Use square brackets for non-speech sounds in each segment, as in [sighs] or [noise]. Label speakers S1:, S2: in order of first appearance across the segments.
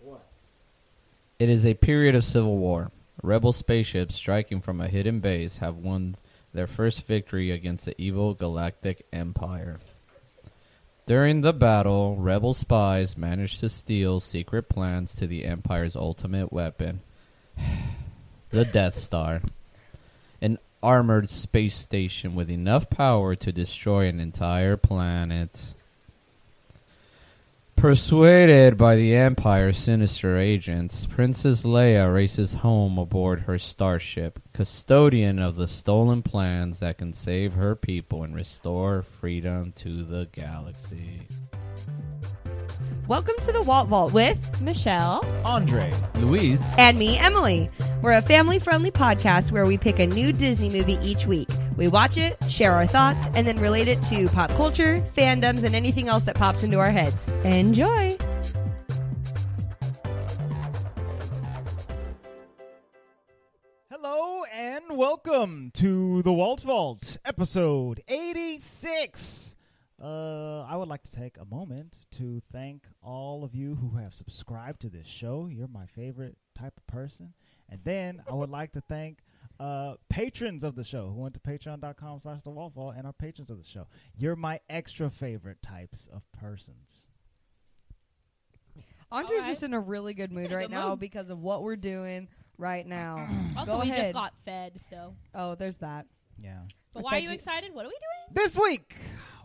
S1: what?
S2: It is a period of civil war. Rebel spaceships striking from a hidden base have won their first victory against the evil Galactic Empire. During the battle, rebel spies manage to steal secret plans to the Empire's ultimate weapon [sighs] the Death Star. An armored space station with enough power to destroy an entire planet. Persuaded by the Empire's sinister agents, Princess Leia races home aboard her starship, custodian of the stolen plans that can save her people and restore freedom to the galaxy.
S3: Welcome to the Walt Vault with
S4: Michelle.
S5: Andre.
S2: Luis,
S3: and me, Emily. We're a family friendly podcast where we pick a new Disney movie each week. We watch it, share our thoughts, and then relate it to pop culture, fandoms, and anything else that pops into our heads. Enjoy!
S5: Hello and welcome to the Walt Vault, episode 86. Uh, I would like to take a moment to thank all of you who have subscribed to this show. You're my favorite type of person. And then I would like to thank uh, patrons of the show who went to patreon.com slash the Walt Vault and are patrons of the show. You're my extra favorite types of persons.
S3: Andre's
S4: Alright.
S3: just in a really good mood
S4: In a
S3: right
S4: good
S3: now
S4: mood.
S3: because of what we're doing right [clears throat] now.
S4: Also,
S3: Go
S4: we
S3: ahead.
S4: just got fed, so.
S3: Oh, there's that.
S5: Yeah.
S4: But
S3: We
S4: why are
S3: fed
S4: you
S3: you-
S4: excited? What are we doing?
S5: This week,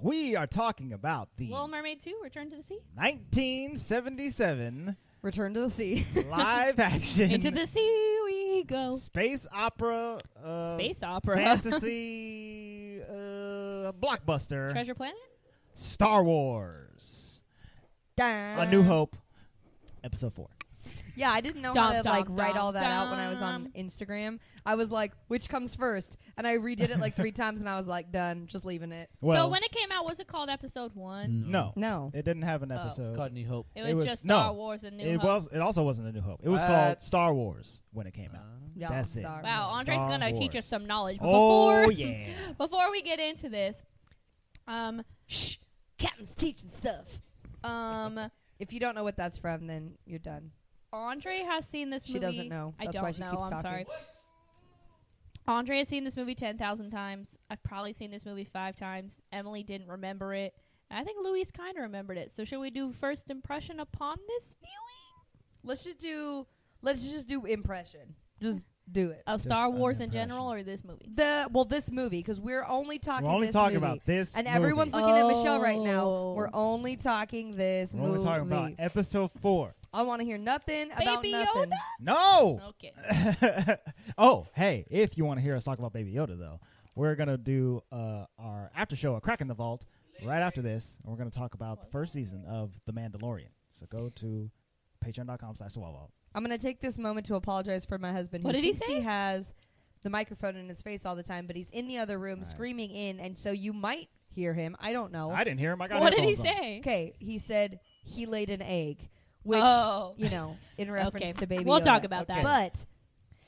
S5: we are talking about the
S4: Little Mermaid 2, Return to
S5: [laughs]
S4: the Sea?
S5: 1977
S3: Return to the sea. [laughs]
S5: live action
S4: Into the sea we go.
S5: space opera uh,
S4: Space
S5: [laughs]
S4: opera. [laughs]
S5: fantasy uh, blockbuster
S4: Treasure Planet?
S5: Star Wars
S4: Uh,
S5: A New Hope episode 4
S3: Yeah, I didn't know
S4: Dum,
S3: how to
S4: dum,
S3: like write all
S4: dum,
S3: that out when I was on
S4: dum.
S3: Instagram. I was like, which comes first? And I redid it like [laughs] three times and I was like, done, just leaving it.
S5: well
S4: so when it came out, was it called Episode 1?
S5: no
S3: No.
S5: it didn't have an
S4: Oh.
S2: It's
S5: episode
S2: called New Hope.
S4: It
S5: It
S4: was,
S5: was-
S4: just
S5: no.
S4: Star Wars and New
S5: it
S4: Hope.
S5: was it also wasn't a new hope it was called
S2: That's-
S5: Star Wars when it came out
S4: Uh,
S3: Yeah,
S5: That's it.
S3: sorry.
S4: Wow, Andre's
S5: Star
S4: gonna teach
S5: Wars.
S4: us some knowledge. But
S5: oh
S4: before,
S5: yeah
S4: [laughs] before we get into this, um,
S3: Shh, Captain's teaching stuff.
S4: um,
S3: If you don't know what that's from, then you're done.
S4: Andre has seen this
S3: She
S4: movie.
S3: doesn't know.
S4: I
S3: That's
S4: don't
S3: why she
S4: know.
S3: keeps
S4: I'm
S3: talking.
S4: sorry. Andre has seen this movie 10,000 times. I've probably seen this movie five times. Emily didn't remember it. And I think Louise kind of remembered it. So, should we do first impression upon this viewing
S3: Let's just do. Let's just do impression. Just do it.
S4: of
S5: Just
S4: Star
S5: an
S4: Wars in
S5: impression.
S4: general or this movie?
S3: The well, this movie because we're only talking.
S5: we're only
S3: this
S5: talking
S3: movie.
S5: about this
S3: And
S5: movie.
S3: everyone's looking at Michelle right now.
S4: Oh.
S3: We're only talking this
S5: we're
S3: movie.
S5: only talking about episode 4
S3: I want to hear nothing about
S4: Baby
S3: nothing.
S4: Yoda?
S5: no
S4: Okay.
S5: [laughs] oh, hey, if you want to hear us talk about Baby Yoda, though, we're going to do uh, our after show, A Crack in the Vault, right after this. And we're going to talk about the first season of The Mandalorian. So go to patreon.com slash The Wild Vault.
S3: I'm gonna take this moment to apologize for my husband.
S4: What
S3: who
S4: did he
S3: thinks
S4: say?
S3: has the microphone in his face all the time, but he's in the other room
S5: right.
S3: screaming in, and so you might hear him. I don't know.
S5: I didn't hear him. I got
S4: Oh. what did he
S5: headphones on.
S4: say?
S3: Okay, he said he laid an egg, which
S4: Oh.
S3: you know,
S4: [laughs]
S3: in reference
S4: Okay.
S3: to baby.
S4: We'll
S3: Yoda.
S4: talk about that.
S3: But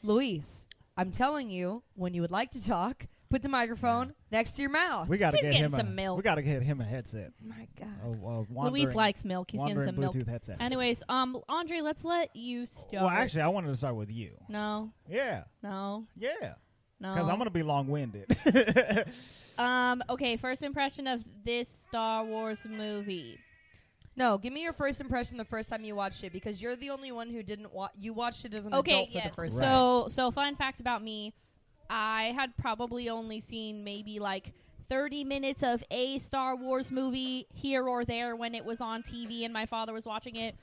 S3: Luis, I'm telling you, when you would like to talk, put the microphone next to your mouth.
S5: We got to
S4: He's
S5: get
S4: getting
S5: him a,
S4: some milk.
S5: We got to get him a headset.
S3: oh my God.
S5: A, a wandering,
S4: Louise likes milk. He's getting
S5: wandering
S4: some milk.
S5: Bluetooth headset.
S4: Anyways, um, Andre, let's let you start.
S5: well, actually, I wanted to start with you.
S4: no,
S5: Yeah,
S4: no,
S5: yeah.
S4: no.
S5: Because I'm going to be long-winded. [laughs]
S4: Um, okay, first impression of this Star Wars movie.
S3: No, give me your first impression the first time you watched it because you're the only one who didn't watch. You watched it as an
S4: okay,
S3: adult for
S4: yes.
S3: the first
S5: Right.
S3: time.
S4: So, so fun fact about me, I had probably only seen maybe like 30 minutes of a Star Wars movie here or there when it was on TV and my father was watching it.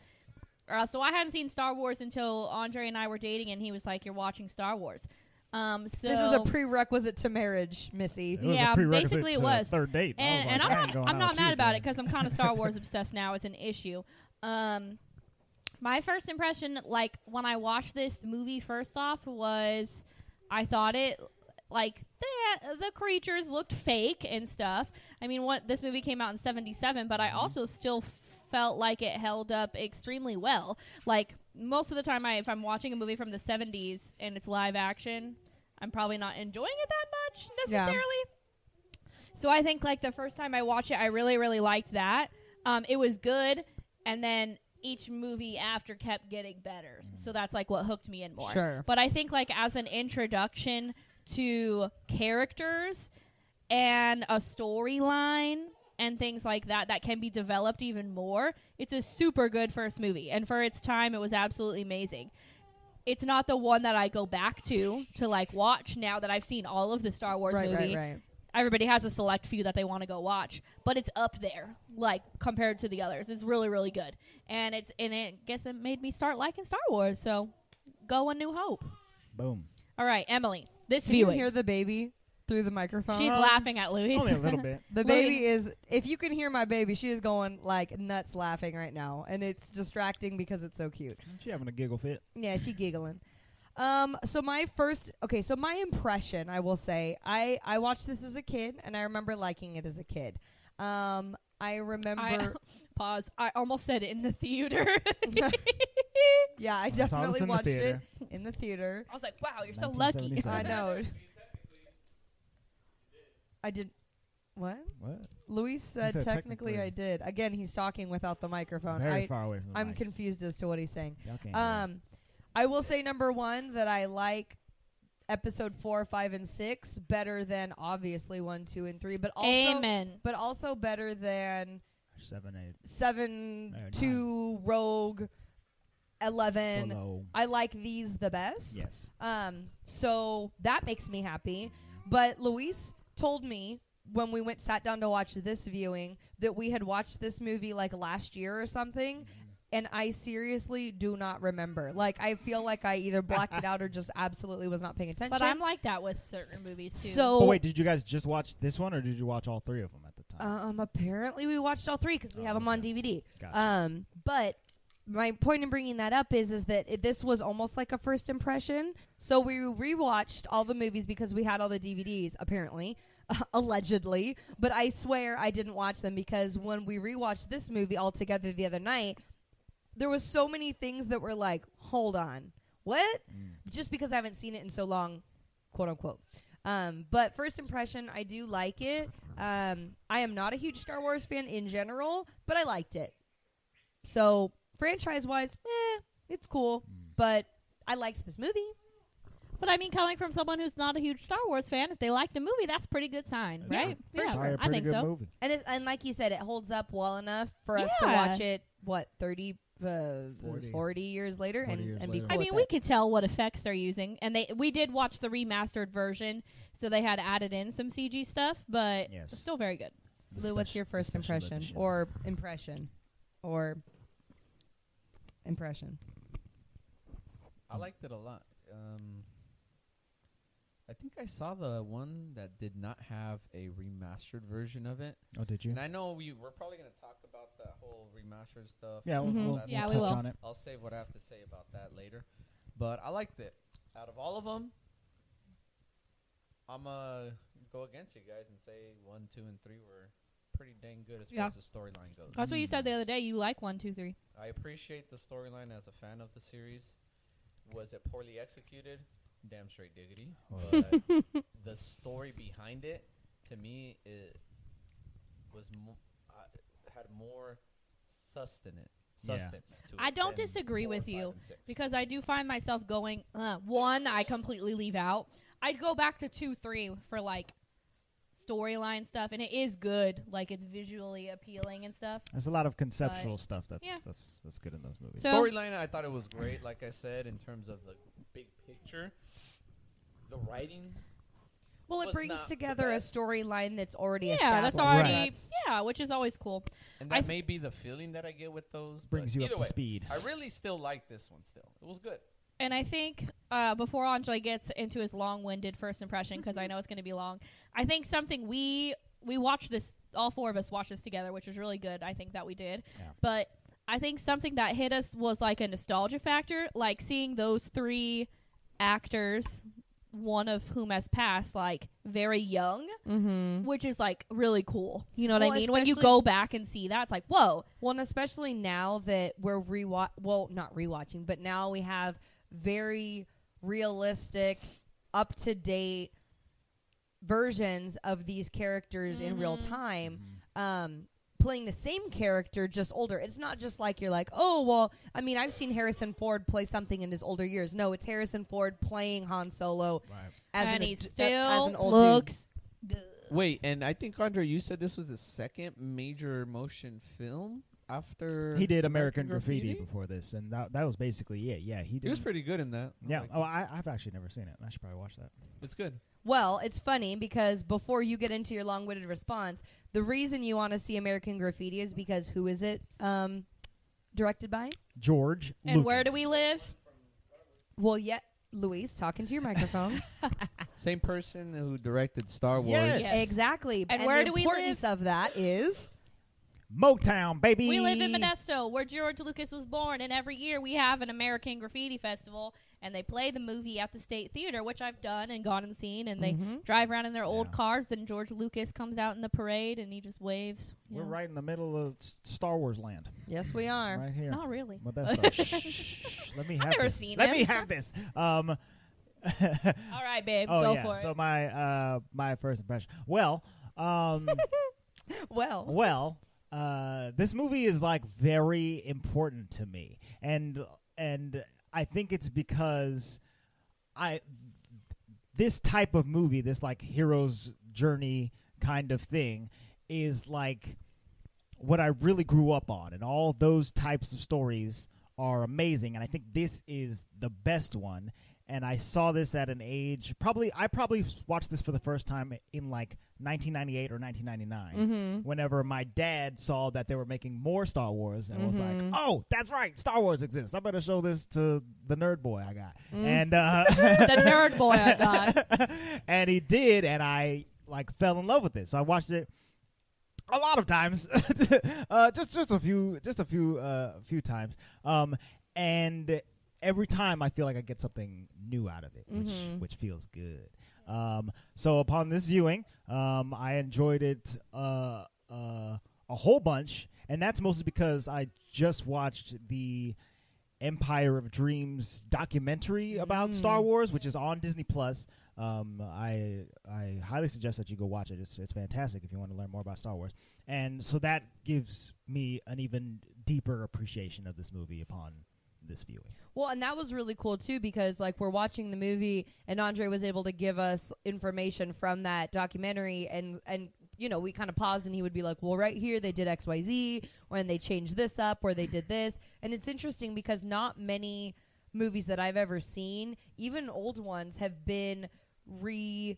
S4: Uh, so I hadn't seen Star Wars until Andre and I were dating, and he was like, "You're watching Star Wars." Um, so
S3: This is a prerequisite to marriage, Missy.
S5: It was a
S4: Yeah,
S5: prerequisite
S4: basically it
S5: to
S4: was.
S5: Third date. I was
S4: and,
S5: like,
S4: and
S5: "I
S4: I'm
S5: ain't going
S4: not I'm
S5: out
S4: not
S5: with you,
S4: mad about it
S5: girl."
S4: because I'm kind of
S5: [laughs]
S4: Star Wars obsessed now. It's an issue. Um, my first impression, like when I watched this movie, first off was I thought it like the the creatures looked fake and stuff. I mean, what this movie came out in '77, but
S5: Mm-hmm.
S4: I also still felt like it held up extremely well. Like most of the time, I if I'm watching a movie from the '70s and it's live action, I'm probably not enjoying it that much
S3: Yeah.
S4: necessarily. So I think like the first time I watched it, I really really liked that. Um, it was good, and then each movie after kept getting better. So that's like what hooked me in more.
S3: Sure.
S4: But I think like as an introduction to characters and a storyline and things like that that can be developed even more, it's a super good first movie. And for its time, it was absolutely amazing. It's not the one that I go back to to like watch now that I've seen all of the Star Wars
S3: Right,
S4: movie
S3: right, right.
S4: everybody has a select few that they want to go watch, but it's up there, like compared to the others. It's really, really good, and it's and it guess it made me start liking Star Wars. So, go a new hope.
S5: Boom.
S4: All right, Emily, this
S3: Can you
S4: viewing,
S3: hear the baby through the microphone?
S4: she's laughing at Louis. [laughs]
S5: Only a little bit.
S3: the
S4: Logan-
S3: baby is, if you can hear my baby, she is going like nuts laughing right now. And it's distracting because it's so cute.
S5: She having a giggle fit.
S3: Yeah, she giggling. Um, so my first okay, so my impression, I will say, I I watched this as a kid and I remember liking it as a kid. Um, I
S4: I,
S3: [laughs] remember
S4: [laughs] pause. I almost said it in the theater. [laughs]
S3: Yeah, I
S5: saw this
S3: definitely
S5: in the
S3: watched it
S5: theater.
S3: in the theater.
S4: I was like, wow, you're so lucky.
S5: 1977.
S3: I
S4: [laughs]
S3: know. I did what?
S5: What?
S3: Luis said,
S5: said
S3: technically,
S5: technically.
S3: I did. Again, he's talking without the microphone.
S5: Very
S3: I,
S5: far away from the
S3: I'm
S5: mics.
S3: confused as to what he's saying.
S5: Y'all can't hear.
S3: Um, I will say number one that I like episode four, five, and six better than obviously one, two, and three, but also
S4: Amen.
S3: but also better than
S5: seven eight
S3: seven,
S5: No, nine.
S3: two, Rogue, eleven.
S5: solo.
S3: I like these the best.
S5: Yes.
S3: Um, so that makes me happy. But Luis told me when we went sat down to watch this viewing that we had watched this movie like last year or something. And I seriously do not remember. Like I feel like I either blocked it out or just absolutely was not paying attention.
S4: But I'm like that with certain movies too.
S3: so
S5: But wait, did you guys just watch this one, or did you watch all three of them at the time?
S3: um, apparently we watched all three because we
S5: Oh,
S3: have them on
S5: okay.
S3: DVD.
S5: Gotcha.
S3: Um, but my point in bringing that up is is that it, this was almost like a first impression. So we rewatched all the movies because we had all the DVDs apparently, [laughs] allegedly. But I swear I didn't watch them because when we rewatched this movie all together the other night, there was so many things that were like, hold on, what?
S5: Mm.
S3: Just because I haven't seen it in so long, quote unquote. Um, but first impression, I do like it. Um, I am not a huge Star Wars fan in general, but I liked it. So franchise wise, eh, it's cool.
S6: Mm.
S3: But I liked this movie.
S4: but I mean, coming from someone who's not a huge Star Wars fan, if they like the movie, that's a pretty good sign,
S5: Yeah,
S4: right?
S3: for sure.
S4: yeah,
S5: Sorry, a
S4: I
S5: pretty
S4: think
S5: good
S4: so.
S5: movie.
S3: And it's, and like you said, it holds up well enough for us to
S4: Yeah.
S3: watch it. What thirty? Uh, 40.
S6: 40.
S3: years later
S6: 40
S3: and,
S6: years
S3: and be
S6: later.
S3: cool
S4: I
S3: with
S4: mean, we
S3: it.
S4: could tell what effects they're using, and they we did watch the remastered version, so they had added in some CG stuff, but
S5: Yes.
S4: still very good.
S5: The
S3: Lou, what's
S5: special-
S3: your
S5: the
S3: first
S5: special
S3: impression
S5: edition.
S3: or impression or impression?
S2: I liked it a lot. Um, I think I saw the one that did not have a remastered version of it.
S5: Oh, did you?
S2: And I know we we're probably gonna talk about that whole remastered stuff.
S5: Yeah, we'll,
S3: Mhm.
S5: we'll,
S4: Yeah,
S5: we'll
S4: we
S5: touch
S4: will.
S5: on it.
S2: I'll save what I have to say about that later. But I liked it. Out of all of them, I'm gonna go against you guys and say one, two, and three were pretty dang good as
S4: Yeah.
S2: far as the storyline goes.
S4: That's what you said the other day. You like one, two, three.
S2: I appreciate the storyline as a fan of the series. Was it poorly executed? Damn straight diggity. But
S4: [laughs]
S2: the story behind it, to me, it was mo- uh, had more sustenance.
S5: Yeah.
S2: Sustenance to it
S4: I don't
S2: than
S4: disagree
S2: four,
S4: with
S2: five,
S4: you,
S2: and six.
S4: Because I do find myself going uh, one. I completely leave out. I'd go back to two, three for like storyline stuff, and it is good. Like it's visually appealing and stuff.
S5: There's a lot of conceptual stuff that's
S4: yeah.
S5: that's that's good in those movies.
S4: So-
S2: storyline i thought it was great like i said in terms of the big picture the writing
S3: Well, it
S2: was
S3: brings
S2: not the
S3: together a
S2: best.
S3: storyline that's already
S4: yeah,
S3: established.
S4: that's already
S5: Right.
S4: yeah, which is always cool.
S2: and
S4: I
S2: that
S4: th-
S2: may be the feeling that i get with those but
S5: Brings you up
S2: either
S5: to
S2: way,
S5: speed.
S2: i really still like this one still it was good
S4: and I think uh, before Anjali gets into his long-winded first impression, because I know it's going to be long, I think something we we watched this, all four of us watched this together, which was really good. I think that we did,
S5: Yeah.
S4: but I think something that hit us was like a nostalgia factor, like seeing those three actors, one of whom has passed, like very young,
S3: Mm-hmm.
S4: which is like really cool. You know what
S3: Well,
S4: I mean? When you
S3: especially-
S4: go back and see that, it's like whoa,
S3: Well, and especially now that we're rewatch well, not rewatching, but now we have very realistic, up to date
S4: Mm-hmm.
S3: versions of these characters in real time. Um, playing the same character, just older. It's not just like you're like, oh, well, I mean, I've seen Harrison Ford play something in his older years. No, it's Harrison Ford playing Han Solo
S5: Right.
S3: as,
S4: and
S3: an,
S4: he
S3: ad-
S4: still
S3: as an old dude.
S4: looks
S2: Wait, and I think Andre, you said this was the second major motion film after
S5: He did American Graffiti, before this, and that, that was basically it. Yeah, he did.
S2: He was pretty good in that.
S5: yeah.
S2: Like,
S5: oh, I, I've actually never seen it. I should probably watch that.
S2: it's good.
S3: Well, it's funny because before you get into your long-winded response, the reason you want to see American Graffiti is because who is it um, directed by?
S5: George.
S4: And where do
S5: Lucas.
S4: we live?
S3: Well, yet Louise, talking to your microphone.
S2: Same person who directed Star Wars.
S5: Yes.
S4: [laughs] Yes.
S3: exactly.
S4: And where
S3: the
S4: do we
S3: importance of that is
S5: Motown, baby.
S4: We live in Modesto, where George Lucas was born, and every year we have an American Graffiti Festival, and they play the movie at the State Theater, which I've done and gone and seen, and they
S3: Mhm.
S4: drive around in their old
S5: Mm-hmm. Yeah.
S4: cars, and George Lucas comes out in the parade, and he just waves. you
S5: We're
S4: know.
S5: right in the middle of S- Star Wars land,
S3: yes, we are.
S5: right here.
S4: Not really. [laughs]
S5: Modesto. shh, shh, shh. Let me have
S4: never
S5: this.
S4: seen
S5: Let
S4: him.
S5: me have this. Um, [laughs]
S4: All right, babe,
S5: oh
S4: go
S5: yeah.
S4: for
S5: so
S4: it.
S5: my uh, my first impression. Well, um,
S3: Well,
S5: well, uh, this movie is like very important to me, and and I think it's because I this type of movie, this like hero's journey kind of thing, is like what I really grew up on, and all those types of stories are amazing, and I think this is the best one. And I saw this at an age probably I probably watched this for the first time in like 1998 or 1999, whenever my dad saw that they were making more Star Wars and was like, "Oh, that's right, Star Wars exists. I better show this to the nerd boy I got." And uh, [laughs]
S4: the nerd boy I got.
S5: and he did, and I like fell in love with it. So I watched it a lot of times, [laughs] uh, just just a few, just a few, uh, few times. Um, and every time I feel like I get something new out of it,
S3: Mhm.
S4: Mm-hmm.
S5: which which feels good. Um, so upon this viewing, um, I enjoyed it uh, uh, a whole bunch, and that's mostly because I just watched the Empire of Dreams documentary about
S4: Mm.
S5: Star Wars, which is on Disney Plus. Um, I I highly suggest that you go watch it. It's it's fantastic if you want to learn more about Star Wars. And so that gives me an even deeper appreciation of this movie upon this viewing.
S3: well, and that was really cool too because like we're watching the movie, and Andre was able to give us information from that documentary, and and you know we kind of paused, and he would be like, well, right here they did X Y Z, or and they changed this up, or they did this, and it's interesting because not many movies that I've ever seen, even old ones, have been re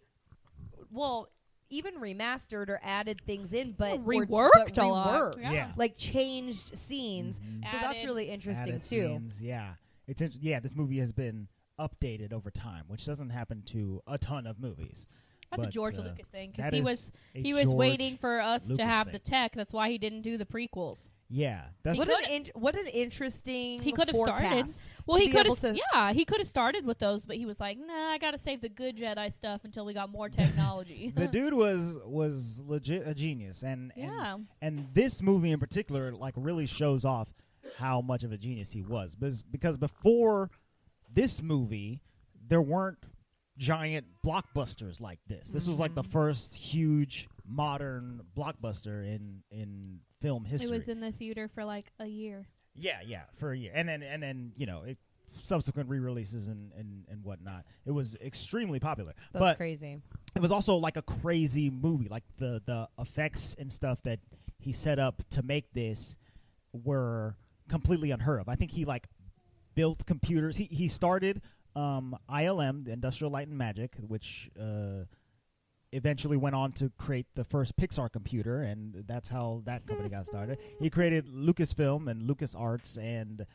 S3: well even remastered or added things in, but were-
S4: reworked,
S3: but
S4: a lot.
S3: reworked.
S5: Yeah.
S3: like changed scenes. So that's
S4: Added-
S3: really interesting
S5: added
S3: too.
S5: scenes, Yeah, it's int- yeah. This movie has been updated over time, which doesn't happen to a ton of movies.
S4: That's a
S5: But,
S4: George
S5: uh,
S4: Lucas thing because
S5: that
S4: he
S5: is
S4: was
S5: a
S4: he was
S5: George-
S4: waiting for us to
S5: Lucas
S4: have the
S5: thing.
S4: tech. That's why he didn't do the prequels.
S5: Yeah, that's
S3: What
S4: could've-
S3: an in- what an interesting
S4: He could have started.
S3: forecast
S4: Well,
S3: to
S4: he
S3: be
S4: could
S3: able
S4: have.
S3: to-
S4: Yeah, he could have started with those, but he was like, "Nah, I gotta save the good Jedi stuff until we
S3: [laughs]
S4: got more technology."
S5: the dude was was legit a genius, and
S4: [laughs] Yeah.
S5: and, and this movie in particular like really shows off how much of a genius he was, because because before this movie, there weren't giant blockbusters like this. This was
S4: Mm-hmm.
S5: like the first huge modern blockbuster in in film history.
S4: it was in the theater for like a year.
S5: Yeah, yeah, for a year, and then and then you know it, subsequent re-releases and, and and whatnot. It was extremely popular,
S3: That's
S5: but
S3: crazy.
S5: it was also like a crazy movie. Like the the effects and stuff that he set up to make this were completely unheard of. I think he like built computers. He he started um, ILM, the Industrial Light and Magic, which uh, eventually went on to create the first Pixar computer, and that's how that company got started. He created Lucasfilm and LucasArts and.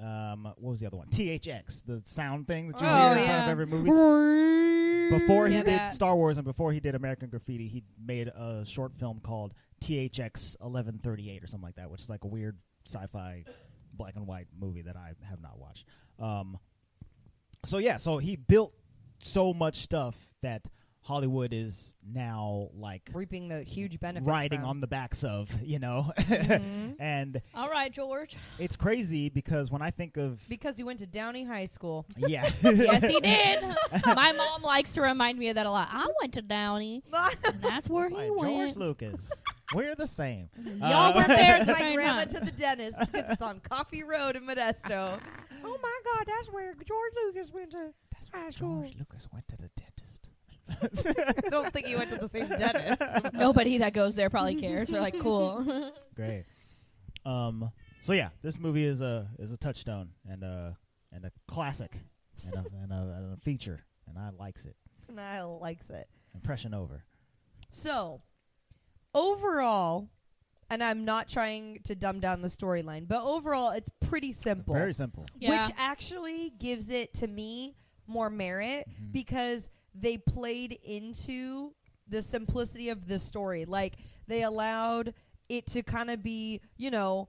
S5: Um, what was the other one? THX, the sound thing that you
S4: Oh,
S5: hear in front
S4: yeah.
S5: of every movie. Before he
S4: Yeah,
S5: did
S4: that-
S5: Star Wars and before he did American Graffiti, he made a short film called THX 1138 or something like that, which is like a weird sci-fi black and white movie that I have not watched. Um, so yeah, so he built so much stuff that Hollywood is now like
S3: reaping the huge benefits.
S5: riding
S3: from. [laughs]
S5: on the backs of, [laughs] you know.
S4: Mm-hmm.
S3: Mhm.
S5: and
S4: All right,
S3: [laughs]
S4: George.
S5: it's crazy because when I think of
S3: because you went to Downey High [laughs] School.
S5: yeah,
S4: [laughs]
S5: [laughs]
S4: Yes, he
S3: [laughs]
S4: did. My mom likes to remind me of that a lot. I went to [laughs] Downey, and that's where
S5: It's
S4: he
S5: like, George
S4: went.
S5: Lucas. We're the same.
S4: Y'all
S5: Uh,
S3: [laughs]
S4: were there at the
S3: my
S4: same
S3: grandma
S4: time.
S3: to the dentist [laughs] because it's on Coffee Road in Modesto. [laughs] oh my God, that's where George Lucas went to.
S5: That's where
S3: High
S5: George
S3: school.
S5: Lucas went to the dentist.
S3: [laughs] I don't think he went to the same [laughs]
S5: [laughs]
S3: dentist.
S4: Nobody that goes there probably cares.
S3: [laughs]
S4: They're like, cool.
S5: Great. Um. So yeah, this movie is a is a touchstone and a and a classic and a, and, a, and a feature, and I likes it.
S3: And I likes it.
S5: Impression over.
S3: So, overall, and I'm not trying to dumb down the storyline, but overall, it's pretty simple.
S5: Very simple.
S4: Yeah.
S3: which actually gives it to me more merit
S5: Mhm.
S3: because they played into the simplicity of the story. Like they allowed it to kind of be, you know,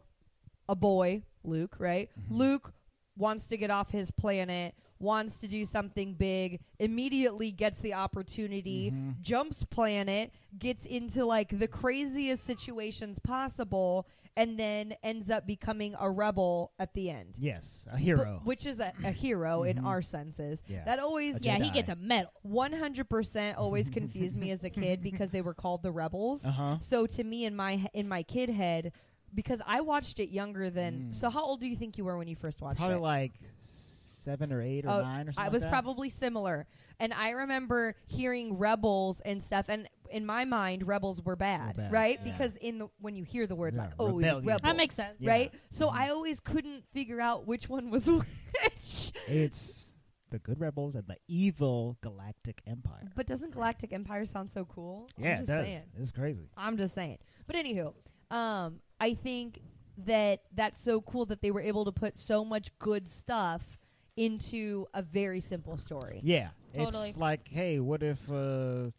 S3: a boy, Luke, right?
S5: Mhm.
S3: Luke wants to get off his planet, wants to do something big, immediately gets the opportunity,
S5: Mhm.
S3: jumps planet, gets into like the craziest situations possible, and then ends up becoming a rebel at the end.
S5: Yes, a
S3: But-
S5: hero.
S3: which is a, a hero in
S5: Mhm.
S3: our senses.
S5: Yeah.
S3: That always,
S5: Yeah,
S4: yeah,
S5: he
S4: he
S5: Jedi.
S4: gets
S5: gets
S4: a medal.
S3: 100% always confused me as a kid
S5: [laughs]
S3: because they were called the rebels.
S5: Uh huh.
S3: So to me, in my in my kid head, because I watched it younger than.
S5: Mm.
S3: So how old do you think you were when you first watched
S5: Probably
S3: it?
S5: like seven or eight or
S3: Oh,
S5: nine or something.
S3: I
S5: like
S3: was
S5: that.
S3: probably similar, and I remember hearing rebels and stuff. And in my mind, rebels were bad,
S5: bad,
S3: right?
S5: yeah.
S3: Because in the when you hear the word
S5: Yeah,
S3: like, oh, he's a
S5: rebellion.
S3: rebel,
S4: That makes sense.
S5: Yeah.
S3: right? So
S5: Mhm.
S3: I always couldn't figure out which one was
S5: [laughs]
S3: which.
S5: It's the good rebels and the evil galactic empire.
S3: But doesn't Galactic Empire sound so cool? I'm
S5: Yeah, it
S3: just
S5: does.
S3: saying.
S5: It's crazy.
S3: I'm just saying. But anywho, um, I think that that's so cool that they were able to put so much good stuff into a very simple story.
S5: Yeah,
S4: Totally.
S5: it's like, hey, what if uh,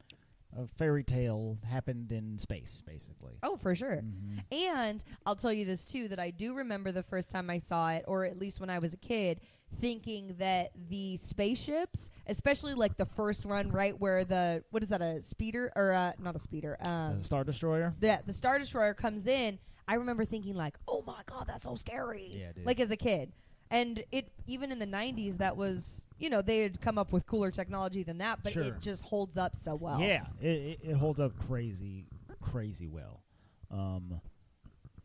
S5: a fairy tale happened in space, basically?
S3: Oh, for sure.
S5: Mhm.
S3: And I'll tell you this too that I do remember the first time I saw it, or at least when I was a kid, thinking that the spaceships, especially like the first run, right where the what is that a speeder or uh, not a speeder? Um,
S5: Uh, Star Destroyer.
S3: the the Star Destroyer comes in, I remember thinking like, "Oh my god, that's so scary!"
S5: Yeah, dude.
S3: Like as a kid, and it even in the '90s, that was you know they had come up with cooler technology than that, but
S5: Sure.
S3: it just holds up so well.
S5: Yeah, it, it, it holds up crazy, crazy well. Um,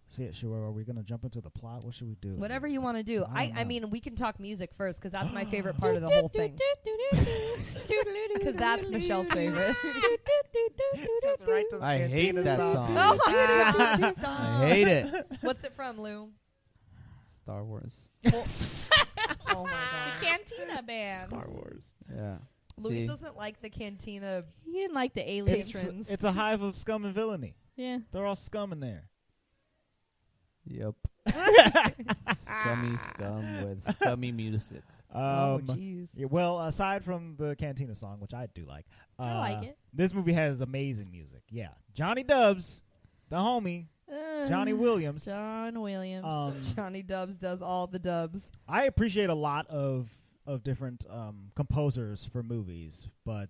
S5: see, so yeah, sure. Are we gonna jump into the plot? What should we do?
S3: Whatever you want to do.
S5: I
S3: I,
S5: don't
S3: I
S5: know.
S3: mean, we can talk music first because that's my
S5: [gasps]
S3: favorite part of the whole
S4: [laughs]
S3: thing. Because that's Michelle's [laughs]
S5: [laughs]
S3: favorite.
S2: I hate that song.
S3: oh my [laughs] god! Stop.
S2: I hate
S4: [laughs]
S2: it.
S3: What's it from, Lou?
S2: Star Wars.
S3: Oh my god!
S4: Cantina band.
S5: Wars.
S2: Yeah.
S3: Luis
S2: See?
S3: doesn't like the cantina.
S4: He didn't like the aliens.
S5: It's
S3: Patrons.
S5: it's a hive of scum and villainy.
S4: Yeah.
S5: They're all scum in there.
S2: Yep.
S4: [laughs]
S2: Scummy scum with scummy music.
S5: Um,
S3: oh jeez.
S5: Yeah, well, aside from the Cantina song, which I do like, uh,
S4: I like it.
S5: This movie has amazing music. Yeah, Johnny Dubs, the homie,
S4: [laughs]
S5: Johnny Williams.
S4: John Williams.
S5: Um,
S3: Johnny Dubs does all the dubs.
S5: [laughs] I appreciate a lot of of different um, composers for movies, but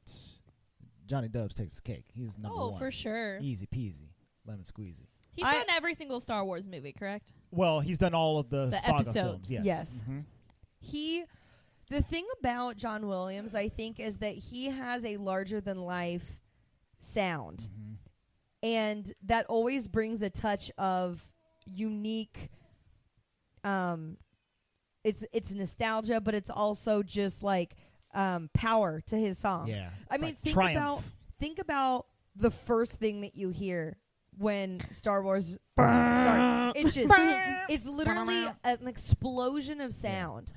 S5: Johnny Dubs takes the cake. He's number
S4: oh,
S5: one.
S4: for sure.
S5: Easy peasy, lemon squeezy.
S4: He's
S3: I-
S4: done every single Star Wars movie, correct?
S5: Well, he's done all of the,
S4: The
S5: saga
S4: episodes. Mm-hmm.
S5: films. Yes.
S3: Yes.
S5: Mhm.
S3: he the thing about John Williams I think is that he has a larger than life sound
S5: Mhm.
S3: and that always brings a touch of unique um it's it's nostalgia but it's also just like um power to his songs.
S5: Yeah.
S3: I
S5: It's
S3: mean,
S5: like
S3: think
S5: triumph.
S3: about think about the first thing that you hear when Star Wars starts. It's just it's
S5: [laughs]
S3: literally an explosion of sound.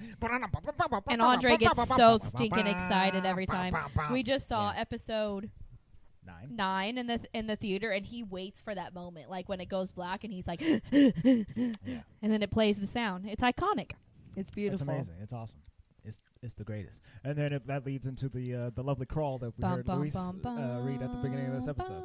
S4: And Andre gets so stinking excited every
S5: [laughs]
S4: time. We just saw
S5: Yeah.
S4: episode
S5: nine.
S4: nine in the in the theater, and he waits for that moment, like when it goes black, and he's like, [laughs] and
S5: Yeah.
S4: then it plays the sound. It's iconic.
S3: It's
S5: It's
S3: beautiful.
S5: amazing. It's awesome. It's it's the greatest. And then it, that leads into the uh, the lovely crawl that we heard Luis uh, read at the beginning of this episode.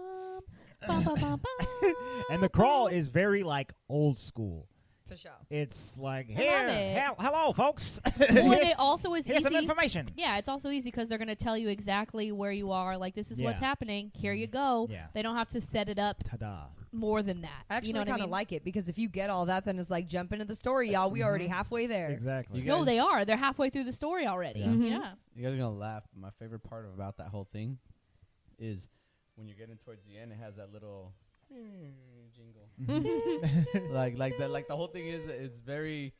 S4: bum, bum, bum, bum.
S5: [laughs] and the crawl is very like old school.
S3: For sure.
S5: It's like
S4: love
S5: here,
S4: it.
S5: hel- hello, folks. [laughs]
S4: Well, and
S5: here's
S4: it also is
S5: here's some
S4: easy.
S5: information.
S4: Yeah, it's also easy because they're going to tell you exactly where you are. Like, this is
S5: Yeah.
S4: what's
S5: Mm-hmm.
S4: happening. Here you go.
S5: Yeah.
S4: They don't have to set it up
S5: Ta-da!
S4: more than that.
S3: I actually
S4: you know what I
S3: kind of
S4: mean?
S3: like it because if you get all that, then it's like jump into the story, y'all. We already
S5: Mhm.
S3: halfway there.
S5: Exactly.
S2: You
S4: No,
S2: guys-
S4: they are. They're halfway through the story already.
S2: Yeah.
S4: Yeah.
S3: Mhm.
S2: You guys are gonna laugh. but My favorite part about that whole thing is when you're getting towards the end, it has that little jingle.
S4: [laughs]
S2: like like the like the whole thing is it's very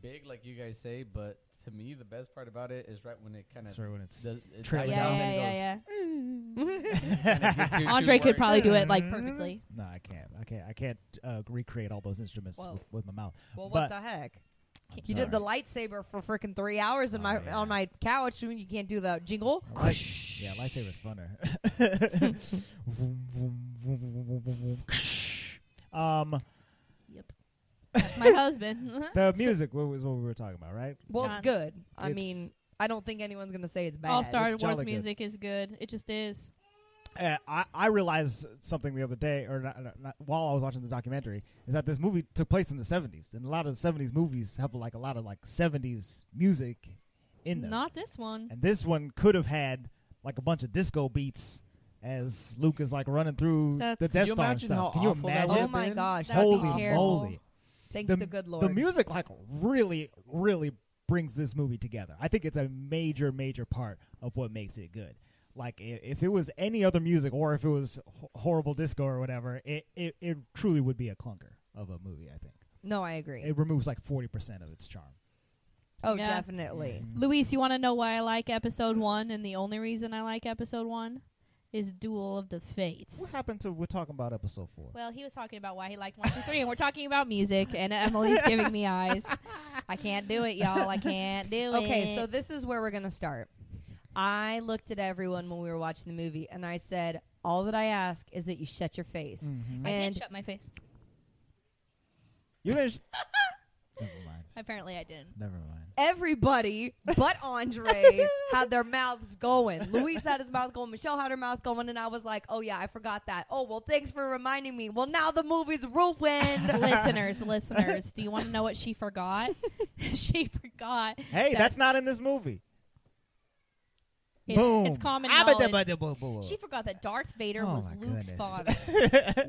S2: big, like you guys say. But to me, the best part about it is right when it kind of
S5: Sorry when it's
S2: does. It
S5: Trailing
S4: Yeah,
S2: dies
S5: down.
S2: down
S4: yeah,
S2: and
S4: yeah,
S2: goes-
S4: yeah.
S2: and it gets you too
S4: Andre could
S2: worried.
S4: probably do it
S5: Mm-hmm. [laughs]
S4: like perfectly.
S5: No, I can't. I can't. I can't uh, recreate all those instruments
S4: Whoa.
S5: with, with my mouth.
S3: Well, what
S5: But-
S3: the heck?
S5: I'm
S3: You did the
S5: sorry.
S3: lightsaber for freaking three hours in
S5: Oh,
S3: my
S5: yeah.
S3: on my couch, and you can't do the jingle.
S5: I like- yeah, lightsaber's
S4: [laughs]
S5: funner. Vroom, vroom, vroom, vroom, vroom, vroom, vroom. um,
S4: Yep. That's my husband. [laughs]
S5: the music wa- was what we were talking about, right?
S3: Well, it's
S4: John.
S3: good. I
S5: It's-
S3: mean, I don't think anyone's gonna say it's bad.
S4: All Star
S5: It's
S4: Wars
S5: jolly good.
S4: music is good. It just is.
S5: Uh, I I realized something the other day, or not, not, not- while I was watching the documentary, is that this movie took place in the '70s, and a lot of the '70s movies have like a lot of like '70s music in them.
S4: Not this one.
S5: and this one could have had like a bunch of disco beats as Luke is like running through
S4: That's-
S5: the
S4: Can
S5: Death
S2: you
S5: Star and
S2: imagine
S5: stuff.
S2: how
S5: Can you
S2: awful that
S5: imagine?
S2: would've
S3: Oh my
S2: been-
S3: gosh,
S4: That
S3: that'd
S4: would be
S3: be
S5: Holy
S4: terrible.
S5: moly!
S3: Thank
S5: The-
S3: the, good Lord.
S5: The music like really, really brings this movie together. I think it's a major, major part of what makes it good. Like i- if it was any other music, or if it was ho- horrible disco or whatever, it, it it truly would be a clunker of a movie. I think
S3: No, I agree.
S5: it removes like forty percent of its charm.
S3: oh,
S4: Yeah.
S3: definitely.
S4: Luis, you want to know why I like episode one? And the only reason I like episode one is Duel of the Fates.
S5: What happened to we're talking about episode four?
S4: Well, he was talking about why he liked one, two, three, and we're talking about music.
S3: [laughs]
S4: And Emily's giving me eyes. I can't do it, y'all. I can't do it.
S3: Okay, so this is where we're gonna start. I looked at everyone when we were watching the movie, and I said, "All that I ask is that you shut your face."
S5: Mhm.
S4: I
S3: And
S4: did shut my face.
S5: You didn't.
S4: [laughs]
S5: Never mind.
S4: Apparently, I
S3: [laughs]
S4: didn't.
S5: Never mind.
S3: everybody but Andre had their mouths going. Luis had his mouth going. Michelle had her mouth going, and I was like, "Oh yeah, I forgot that." Oh well, thanks for reminding me. Well, now the movie's
S4: [laughs]
S3: ruined.
S4: listeners, listeners, do you want to know what she forgot? [laughs] she forgot.
S5: Hey,
S4: that
S5: that's not in this movie.
S4: it-
S5: Boom.
S4: It's common knowledge.
S5: knowledge.
S4: She forgot that Darth Vader
S5: Oh
S4: was
S5: my goodness.
S4: Luke's father.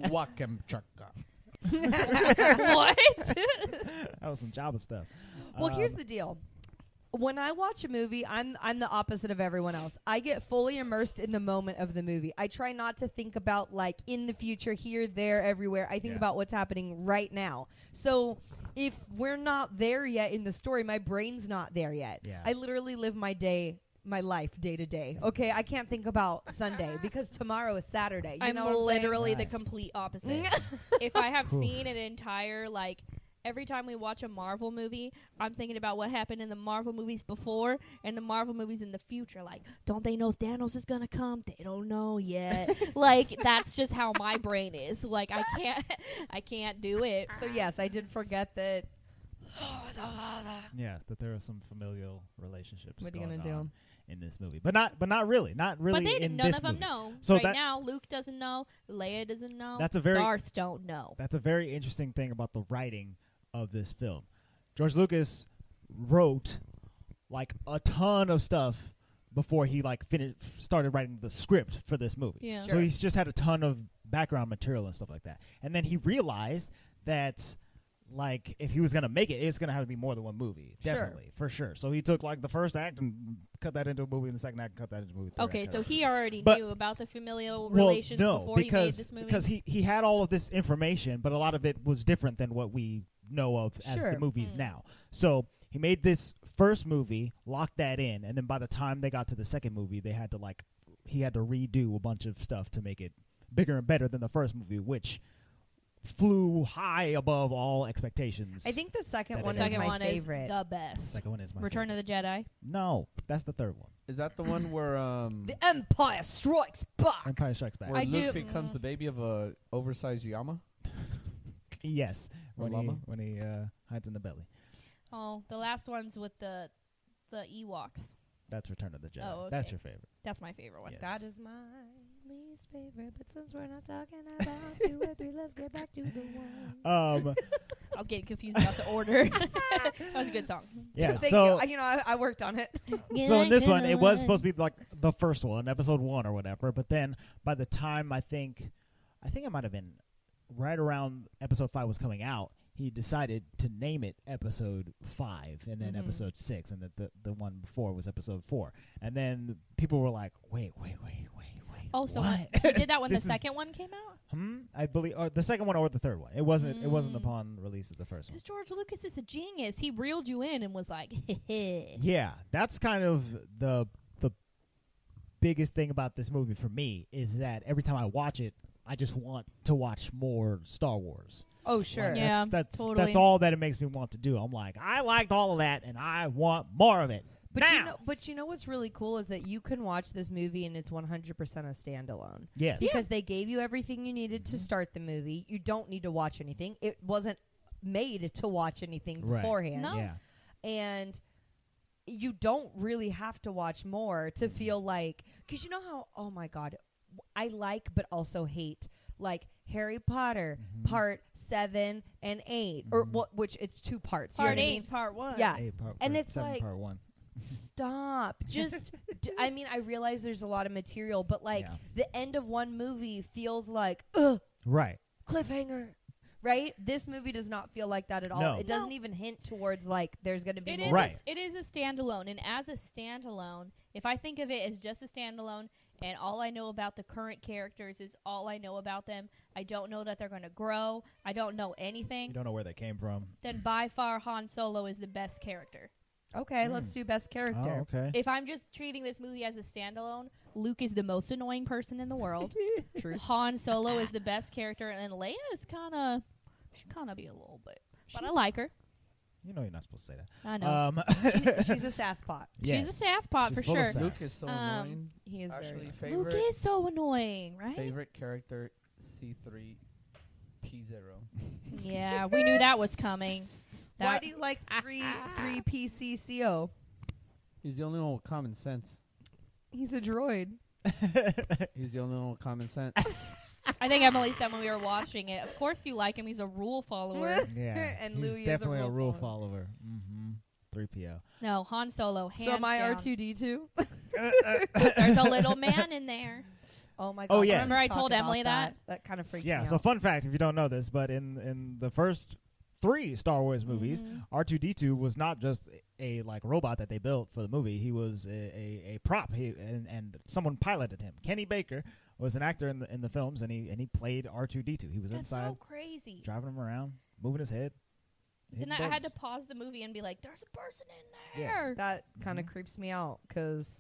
S2: Wakem chaka.
S4: [laughs] what?
S5: [laughs] that was some Java stuff.
S3: Well, here's
S5: Um,
S3: the deal. When I watch a movie, I'm I'm the opposite of everyone else. I get fully immersed in the moment of the movie. I try not to think about like in the future, here, there, everywhere. I think
S5: Yeah.
S3: about what's happening right now. So if we're not there yet in the story, my brain's not there yet.
S5: Yeah.
S3: I literally live my day my life day to day. Okay, I can't think about Sunday
S4: [laughs]
S3: because tomorrow is Saturday. You
S4: I'm
S3: know what I'm saying?
S4: literally the
S5: Right.
S4: complete
S3: [laughs]
S4: opposite. if I have
S5: Oof.
S4: seen an entire like every time we watch a Marvel movie, I'm thinking about what happened in the Marvel movies before and the Marvel movies in the future. Like, don't they know Thanos is gonna come? They don't know yet.
S3: [laughs]
S4: like, that's just how my brain is. Like, I can't, [laughs] I can't do it.
S3: So yes, I did forget
S4: [gasps]
S3: that.
S4: Oh, uh,
S5: yeah, that there are some familial relationships.
S3: What are you
S5: going
S3: gonna do?
S5: on in this movie? But not, but not really, not really.
S4: but they
S5: in
S4: didn't. None
S5: this
S4: of them
S5: movie.
S4: know.
S5: So
S4: right
S5: that-
S4: now, Luke doesn't know. Leia doesn't know.
S5: That's a very-
S4: Darth don't know.
S5: That's a very interesting thing about the writing of this film. George Lucas wrote like a ton of stuff before he like finished started writing the script for this movie.
S4: Yeah.
S5: So
S3: Sure.
S5: he's just had a ton of background material and stuff like that. And then he realized that like if he was gonna make it, it's gonna have to be more than one movie,
S3: Sure.
S5: definitely for sure. So he took like the first act and cut that into a movie, and the second act cut that into a movie. third
S4: Okay,
S5: act,
S4: so
S5: cut that
S4: he already
S5: But-
S4: knew about the familial
S5: well,
S4: relations
S5: no,
S4: before
S5: because,
S4: he made this movie.
S5: Because he, he had all of this information, but a lot of it was different than what we know of as
S3: Sure.
S5: the movies
S4: Hmm.
S5: now. So he made this first movie, locked that in, and then by the time they got to the second movie, they had to like he had to redo a bunch of stuff to make it bigger and better than the first movie, which flew high above all expectations.
S3: I think the second
S5: That
S3: one
S4: the
S5: is
S3: is
S4: second
S3: my
S4: one
S3: favorite.
S4: is the
S5: the
S4: best.
S5: second one is my
S4: Return
S5: favorite.
S4: of the Jedi.
S5: No, that's the third one.
S2: Is that the one where um
S3: The Empire Strikes Back.
S5: Empire Strikes Back.
S2: where
S4: I
S2: Luke
S4: do-
S2: becomes the baby of a oversized llama?
S5: Yes,
S2: Or
S5: when he
S2: llama?
S5: when he uh, hides in the belly.
S4: Oh, the last one's with the the Ewoks.
S5: That's Return of the Jedi.
S4: Oh,
S5: That's
S4: okay.
S5: your favorite.
S4: That's my favorite one.
S5: Yes.
S3: That is mine.
S7: least favorite, but since we're not talking about two or three, let's get back to the one.
S4: [laughs]
S5: Um,
S4: I was getting confused about the order. that was a good song.
S5: yeah.
S3: Thank
S5: so
S3: you. I, you know, I, I worked on it. [laughs]
S5: so in this one, it was supposed to be like the first one, episode one or whatever. But then by the time I think, I think it might have been right around episode five was coming out. He decided to name it episode five, and then
S4: Mhm.
S5: episode six, and the, the the one before was episode four. And then people were like, "Wait, wait, wait, wait, wait."
S4: Oh, so
S5: what?
S4: we did that when the
S5: This is-
S4: second one came out?
S5: [laughs] Hmm. I believe or the second one or the third one. It wasn't. It wasn't
S4: Mm.
S5: upon release of the first one.
S4: Because George Lucas is a genius. He reeled you in and was like,
S5: Yeah, that's kind of the the biggest thing about this movie for me is that every time I watch it, I just want to watch more Star Wars.
S3: oh,
S5: Like,
S3: sure.
S4: Yeah.
S5: that's that's,
S4: totally.
S5: that's all that it makes me want to do. I'm like, I liked all of that, and I want more of it.
S3: But
S5: now,
S3: you know, but you know what's really cool is that you can watch this movie and it's 100% a standalone
S5: yes, Mm-hmm.
S3: because they gave you everything you needed to start the movie. You don't need to watch anything. It wasn't made to watch anything
S5: Right.
S3: beforehand,
S4: No.
S5: yeah,
S3: and you don't really have to watch more
S5: Mm-hmm.
S3: to feel like because you know how oh my god, I like but also hate like Harry Potter
S5: Mhm.
S3: part seven and 8 or
S5: Mhm.
S3: what which it's two parts. you know
S4: part
S3: what I
S5: Yes.
S4: eight, part one.
S3: Yeah.
S5: Eight part
S3: And
S5: one,
S3: it's
S5: seven
S3: like-
S5: part one.
S3: Stop. [laughs]
S4: [laughs]
S3: Just, d- I mean, I realize there's a lot of material, but like
S5: Yeah.
S3: the end of one movie feels like, ugh,
S5: Right.
S3: cliffhanger, right? This movie does not feel like that at all.
S5: No.
S3: It doesn't
S4: No.
S3: even hint towards like there's going to be
S4: It
S3: more.
S4: is,
S5: Right.
S4: a, it is a standalone. And as a standalone, if I think of it as just a standalone and all I know about the current characters is all I know about them, I don't know that they're going to grow, I don't know anything,
S5: You don't know where they came from.
S4: then by far Han Solo is the best character.
S3: Okay,
S5: Mm.
S3: let's do best character.
S5: Oh, okay.
S4: If I'm just treating this movie as a standalone, Luke is the most annoying person in
S5: [laughs]
S4: the world.
S3: True.
S4: Han Solo is the best character, and Leia is kind of, she kind of be a little bit, but I like her.
S5: You know you're not supposed to say that.
S4: I know
S5: Um,
S3: [laughs]
S5: [laughs]
S3: She's a sasspot.
S4: she's a sasspot
S5: She's
S4: for
S5: full of
S4: sure.
S5: sass.
S2: Luke is so
S4: Um,
S2: annoying.
S3: He is
S2: Actually,
S3: very.
S2: favorite
S4: Luke is so annoying, right?
S2: favorite character C three P zero.
S4: Yeah, we knew that was coming.
S3: Why
S4: That-
S3: do you like [laughs] three three PCCO?
S2: He's the only one with common sense.
S3: He's a droid.
S2: He's the only one with common sense.
S4: I think Emily said when we were watching it. Of course you like him. He's a rule follower.
S5: [laughs]
S3: [laughs]
S5: yeah,
S3: And
S5: he's
S3: Louis is a
S5: definitely
S3: rule
S5: rule
S3: follower.
S5: follower. Mm-hmm. 3PO.
S4: No, Han Solo. Hands
S3: so am I
S4: down.
S3: R two D two?
S4: There's a little man in there.
S3: [laughs] Oh my god!
S5: Oh, yes.
S3: let's
S5: Remember I
S3: talk
S4: told
S3: about
S4: Emily
S3: that.
S4: that?
S3: That, kind of freaked
S5: Yeah.
S3: me
S5: So
S3: out.
S5: fun fact, if you don't know this, but in in the first three Star Wars movies,
S4: Mhm.
S5: R two D two was not just a like robot that they built for the movie. He was a, a, a prop. He and, and someone piloted him. Kenny Baker was an actor in the in the films, and he and he played R two D two. He was
S4: That's
S5: inside
S4: so crazy.
S5: driving him around, moving his head.
S4: Didn't
S5: hitting
S4: I, I had to
S5: buttons.
S4: pause the movie and be like, "There's a person in
S5: Yes.
S4: there."
S3: that kind of
S5: Mhm.
S3: creeps me out because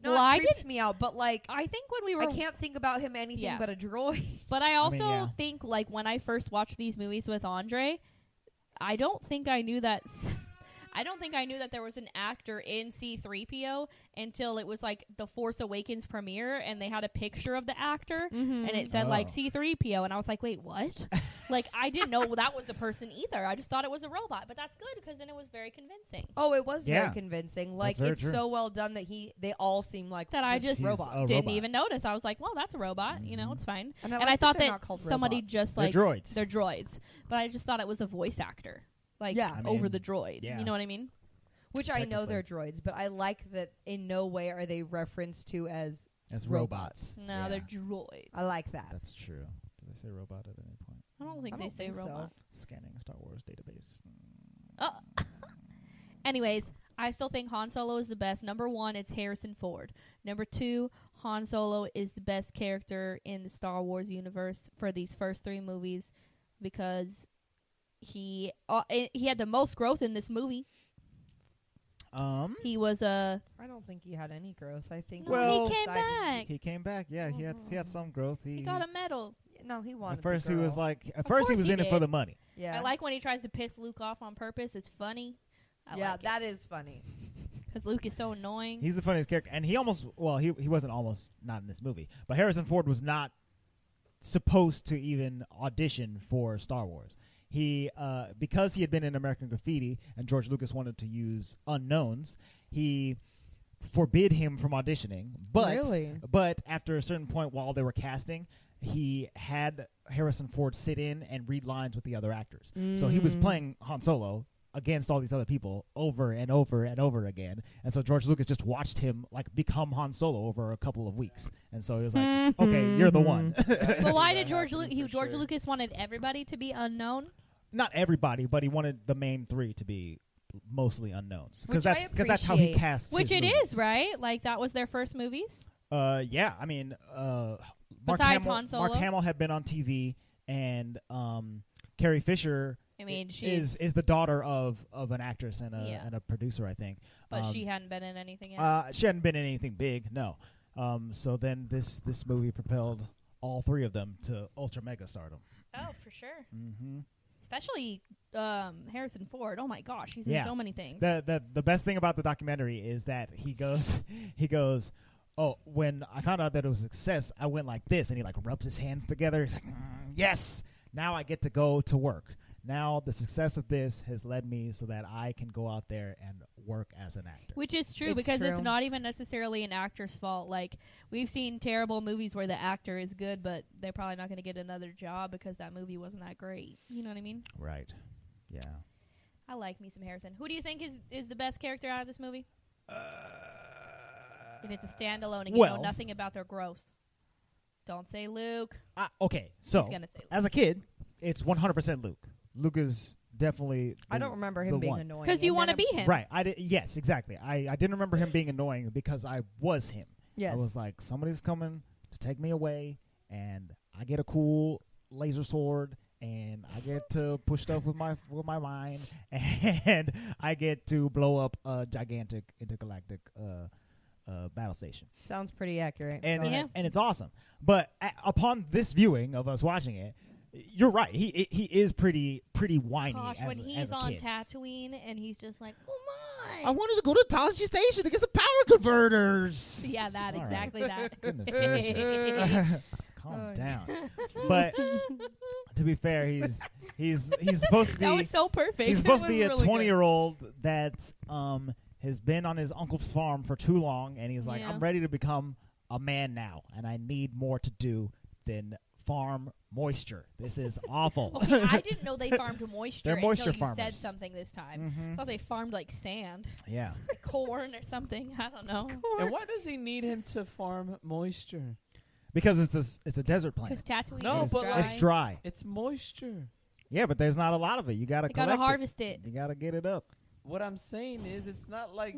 S3: no,
S4: Well, I
S3: it creeps
S4: didn't-
S3: me out. But like,
S4: I think when we
S3: I
S4: were,
S3: can't think about him anything
S4: Yeah.
S3: but a droid.
S4: but I also
S5: yeah.
S4: think like when I first watched these movies with Andre, I don't think I knew that. s- [laughs] I don't think I knew that there was an actor in C3PO until it was like the Force Awakens premiere and they had a picture of the actor and it said like
S5: Oh.
S4: C3PO and I was like, "Wait, what?" like I
S5: [laughs]
S4: didn't know that was a person either. I just thought it was a robot, but that's good because then it was very convincing.
S3: oh, it was very
S5: Yeah.
S3: convincing. Like
S5: very
S3: it's
S5: true.
S3: so well done that he they all seem like
S4: That I just
S5: He's
S3: robots.
S5: a
S4: Didn't
S5: robot.
S4: even notice. I was like, "Well, that's a robot. You know,
S5: Mhm.
S4: it's fine."
S3: like
S4: and I
S3: that
S4: thought
S3: they're
S4: that
S3: not called
S4: somebody
S3: robots.
S4: just
S5: They're
S4: like
S5: droids.
S4: they're droids, but I just thought it was a voice actor, like
S3: Yeah.
S5: I
S4: over
S5: mean,
S4: the droid.
S5: yeah.
S4: You know what I mean?
S3: which I know
S5: technically.
S3: they're droids, but I like that in no way are they referenced to as.
S5: as
S3: robots.
S5: robots.
S4: No, they're droids.
S3: I like that.
S5: That's true. Did they say robot at any point?
S4: I don't think
S3: I
S4: they
S3: don't
S4: say
S3: think so.
S4: robot.
S5: Scanning Star Wars database.
S4: Oh. Anyways, I still think Han Solo is the best. Number one, it's Harrison Ford. Number two, Han Solo is the best character in the Star Wars universe for these first three movies because he uh, he had the most growth in this movie.
S5: Um,
S4: He was a
S3: I don't think he had any growth. I think
S4: No,
S5: Well-
S4: he came back.
S5: he came back. Yeah, he had he had some growth. He,
S4: Mm-hmm. He got a medal.
S3: No, he wanted.
S5: At first,
S3: the
S5: he was
S3: girl.
S5: like, at
S4: course
S5: first, he was
S4: he
S5: in it for
S4: did.
S5: the money.
S3: "Yeah,
S4: I like when he tries to piss Luke off on purpose. It's funny. I
S3: yeah,
S4: like
S3: that is funny."
S4: because Luke is so annoying.
S5: He's the funniest character, and he almost well, he he wasn't almost not in this movie, but Harrison Ford was not supposed to even audition for Star Wars. He uh, because he had been in American Graffiti, and George Lucas wanted to use unknowns. He forbid him from auditioning, but
S3: really?
S5: but after a certain point while they were casting, he had Harrison Ford sit in and read lines with the other actors. So he was
S3: Mm.
S5: playing Han Solo against all these other people over and over and over again. And so George Lucas just watched him like become Han Solo over a couple of weeks. And so he was like, "Okay, you're the one."
S4: But why did George Lu- he, George Lucas wanted everybody to be unknown?
S5: [laughs] Not everybody, but he wanted the main 3 to be mostly unknowns
S8: Which
S5: because that's
S8: I
S5: that's how he
S8: appreciate.
S5: casts
S4: Which
S5: his
S4: it
S5: movies.
S4: is, right? Like that was their first movies.
S5: Uh, yeah, I mean, uh, Mark
S4: Besides
S5: Hamill,
S4: Han
S5: Mark
S4: Solo?
S5: Hamill had been on TV, and um, Carrie Fisher.
S4: I mean, she
S5: is is the daughter of of an actress and a
S4: Yeah.
S5: and a producer, I think.
S4: but
S5: Um,
S4: she hadn't been in anything yet.
S5: uh, she hadn't been in anything big, no. Um, so then this this movie propelled all three of them to ultra mega stardom.
S4: oh, for sure.
S5: hmm
S4: Especially um, Harrison Ford. Oh my gosh, he's
S5: Yeah.
S4: in so many things.
S5: The, the the best thing about the documentary is that he goes [laughs] he goes. Oh, when I found out that it was a success, I went like this, and he like rubs his hands together. He's like, "Mm, "Yes, now I get to go to work. Now the success of this has led me so that I can go out there and work as an actor."
S4: Which is true
S8: It's
S4: because it's
S8: true.
S4: not even necessarily an actor's fault. Like we've seen terrible movies where the actor is good, but they're probably not going to get another job because that movie wasn't that great. You know what I mean?
S5: Right. Yeah.
S4: I like me some Harrison. Who do you think is is the best character out of this movie?
S5: Uh,
S4: if it's a standalone and you
S5: well-
S4: know nothing about their growth, don't say Luke.
S5: Ah, okay, so
S4: He's gonna say Luke.
S5: as a kid, it's 100% Luke. Luke is definitely.
S3: I
S5: the-
S3: don't remember
S5: the
S3: him being
S5: one.
S3: annoying.
S4: because you
S3: And
S4: want to
S3: then
S4: be him,
S5: Right. I did, yes, exactly. I, I didn't remember him being annoying because I was him.
S3: Yes.
S5: I was like, somebody's coming to take me away, and I get a cool laser sword, and I get to push stuff with my with my mind, [laughs] and I get to blow up a gigantic intergalactic uh, uh, battle station.
S3: Sounds pretty accurate.
S5: and
S4: Yeah.
S5: and it's awesome. But a- upon this viewing of us watching it, you're right. He he is pretty pretty whiny
S4: Gosh,
S5: as,
S4: when
S5: a-
S4: he's
S5: as a
S4: on
S5: kid.
S4: Tatooine and he's just like, "Oh my!"
S5: wanted to go to Tallahassee Station to get some power converters.
S4: yeah, that
S5: All right.
S4: exactly
S5: [laughs]
S4: that. [laughs]
S5: Goodness gracious. Calm
S3: Oh.
S5: down. But to be fair, he's he's he's supposed to be
S4: that was so [laughs]
S5: [laughs]
S4: perfect.
S5: He's supposed
S3: It
S5: to be
S3: was
S5: a
S3: really good.
S5: 20 year old that um, has been on his uncle's farm for too long, and he's like,
S4: Yeah.
S5: I'm ready to become a man now, and I need more to do than farm moisture. This
S4: [laughs]
S5: is awful.
S4: Okay,
S5: [laughs]
S4: I didn't know they farmed moisture.
S5: They're moisture
S4: until you said
S5: farmers.
S4: something this time. I
S5: hmm
S4: thought they farmed like sand,
S5: Yeah.
S4: corn, or something. I don't know.
S9: And why does he need him to farm moisture?
S5: Because it's a, s- it's a desert
S4: Because
S5: plant.
S4: Tatooine
S9: No,
S4: is
S9: but
S4: dry.
S9: like-
S5: It's dry.
S9: It's moisture.
S5: Yeah, but there's not a lot of it. You got to
S4: They gotta
S5: collect
S4: harvest it.
S5: [laughs] it. You got to get it up.
S9: What I'm saying is, it's not
S4: [laughs]
S9: like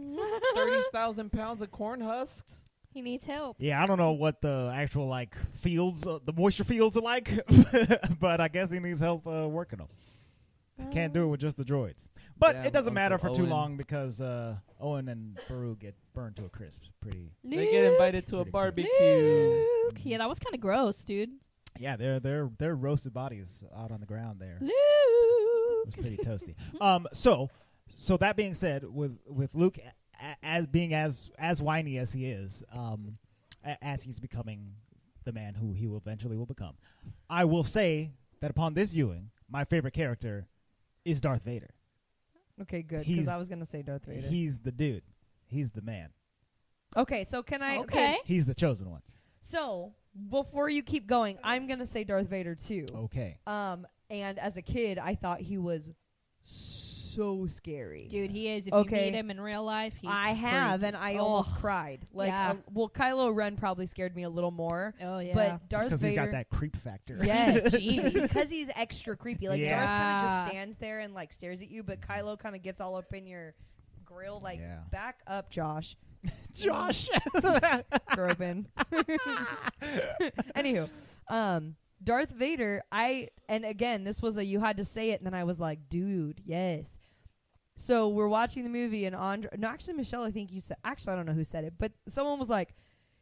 S9: thirty thousand pounds of corn husks.
S4: He needs help.
S5: Yeah, I don't know what the actual like fields, uh, the moisture fields are like, [laughs] but I guess he needs help uh, working them. Can't do it with just the droids. But
S9: Yeah,
S5: it doesn't
S9: Uncle
S5: matter for too
S9: Owen.
S5: long because uh, Owen and Baru get burned to a crisp. Pretty.
S9: They get invited to a
S5: Pretty cool.
S9: barbecue.
S4: Luke. Yeah, that was kind of gross, dude.
S5: Yeah, they're they're they're roasted bodies out on the ground there. It was
S4: Luke.
S5: pretty toasty. um, so so that being said, with with Luke a- a- as being as as whiny as he is, um, a- as he's becoming the man who he will eventually will become, I will say that upon this viewing, my favorite character is Darth Vader.
S3: okay, good. Because
S5: he's-
S3: I was gonna say Darth Vader.
S5: He's the dude. He's the man.
S3: okay, so can I?
S4: Okay.
S5: He's the chosen one.
S3: So before you keep going, I'm gonna say Darth Vader too.
S5: Okay.
S3: Um, and as a kid, I thought he was so scary.
S4: Dude, he is. If
S3: Okay.
S4: you meet him in real life, he's
S3: I have, and I
S4: freaky.
S3: almost
S4: Ugh.
S3: cried. Like,
S4: Yeah.
S3: uh, well, Kylo Ren probably scared me a little more,
S4: Oh yeah.
S3: but Darth
S5: Because
S3: Vader.
S5: he's got that creep factor.
S4: [laughs]
S3: Yes,
S4: Jeez.
S3: because he's extra creepy. Like Darth kind of
S4: Yeah.
S3: just stands there and like stares at you, but Kylo kind of gets all up in your grill. Like,
S5: Yeah.
S3: back up, Josh.
S5: [laughs] Josh.
S3: Groban. [laughs] Anywho, um, Darth Vader. I and again, this was a you had to say it, and then I was like, dude, yes. So we're watching the movie, and Andre. No, actually, Michelle, I think you said. Actually, I don't know who said it, but someone was like,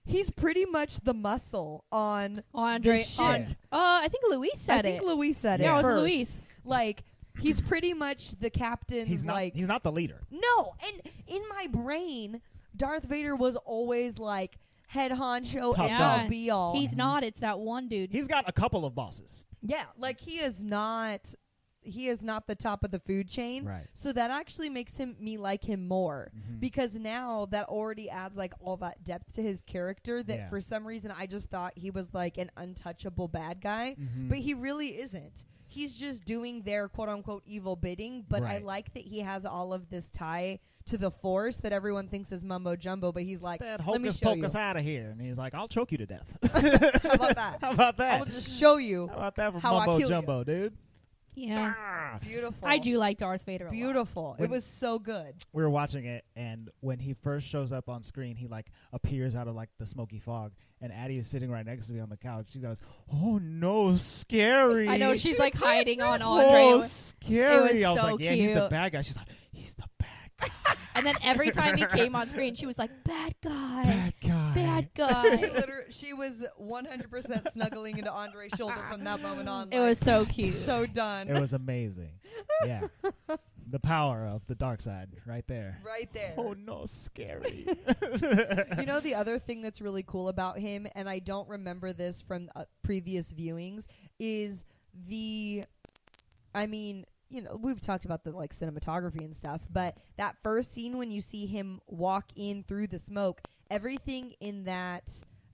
S3: he's pretty much the muscle on.
S4: Andre.
S3: the shit.
S4: And, uh, I think Luis said
S3: I think
S4: it.
S3: Luis said
S4: yeah,
S3: it.
S4: it was
S3: first.
S4: Luis.
S3: Like he's pretty much the captain's
S5: he's not
S3: like
S5: he's not the leader.
S3: no, and in my brain, Darth Vader was always like head honcho
S5: Top
S3: and
S4: dog.
S3: all be all.
S4: He's not. It's that one dude.
S5: He's got a couple of bosses.
S3: yeah, like he is not. he is not the top of the food chain.
S5: Right.
S3: So that actually makes him me like him more
S4: Mm-hmm.
S5: Mhm.
S3: because now that already adds like all that depth to his character that
S5: Yeah.
S3: for some reason I just thought he was like an untouchable bad guy,
S4: Mm-hmm.
S5: Mhm.
S3: but he really isn't. He's just doing their quote unquote evil bidding, but I
S5: Right.
S3: like that he has all of this tie to the force that everyone thinks is mumbo jumbo, but he's like,
S5: that
S3: let me
S5: hocus
S3: show you.
S5: pocus out of here. And he's like, I'll choke you to death.
S3: [laughs]
S5: [laughs]
S3: How about that?
S5: How about
S3: I
S5: that?
S3: will just show you.
S5: How about that for
S3: how I kill
S5: mumbo
S3: you.
S5: jumbo, dude?
S4: Yeah.
S5: Ah.
S3: Beautiful.
S4: I do like Darth Vader a lot.
S3: Beautiful. It
S5: When-
S3: was so good.
S5: We were watching it, and when he first shows up on screen, he like appears out of like the smoky fog, and Addie is sitting right next to me on the couch. She goes, "Oh no, scary!"
S4: I know she's like hiding on
S5: Oh,
S4: Andre.
S5: scary! I was
S4: so
S5: like, "Yeah, he's the
S4: cute.
S5: bad guy." She's like, "He's the bad guy,
S4: and then every time he came on screen, she was like, bad guy.
S5: bad guy."
S4: Bad
S3: [laughs]
S4: guy.
S3: Liter- she was 100% snuggling into Andre's shoulder from that moment on.
S4: It
S3: like,
S4: was so cute.
S3: so done.
S5: It was amazing. yeah, the power of the dark side, right there.
S3: [laughs] right there.
S5: Oh
S3: [laughs]
S5: no, scary!
S3: You know the other thing that's really cool about him, and I don't remember this from uh, previous viewings, is the, I mean, you know, we've talked about the like cinematography and stuff, but that first scene when you see him walk in through the smoke, everything in that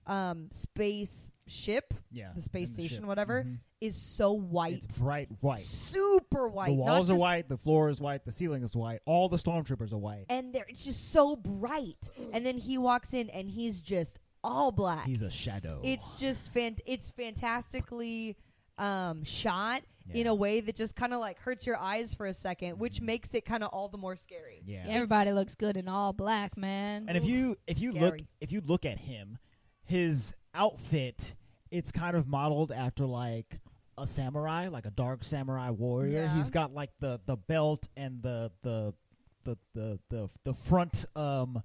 S3: um, space ship
S5: yeah,
S3: The space
S5: Uh, and
S3: station,
S5: ship.
S3: whatever,
S5: Mhm.
S3: is so white,
S5: It's bright white.
S3: super white.
S5: The
S3: not
S5: walls are
S3: just-
S5: white, the floor is white, the ceiling is white, all the stormtroopers are white.
S3: and they're it's just so bright. And then he walks in, and he's just all black.
S5: He's a shadow.
S3: It's just fan- it's fantastically um, shot in
S5: Yeah. Mm-hmm.
S3: a way that just kind of like hurts your eyes for a second, which makes it kind of all the more scary.
S5: yeah.
S4: Everybody looks good in all black, man.
S5: And if you if you look
S3: Scary.
S5: if you look at him, his outfit, it's kind of modeled after like a samurai, like a dark samurai warrior.
S3: Yeah.
S5: He's got like the the belt and the the the the the, the front um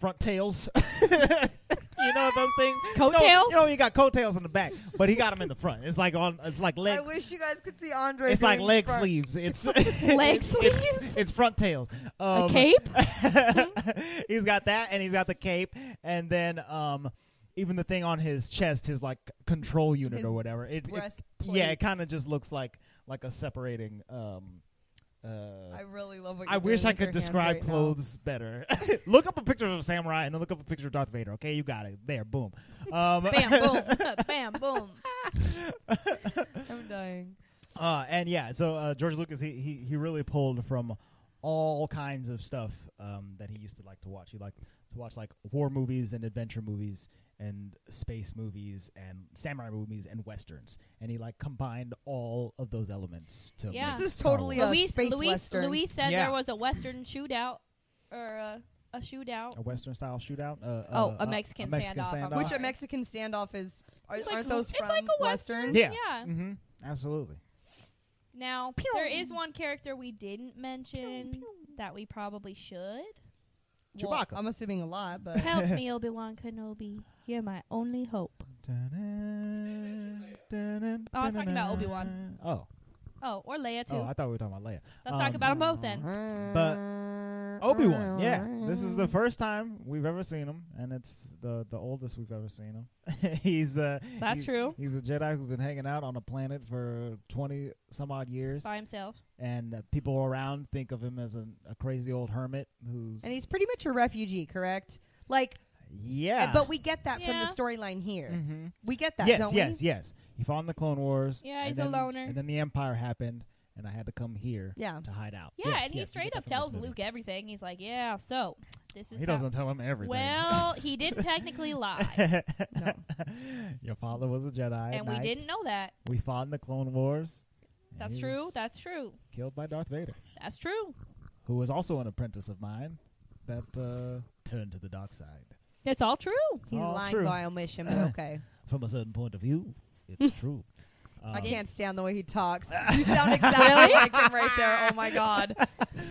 S5: front tails. [laughs] you know those things. You know,
S4: Coattails?
S5: you know he got coattails in the back, but he got them in the front. It's like on it's like leg
S3: I wish you guys could see Andre.
S5: it's like
S3: doing
S5: leg
S3: front-
S5: sleeves. It's [laughs]
S4: Leg
S5: it's- it's- It's front tails.
S4: A
S5: Um,
S4: cape?
S5: [laughs] he's got that, and he's got the cape, and then um, even the thing on his chest, his like control unit
S3: His
S5: or whatever. It, it
S3: breastplate.
S5: yeah, it kind of just looks like like a separating. Um, uh,
S3: I really love what.
S5: I
S3: you're
S5: wish
S3: doing
S5: I
S3: with your hands
S5: could describe
S3: right now.
S5: clothes better. [laughs] look up a picture of a samurai and then look up a picture of Darth Vader. Okay, you got it.
S3: [laughs]
S5: There, boom. Um,
S4: Bam, boom. [laughs] Bam, boom.
S3: I'm dying.
S5: Uh, and yeah, so uh, George Lucas he, he he really pulled from all kinds of stuff um, that he used to like to watch. He liked to watch like war movies and adventure movies and space movies and samurai movies and westerns, and he like combined all of those elements to.
S4: Yeah.
S5: make
S4: This
S3: is
S5: Star
S3: totally
S5: Wars.
S3: a-
S4: Luis,
S3: space
S4: Luis,
S3: western.
S4: Luis said
S5: Yeah.
S4: there was a Western shootout or a, a shootout.
S5: a western style shootout. Uh,
S4: Oh,
S5: uh,
S4: a Mexican standoff. I'm
S3: Which a
S4: sorry.
S3: Mexican standoff is? Are,
S4: It's like-
S3: aren't those
S4: it's
S3: from
S4: like a
S3: westerns?
S4: western.
S5: yeah,
S4: yeah.
S5: hmm absolutely.
S4: Now, there is one character we didn't mention that we probably should.
S3: Well,
S5: Chewbacca.
S3: I'm assuming a lot, but
S4: [laughs] Help [laughs] me, Obi Wan Kenobi. You're my only hope.
S5: Oh,
S4: I was talking about Obi-Wan.
S5: Oh,
S4: Oh, or Leia, too.
S5: oh, I thought we were talking about Leia.
S4: Let's talk
S5: um,
S4: about them both then.
S5: [laughs] But Obi Wan, yeah. This is
S4: Mm-hmm.
S5: the first time we've ever seen him, and it's the the oldest we've ever seen him. [laughs] he's uh,
S4: That's
S5: he's,
S4: true.
S5: He's a Jedi who's been hanging out on a planet for twenty some odd years,
S4: By himself.
S5: and uh, people around think of him as an, a crazy old hermit who's
S3: and he's pretty much a refugee, correct? Like,
S5: yeah.
S3: but we get that from the
S4: Yeah.
S3: storyline here.
S5: hmm
S3: We get that,
S5: yes,
S3: don't
S5: yes,
S3: we?
S5: yes. He fought in the Clone Wars.
S4: Yeah,
S5: and
S4: he's a
S5: then,
S4: loner.
S5: And then the Empire happened, and I had to come here
S3: Yeah.
S5: to hide out.
S4: Yeah,
S5: Yes,
S4: and he
S5: yes, you
S4: straight
S5: get
S4: up
S5: that from this
S4: tells
S5: movie.
S4: Luke everything. He's like, yeah, so this is
S5: He
S4: how-
S5: doesn't tell him everything. [laughs]
S4: Well, he didn't technically lie.
S5: Your father was a Jedi,
S4: and we
S5: Knight.
S4: didn't know that.
S5: We fought in the Clone Wars. and
S4: That's
S5: he
S4: true.
S5: was
S4: That's true.
S5: Killed by Darth Vader,
S4: That's true.
S5: who was also an apprentice of mine that uh, turned to the dark side.
S4: It's all true.
S3: He's
S5: All
S3: lying
S5: true.
S3: by omission, but
S5: [laughs]
S3: okay.
S5: From a certain point of view,
S4: [laughs]
S5: it's true.
S3: I
S5: Um,
S3: can't stand the way he
S5: [laughs]
S3: talks. You sound exactly like him right there. Oh my
S4: [laughs]
S3: god!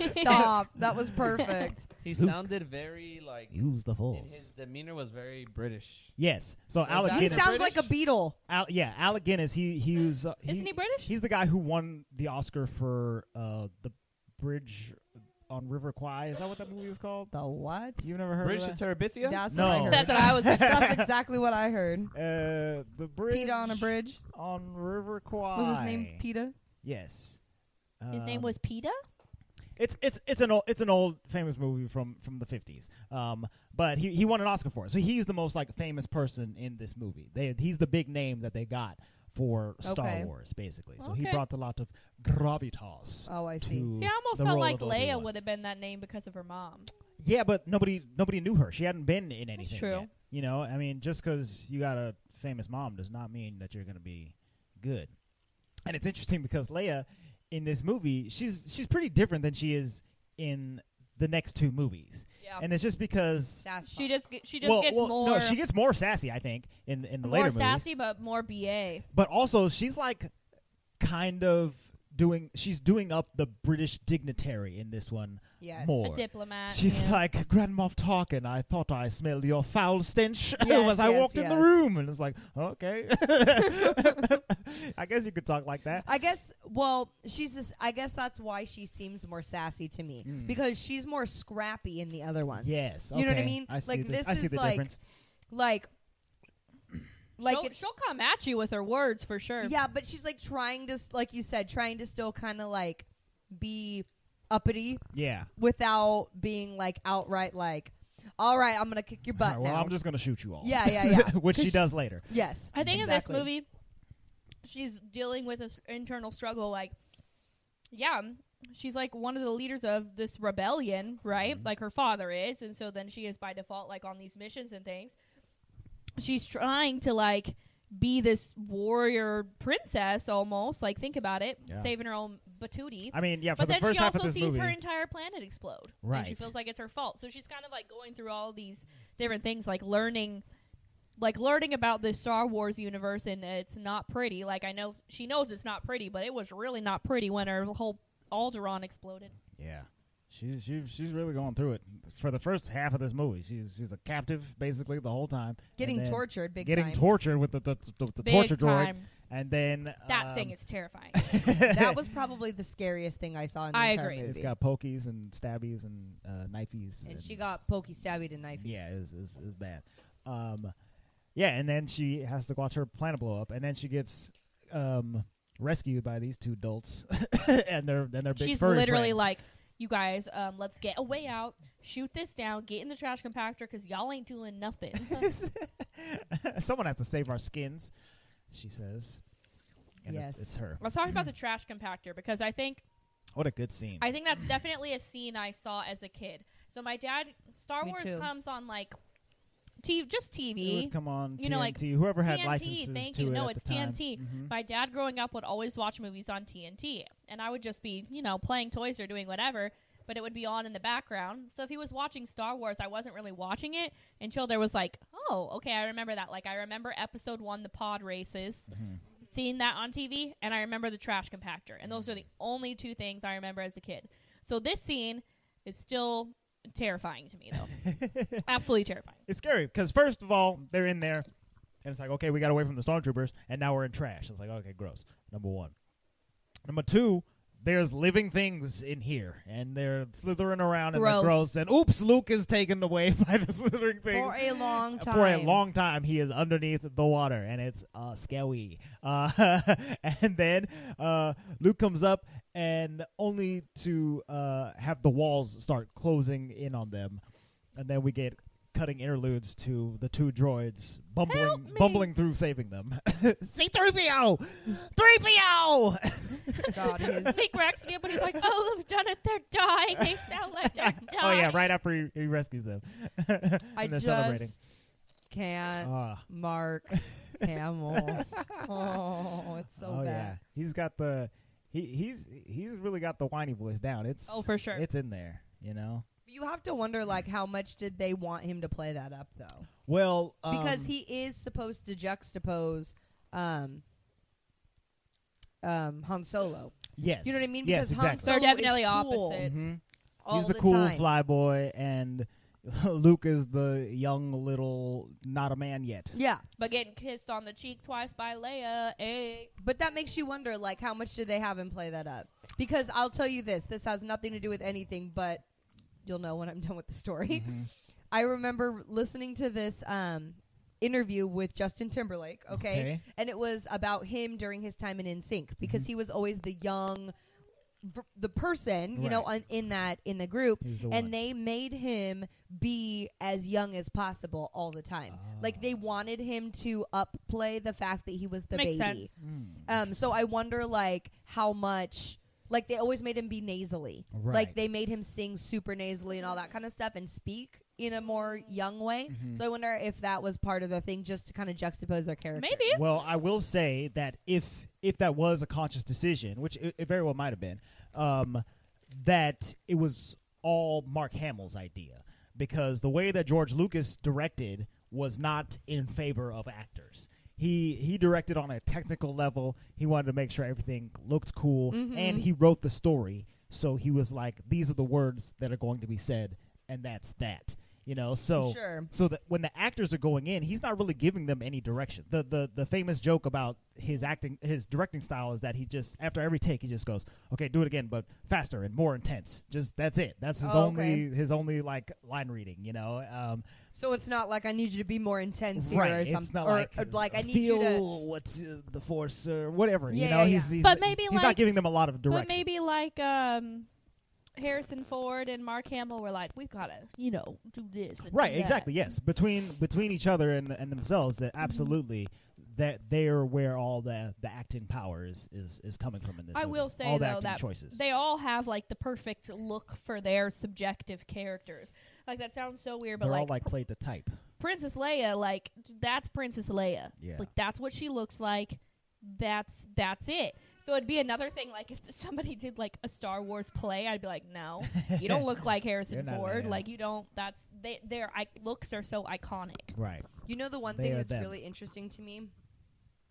S3: Stop. That was perfect.
S9: He
S5: Luke.
S9: sounded very like
S5: Use the
S9: in
S5: force.
S9: his demeanor was very British.
S5: Yes. So
S9: Was
S5: Alec
S9: that-
S3: He
S5: Guinness.
S3: sounds like a
S9: British?
S3: beetle.
S5: Al- yeah, Alec Guinness. He he was. Uh,
S4: Isn't he British?
S5: He's the guy who won the Oscar for uh, the bridge on River Kwai. Is that what that movie is called?
S3: The what?
S5: You've never heard
S9: British
S5: of
S9: to
S5: that?
S9: Terabithia.
S3: That's
S5: No.
S3: what I heard.
S4: That's what
S5: [laughs]
S4: I
S3: [laughs]
S4: was.
S3: That's exactly what I heard.
S5: uh, the bridge
S3: Peta on a bridge.
S5: on River Kwai.
S3: Was his name Peta?
S5: Yes.
S4: [laughs] His name
S5: Um,
S4: was PETA?
S5: It's it's it's an old it's an old famous movie from from the fifties. Um, but he he won an Oscar for it, so he's the most like famous person in this movie. They he's the big name that they got for Star
S3: Okay.
S5: Wars, basically. So he
S4: Okay.
S5: brought a lot of gravitas.
S3: Oh, I see.
S5: to
S4: See, I almost
S5: the
S4: felt
S5: role
S4: like
S5: of
S4: Leia
S5: Obi-Wan.
S4: would have been that name because of her mom.
S5: Yeah, but nobody nobody knew her. She hadn't been in anything.
S4: true.
S5: yet. You know, I mean, just because you got a famous mom does not mean that you're going to be good. And it's interesting because Leia in this movie, she's she's pretty different than she is in the next two movies.
S4: Yeah.
S5: And it's just because
S3: Sass
S4: She
S3: fuck.
S4: just ge- Oh. she just
S5: well,
S4: gets
S5: well,
S4: more
S5: no, she gets more sassy, I think, in in the
S4: more
S5: later movies.
S4: sassy but more BA.
S5: But also, she's like kind of doing she's doing up the British dignitary in this one
S3: Yes.
S5: more.
S4: A diplomat.
S5: She's
S4: yeah.
S5: like, Grand Moff Tarkin, I thought I smelled your foul stench [laughs]
S3: Yes,
S5: as I
S3: yes,
S5: walked in the
S3: yes.
S5: room. And it's like,
S3: [laughs]
S5: okay. I guess you could talk like that.
S3: I guess. Well, she's just. I guess that's why she seems more sassy to me
S5: Mm.
S3: because she's more scrappy in the other ones.
S5: Yes.
S3: You know what I
S5: okay.
S3: mean?
S5: I see
S3: Like,
S5: the-
S3: this
S5: I see
S3: is
S5: the
S3: like-
S5: difference.
S3: Like, like
S4: she'll,
S3: it's
S4: she'll come at you with her words for sure.
S3: yeah, but she's like trying to, s- like you said, trying to still kind of like be uppity
S5: Yeah.
S3: without being like outright like, all right, I'm gonna kick your butt
S5: All right, well,
S3: now.
S5: I'm just going to shoot you all.
S3: Yeah,
S5: [laughs]
S3: yeah, yeah.
S5: Which
S3: 'Cause
S5: she
S3: she-
S5: does later.
S3: yes,
S4: I
S3: exactly.
S4: think in this movie, she's dealing with this internal struggle. Like, yeah, she's like one of the leaders of this rebellion, right?
S5: Mm-hmm.
S4: Like her father is, and so then she is by default like on these missions and things. She's trying to like be this warrior princess almost. Like, think about it,
S5: Yeah.
S4: saving her own patootie.
S5: I mean, yeah, for
S4: But
S5: the
S4: then
S5: first
S4: she
S5: half
S4: also
S5: of this
S4: sees
S5: movie.
S4: her entire planet explode. And she
S5: Right.
S4: feels like it's her fault. So she's kind of like going through all these different things, like learning like learning about the Star Wars universe and it's not pretty. Like I know she knows it's not pretty, but it was really not pretty when her whole Alderaan exploded.
S5: yeah. She's, she's, she's really going through it. For the first half of this movie, she's, she's a captive basically the whole time. and
S3: getting
S5: then
S3: tortured, big
S5: Getting
S3: time.
S5: tortured with the, the, the, the
S4: Big
S5: torture droid.
S4: time.
S5: And then.
S4: That
S5: um,
S4: thing
S5: [laughs]
S4: is terrifying.
S3: that was probably the scariest thing I saw in the
S4: I
S3: entire
S4: agree.
S3: movie.
S5: It's got pokies and stabbies and uh, knifeies.
S3: and she got pokey stabby to knife.
S5: Yeah, it was, it was, it was bad. Um, yeah, and then she has to watch her planet blow up, and then she gets um, rescued by these two adults [laughs] and their and their big
S4: She's
S5: furry
S4: literally
S5: friend.
S4: like, "You guys, um, let's get away out, shoot this down, get in the trash compactor, because y'all ain't
S5: [laughs]
S4: doing nothing."
S5: someone has to save our skins. She says. And it's-
S3: Yes.
S5: it's her.
S4: Let's talk about the trash compactor because I think
S5: What a good scene.
S4: I think that's definitely a scene I saw as a kid. So my dad, Star
S3: Me
S4: Wars
S3: too.
S4: comes on like, t- just
S5: it would
S4: TV.
S5: come on
S4: You know, like,
S5: TNT. Whoever had
S4: TNT,
S5: licenses
S4: thank
S5: to
S4: you.
S5: it
S4: No,
S5: at
S4: it's
S5: the time.
S4: TNT.
S5: Mhm.
S4: My dad growing up would always watch movies on TNT, and I would just be, you know, playing toys or doing whatever, but it would be on in the background. So if he was watching Star Wars, I wasn't really watching it until there was like, oh, okay, I remember that. Like I remember Episode One, the pod races,
S5: Mm-hmm.
S4: seeing that on TV, and I remember the trash compactor, and those are the only two things I remember as a kid. So this scene is still terrifying to
S5: [laughs]
S4: me, though,
S5: Mm-hmm.
S4: absolutely terrifying.
S5: It's scary because first of all, they're in there, and it's like, okay, we got away from the stormtroopers, and now we're in trash. It's like, okay, gross. Number one. Number two, there's living things in here, and they're slithering around and they're
S4: Gross.
S5: gross. And oops, Luke is taken away [laughs] by the slithering things.
S3: For a long time.
S5: For a long time, he is underneath the water, and it's uh, scary. Uh, [laughs] and then uh, Luke comes up, and only to uh, have the walls start closing in on them, and then we get cutting interludes to the two droids bumbling
S4: me.
S5: bumbling through saving them. [laughs] See three PO, three
S3: [laughs]
S5: PO.
S3: God, his
S4: Big Rex me up, and he's like, "Oh, they've done it. They're dying. They sound like they're dying."
S5: [laughs] [laughs] Oh yeah, right after he, he rescues them, [laughs] and
S3: I
S5: they're
S3: just uh,
S5: celebrating.
S3: can't
S5: Ah. [laughs]
S3: mark Hamill. oh, it's so
S5: oh yeah,
S3: bad.
S5: he's got the he he's he's really got the whiny voice down. It's
S4: Oh, for sure.
S5: it's in there, you know.
S3: You have to wonder, like, how much did they want him to play that up, though?
S5: Well, um,
S3: Because he is supposed to juxtapose um, um, Han Solo.
S5: yes,
S3: You know what I mean?
S5: Yes,
S3: Because Han
S5: exactly.
S3: Solo
S4: They're definitely
S3: is cool
S4: opposite.
S5: Mhm.
S3: all
S5: He's the,
S3: the
S5: cool
S3: time.
S5: fly boy, and [laughs] Luke is the young little not a man yet.
S3: Yeah,
S4: But getting kissed on the cheek twice by Leia. eh?
S3: But that makes you wonder, like, how much did they have him play that up? Because I'll tell you this: this has nothing to do with anything, but you'll know when I'm done with the story.
S5: Mm-hmm.
S3: I remember listening to this um, interview with Justin Timberlake, okay?
S5: Okay. Mm-hmm.
S3: and it was about him during his time in NSYNC because he was always the young v- the person, you know, on, in that in the group,
S5: He's the one.
S3: and they made him be as young as possible all the time.
S5: Ah.
S3: Like they wanted him to upplay the fact that he was the baby.
S4: Makes sense.
S5: Mm.
S3: Um, so I wonder like how much like they always made him be nasally. Like
S5: Right.
S3: they made him sing super nasally and all that kind of stuff and speak in a more young way.
S5: Mm-hmm.
S3: So I wonder if that was part of the thing just to kind of juxtapose their character.
S4: Maybe. [laughs]
S5: Well, I will say that if if that was a conscious decision, which it, it very well might have been, um, that it was all Mark Hamill's idea because the way that George Lucas directed was not in favor of actors. He he directed on a technical level. He wanted to make sure everything looked cool, and he wrote the story. So he was like, "These are the words that are going to be said, and that's that." You know, so
S3: Sure.
S5: so that when the actors are going in, he's not really giving them any direction. The the the famous joke about his acting his directing style is that he just after every take he just goes, "Okay, do it again, but faster and more intense." Just that's it. That's his
S3: Oh,
S5: only his only like line reading, you know. Um
S3: So it's not like I need you to be more intense here or
S5: right,
S3: something.
S5: it's not
S3: or,
S5: like,
S3: or, like I need
S5: feel
S3: you to
S5: what's uh, the force or whatever,
S3: Yeah,
S5: you know.
S3: yeah,
S5: he's,
S3: yeah.
S5: he's
S4: But maybe
S5: he's
S4: like-
S5: not giving them a lot of direction.
S4: But maybe like um, Harrison Ford and Mark Hamill were like, we've got to, you know, do this. and do
S5: Right,
S4: that."
S5: exactly. Yes, between between each other and and themselves, that absolutely that they're where all the the acting power is is, is coming from in this.
S4: I
S5: movie.
S4: will say
S5: all the
S4: though
S5: acting
S4: that
S5: choices.
S4: they all have like the perfect look for their subjective characters. Like that sounds so weird, but
S5: are all
S4: like,
S5: like played the type.
S4: Princess Leia, like that's Princess Leia.
S5: Yeah.
S4: Like that's what she looks like. That's that's it. So it'd be another thing like if somebody did like a Star Wars play, I'd be like, no, [laughs] you don't look like
S5: You're
S4: Harrison
S5: not
S4: Ford.
S5: Leia.
S4: Like you don't. That's they, their I- looks are so
S5: [laughs]
S4: iconic.
S5: Right.
S3: You know the one
S5: They
S3: thing
S5: are
S3: that's
S5: them.
S3: really interesting to me,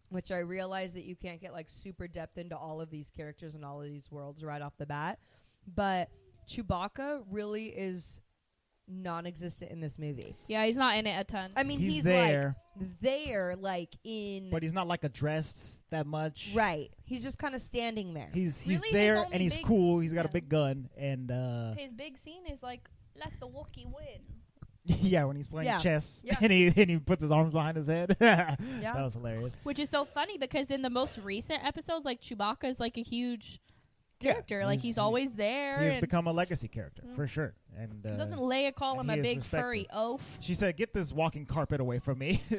S3: which I realize that you can't get like super depth into all of these characters and all of these worlds right off the bat, but Chewbacca really is non-existent in this movie.
S4: Yeah, he's not in it a ton.
S3: I mean, he's,
S5: He's there.
S3: like there, like in
S5: But he's not like addressed that much.
S3: right. He's just kind of standing there.
S5: He's he's
S4: Really, his
S5: there
S4: only
S5: and he's
S4: big-
S5: cool. He's got a
S4: yeah.
S5: big gun and uh
S4: [laughs] His big scene is like let the Wookiee win.
S5: [laughs] yeah, when he's playing
S3: Yeah.
S5: chess [laughs]
S3: Yeah.
S5: and he and he puts his arms behind his head. [laughs] yeah. That was hilarious.
S4: Which is so funny because in the most recent episodes, like Chewbacca is like a huge
S5: Yeah.
S4: character. like he's always there.
S5: he has
S4: and
S5: become a legacy character for sure. And uh,
S4: doesn't Leia call him
S5: he
S4: a
S5: is
S4: big
S5: respected.
S4: furry oaf?
S5: She said, "Get this walking carpet away from me," [laughs]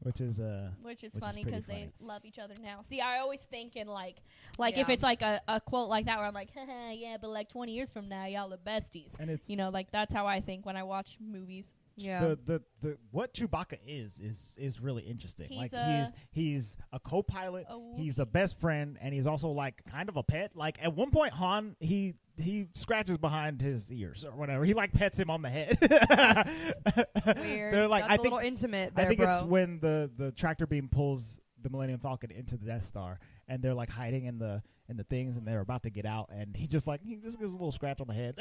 S5: which is uh,
S4: Which is
S5: Which is
S4: funny
S5: pretty
S4: because they love each other now. See, I always think in like, like if
S3: Yeah.
S4: it's like a, a quote like that where I'm like, [laughs] Haha, yeah, but like 20 years from now, y'all are besties.
S5: and it's
S4: You know, like that's how I think when I watch movies.
S3: yeah.
S5: the, the the what Chewbacca is is is really interesting.
S4: He's
S5: like
S4: a-
S5: he's he's a co-pilot,
S4: a Wookiee.
S5: he's a best friend, and he's also like kind of a pet. Like at one point, Han he he scratches behind his ears or whatever. He like pets him on the head. [laughs] [laughs]
S4: Weird.
S5: They're like
S3: That's
S5: I
S3: a
S5: think
S3: little intimate
S5: I
S3: there,
S5: think
S3: bro.
S5: it's when the the tractor beam pulls the Millennium Falcon into the Death Star, and they're like hiding in the in the things, and they're about to get out, and he just like he just gives a little scratch on the head.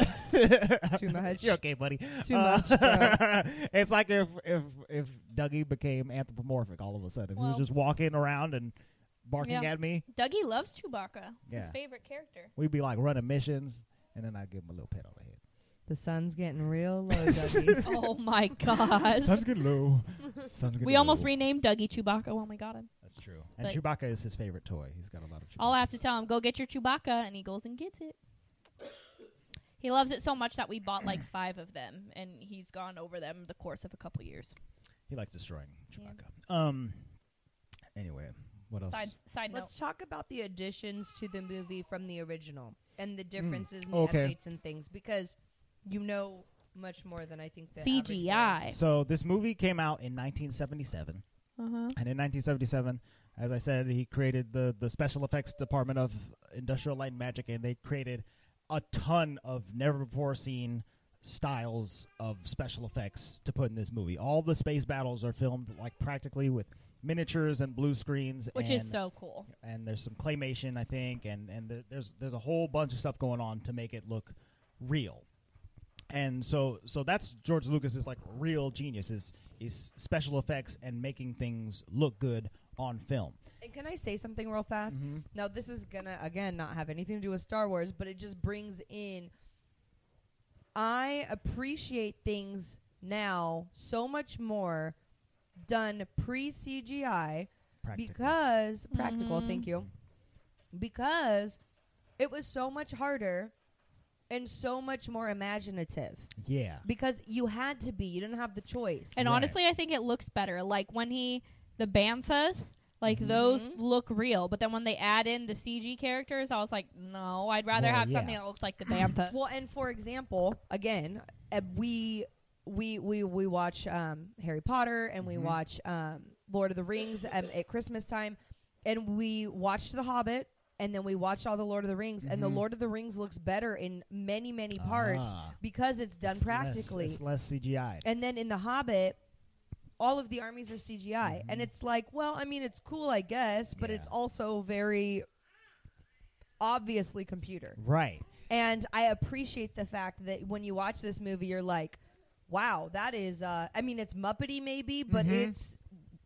S5: [laughs]
S3: Too much.
S5: You're okay, buddy.
S3: Too
S5: [laughs]
S3: much, bro.
S5: it's like if if if Dougie became anthropomorphic all of a sudden. he
S4: Well-
S5: was just walking around and barking
S4: Yeah.
S5: at me.
S4: Dougie loves Chewbacca. It's his
S5: Yeah.
S4: favorite character. [laughs]
S5: We'd be like running missions, and then I'd give him a little pat on the head.
S3: the sun's getting real
S5: [laughs]
S3: low, Dougie.
S4: oh my gosh.
S5: Sounds good, low. Sounds good.
S4: [laughs] We almost renamed Dougie Chewbacca Oh when we got him.
S5: That's true. And
S4: But-
S5: Chewbacca is his favorite toy. He's got a lot of. Chewbacca.
S4: I'll have to tell him, go get your Chewbacca, and he goes and gets it. He loves it so much that we bought like [clears throat] five of them, and he's gone over them the course of a couple years.
S5: He likes destroying
S4: Yeah.
S5: Chewbacca. Um. Anyway, what else?
S4: Side side note.
S3: Let's talk about the additions to the movie from the original and the differences and the
S5: Okay.
S3: updates and things because you know much more than I think the average
S4: CGI.
S5: So this movie came out in 1977,
S4: Uh-huh.
S5: and in 1977, as I said, he created the the special effects department of Industrial Light and Magic, and they created a ton of never before seen styles of special effects to put in this movie. All the space battles are filmed like practically with miniatures and blue screens,
S4: Which
S5: and
S4: is so cool.
S5: and there's some claymation I think and and there, there's there's a whole bunch of stuff going on to make it look real. And so so that's George Lucas's like real genius is is special effects and making things look good on film.
S3: And can I say something real fast?
S5: Mm-hmm.
S3: Now, this is gonna again not have anything to do with Star Wars, but it just brings in. I appreciate things now so much more done pre CGI
S5: Practically.
S3: because practical.
S4: Mhm.
S3: Thank you. Because It was so much harder and so much more imaginative
S5: Yeah.
S3: because you had to be. You didn't have the choice.
S4: And
S5: Right.
S4: honestly, I think it looks better. Like when he the Banthas, like
S5: Mm-hmm.
S4: those
S8: Mhm.
S4: look real. But then when they add in the CG characters, I was like, no, I'd rather
S5: Well,
S4: have
S5: yeah.
S4: something that looks like the Bantha.
S5: [clears throat]
S3: Well, and for example, again, uh, we we we we watch um, Harry Potter and we
S5: Mhm.
S3: watch um, Lord of the Rings um, at Christmas time, and we watched The Hobbit. And then we watched all the Lord of the Rings, and the
S5: Mhm.
S3: Lord of the Rings looks better in many, many parts
S5: Ah.
S3: because it's done
S5: It's less-
S3: practically.
S5: it's less CGI.
S3: And then in The Hobbit, all of the armies are CGI. And it's like, well, I mean, it's cool, I guess, but it's
S5: Yeah.
S3: also very obviously computer.
S5: Right.
S3: And I appreciate the fact that when you watch this movie, you're like, wow, that is, uh, I mean, it's Muppety maybe, but
S5: Mhm.
S3: it's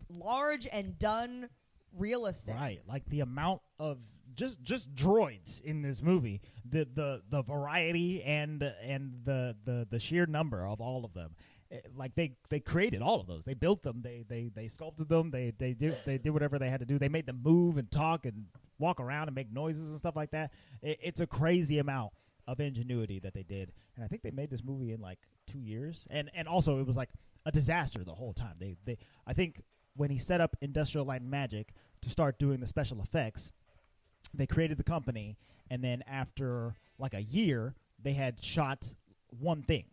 S3: large and done realistic.
S5: Right. Like the amount of just just droids in this movie, the the the variety and and the the the sheer number of all of them. Eh, Like they they created all of those. They built them. They they they sculpted them. They they did they did whatever they had to do. They made them move and talk and walk around and make noises and stuff like that. It, it's a crazy amount of ingenuity that they did. And I think they made this movie in like 2 years. And and also it was like a disaster the whole time. They they I think when he set up Industrial Light and Magic to start doing the special effects, they created the company, and then after like a year, they had shot one thing,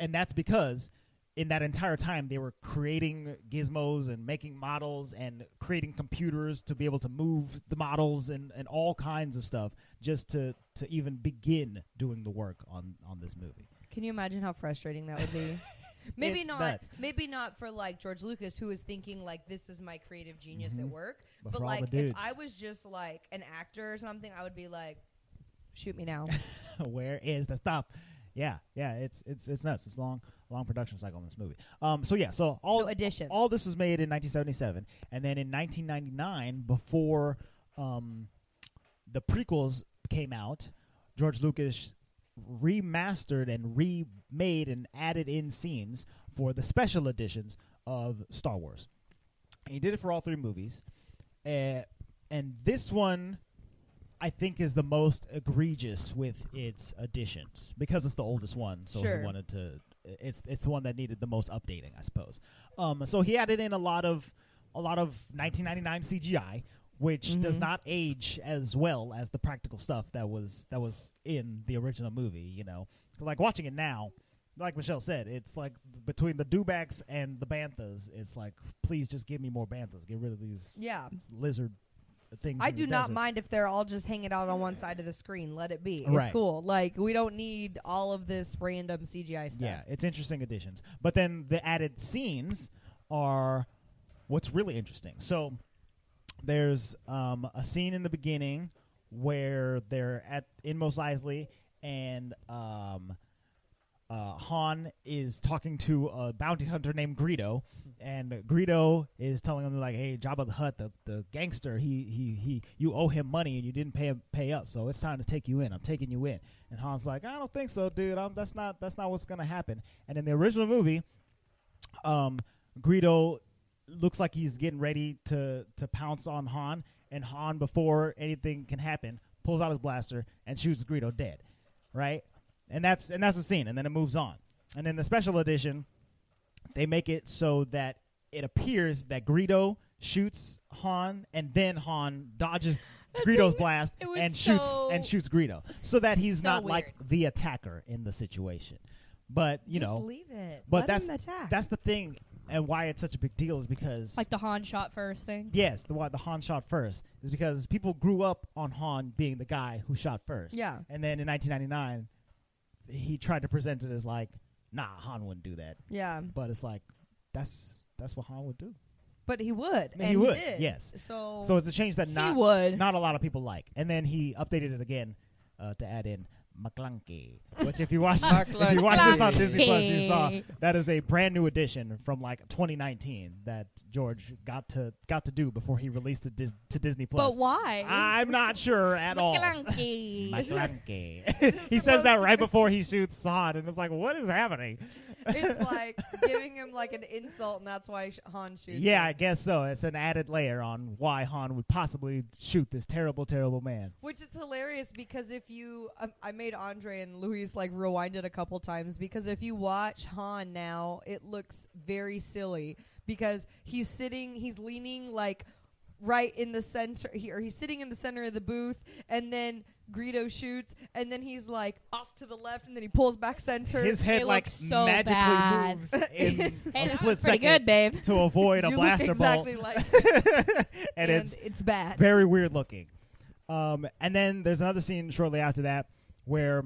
S5: and that's because in that entire time they were creating gizmos and making models and creating computers to be able to move the models and, and all kinds of stuff just to, to even begin doing the work on, on this movie. [laughs]
S3: Can you imagine how frustrating that would be? maybe
S5: It's
S3: not.
S5: nuts.
S3: Maybe not for like George Lucas, who is thinking like this is my creative genius at
S5: Mhm.
S3: work.
S5: But
S3: But,
S5: for all the
S3: like, if
S5: dudes.
S3: I was just like an actor or something, I would be like, shoot me
S5: [laughs]
S3: now.
S5: where is the stuff? Yeah, yeah, it's it's it's nuts. It's long long production cycle in this movie. Um, so yeah, so all
S3: so additions.
S5: all this was made in 1977, and then in 1999, before um, the prequels came out, George Lucas remastered and remade and added in scenes for the special editions of Star Wars. And he did it for all three movies, uh, and this one. I think is the most egregious with its additions because it's the oldest one, so
S3: Sure.
S5: he wanted uh, to. It's it's the one that needed the most updating, I suppose. Um, so he added in a lot of a lot of 1999 CGI, which does
S3: Mhm.
S5: not age as well as the practical stuff that was that was in the original movie. You know, like watching it now, like Michelle said, it's like between the Dubacks and the Banthas, it's like please just give me more Banthas, get rid of these
S3: yeah.
S5: lizard things.
S3: I
S5: in the
S3: do not
S5: desert.
S3: mind if they're all just hanging out on one side of the screen. Let it be.
S5: Right.
S3: It's cool. Like we don't need all of this random CGI stuff.
S5: Yeah, it's interesting additions. But then the added scenes are what's really interesting. So there's um, a scene in the beginning where they're at in Mos Eisley and um, uh, Han is talking to a bounty hunter named Greedo, and Greedo is telling him like, "Hey, Jabba the Hutt, the, the gangster, he he he, you owe him money and you didn't pay him pay up, so it's time to take you in. I'm taking you in." And Han's like, "I don't think so, dude. I'm, that's not that's not what's gonna happen." And in the original movie, um, Greedo looks like he's getting ready to to pounce on Han, and Han, before anything can happen, pulls out his blaster and shoots Greedo dead, right? And that's and that's the scene, and then it moves on. And in the special edition, they make it so that it appears that Greedo shoots Han, and then Han
S4: [laughs]
S5: dodges Greedo's blast
S4: it was
S5: and shoots
S4: so-
S5: and shoots Greedo, so that he's
S4: so
S5: not like the attacker in the situation. But you
S3: Just
S5: know,
S3: leave it.
S5: but
S3: Let
S5: that's-
S3: him attack.
S5: that's the thing, and why it's such a big deal is because
S4: Like the Han shot first thing.
S5: yes, the why the Han shot first is because people grew up on Han being the guy who shot first.
S3: yeah.
S5: And then in 1999, he tried to present it as like, nah, Han wouldn't do that,
S3: Yeah.
S5: but it's like that's that's what Han would do.
S3: But he would.
S5: He
S3: and
S5: would,
S3: He did.
S5: yes.
S3: So.
S5: So it's a change that
S4: Oh. he
S5: not
S4: would.
S5: not a lot of people like. And then he updated it again uh, to add in McClunky, which if you watch if you watch this on Disney Plus, you saw
S4: McClunky.
S5: that is a brand new edition from like 2019 that George got to got to do before he released it Dis- to Disney Plus.
S4: But why?
S5: I'm not sure at all. [laughs]
S4: McClunky. [laughs]
S5: McClunky. he says that right before he shoots Han, and it's like, what is happening? [laughs]
S3: it's like giving him like an insult, and that's why sh- Han shoots.
S5: Yeah, I
S3: him.
S5: guess so. It's an added layer on why Han would possibly shoot this terrible, terrible man.
S3: Which is hilarious because if you, um, I made Andre and Luis like rewind it a couple times because if you watch Han now, it looks very silly because he's sitting, he's leaning like right in the center, he, or he's sitting in the center of the booth, and then Greedo shoots, and then he's like off to the left, and then he pulls back center.
S5: His head
S4: It
S5: like
S4: looks so
S5: magically
S4: bad. [laughs]
S5: moves in
S4: Hey,
S5: a
S4: that
S5: split
S4: was pretty
S5: second
S4: good, babe.
S5: to avoid a
S3: you
S5: blaster
S3: look exactly
S5: bolt,
S3: like,
S5: [laughs] and it's
S3: bad.
S5: very weird looking. Um, and then there's another scene shortly after that where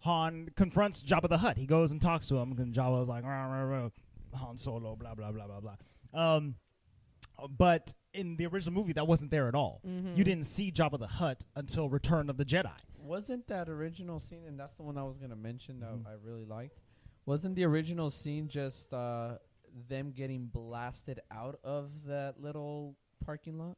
S5: Han confronts Jabba the Hutt. He goes and talks to him, and Jabba's like, "Rah, rah, rah, Han Solo, blah, blah, blah, blah, blah. Um, but in the original movie, that wasn't there at all.
S4: Mm-hmm.
S5: You didn't see Jabba the Hutt until Return of the Jedi.
S9: Wasn't that original scene, and that's the one I was going to mention that
S5: Mhm.
S9: I really liked? Wasn't the original scene just uh, them getting blasted out of that little parking lot?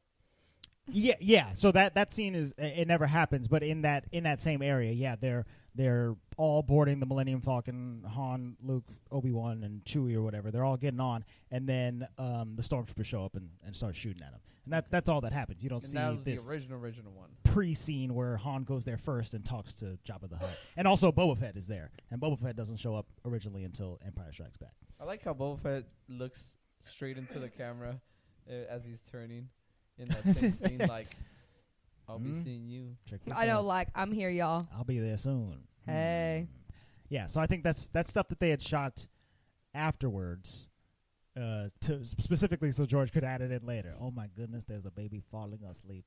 S5: yeah, yeah. So that, that scene is it never happens, but in that in that same area, yeah, they're they're all boarding the Millennium Falcon, Han, Luke, Obi Wan, and Chewie or whatever. They're all getting on, and then um, the stormtroopers show up and, and start shooting at them. And that that's all that happens. You don't
S9: And
S5: see
S9: that was
S5: this
S9: the original, original one.
S5: pre scene where Han goes there first and talks to Jabba the Hutt, and also Boba Fett is there, and Boba Fett doesn't show up originally until Empire Strikes Back.
S9: I like how Boba Fett looks straight into the camera uh, as he's turning in that
S5: [laughs]
S9: same scene, like, I'll
S5: Mhm.
S9: be seeing you.
S5: Check this
S3: I know,
S5: out.
S3: like I'm here, y'all.
S5: I'll be there soon.
S3: Hey.
S5: Hmm. Yeah, so I think that's that's stuff that they had shot afterwards, uh, to specifically so George could add it in later. Oh my goodness, there's a baby falling asleep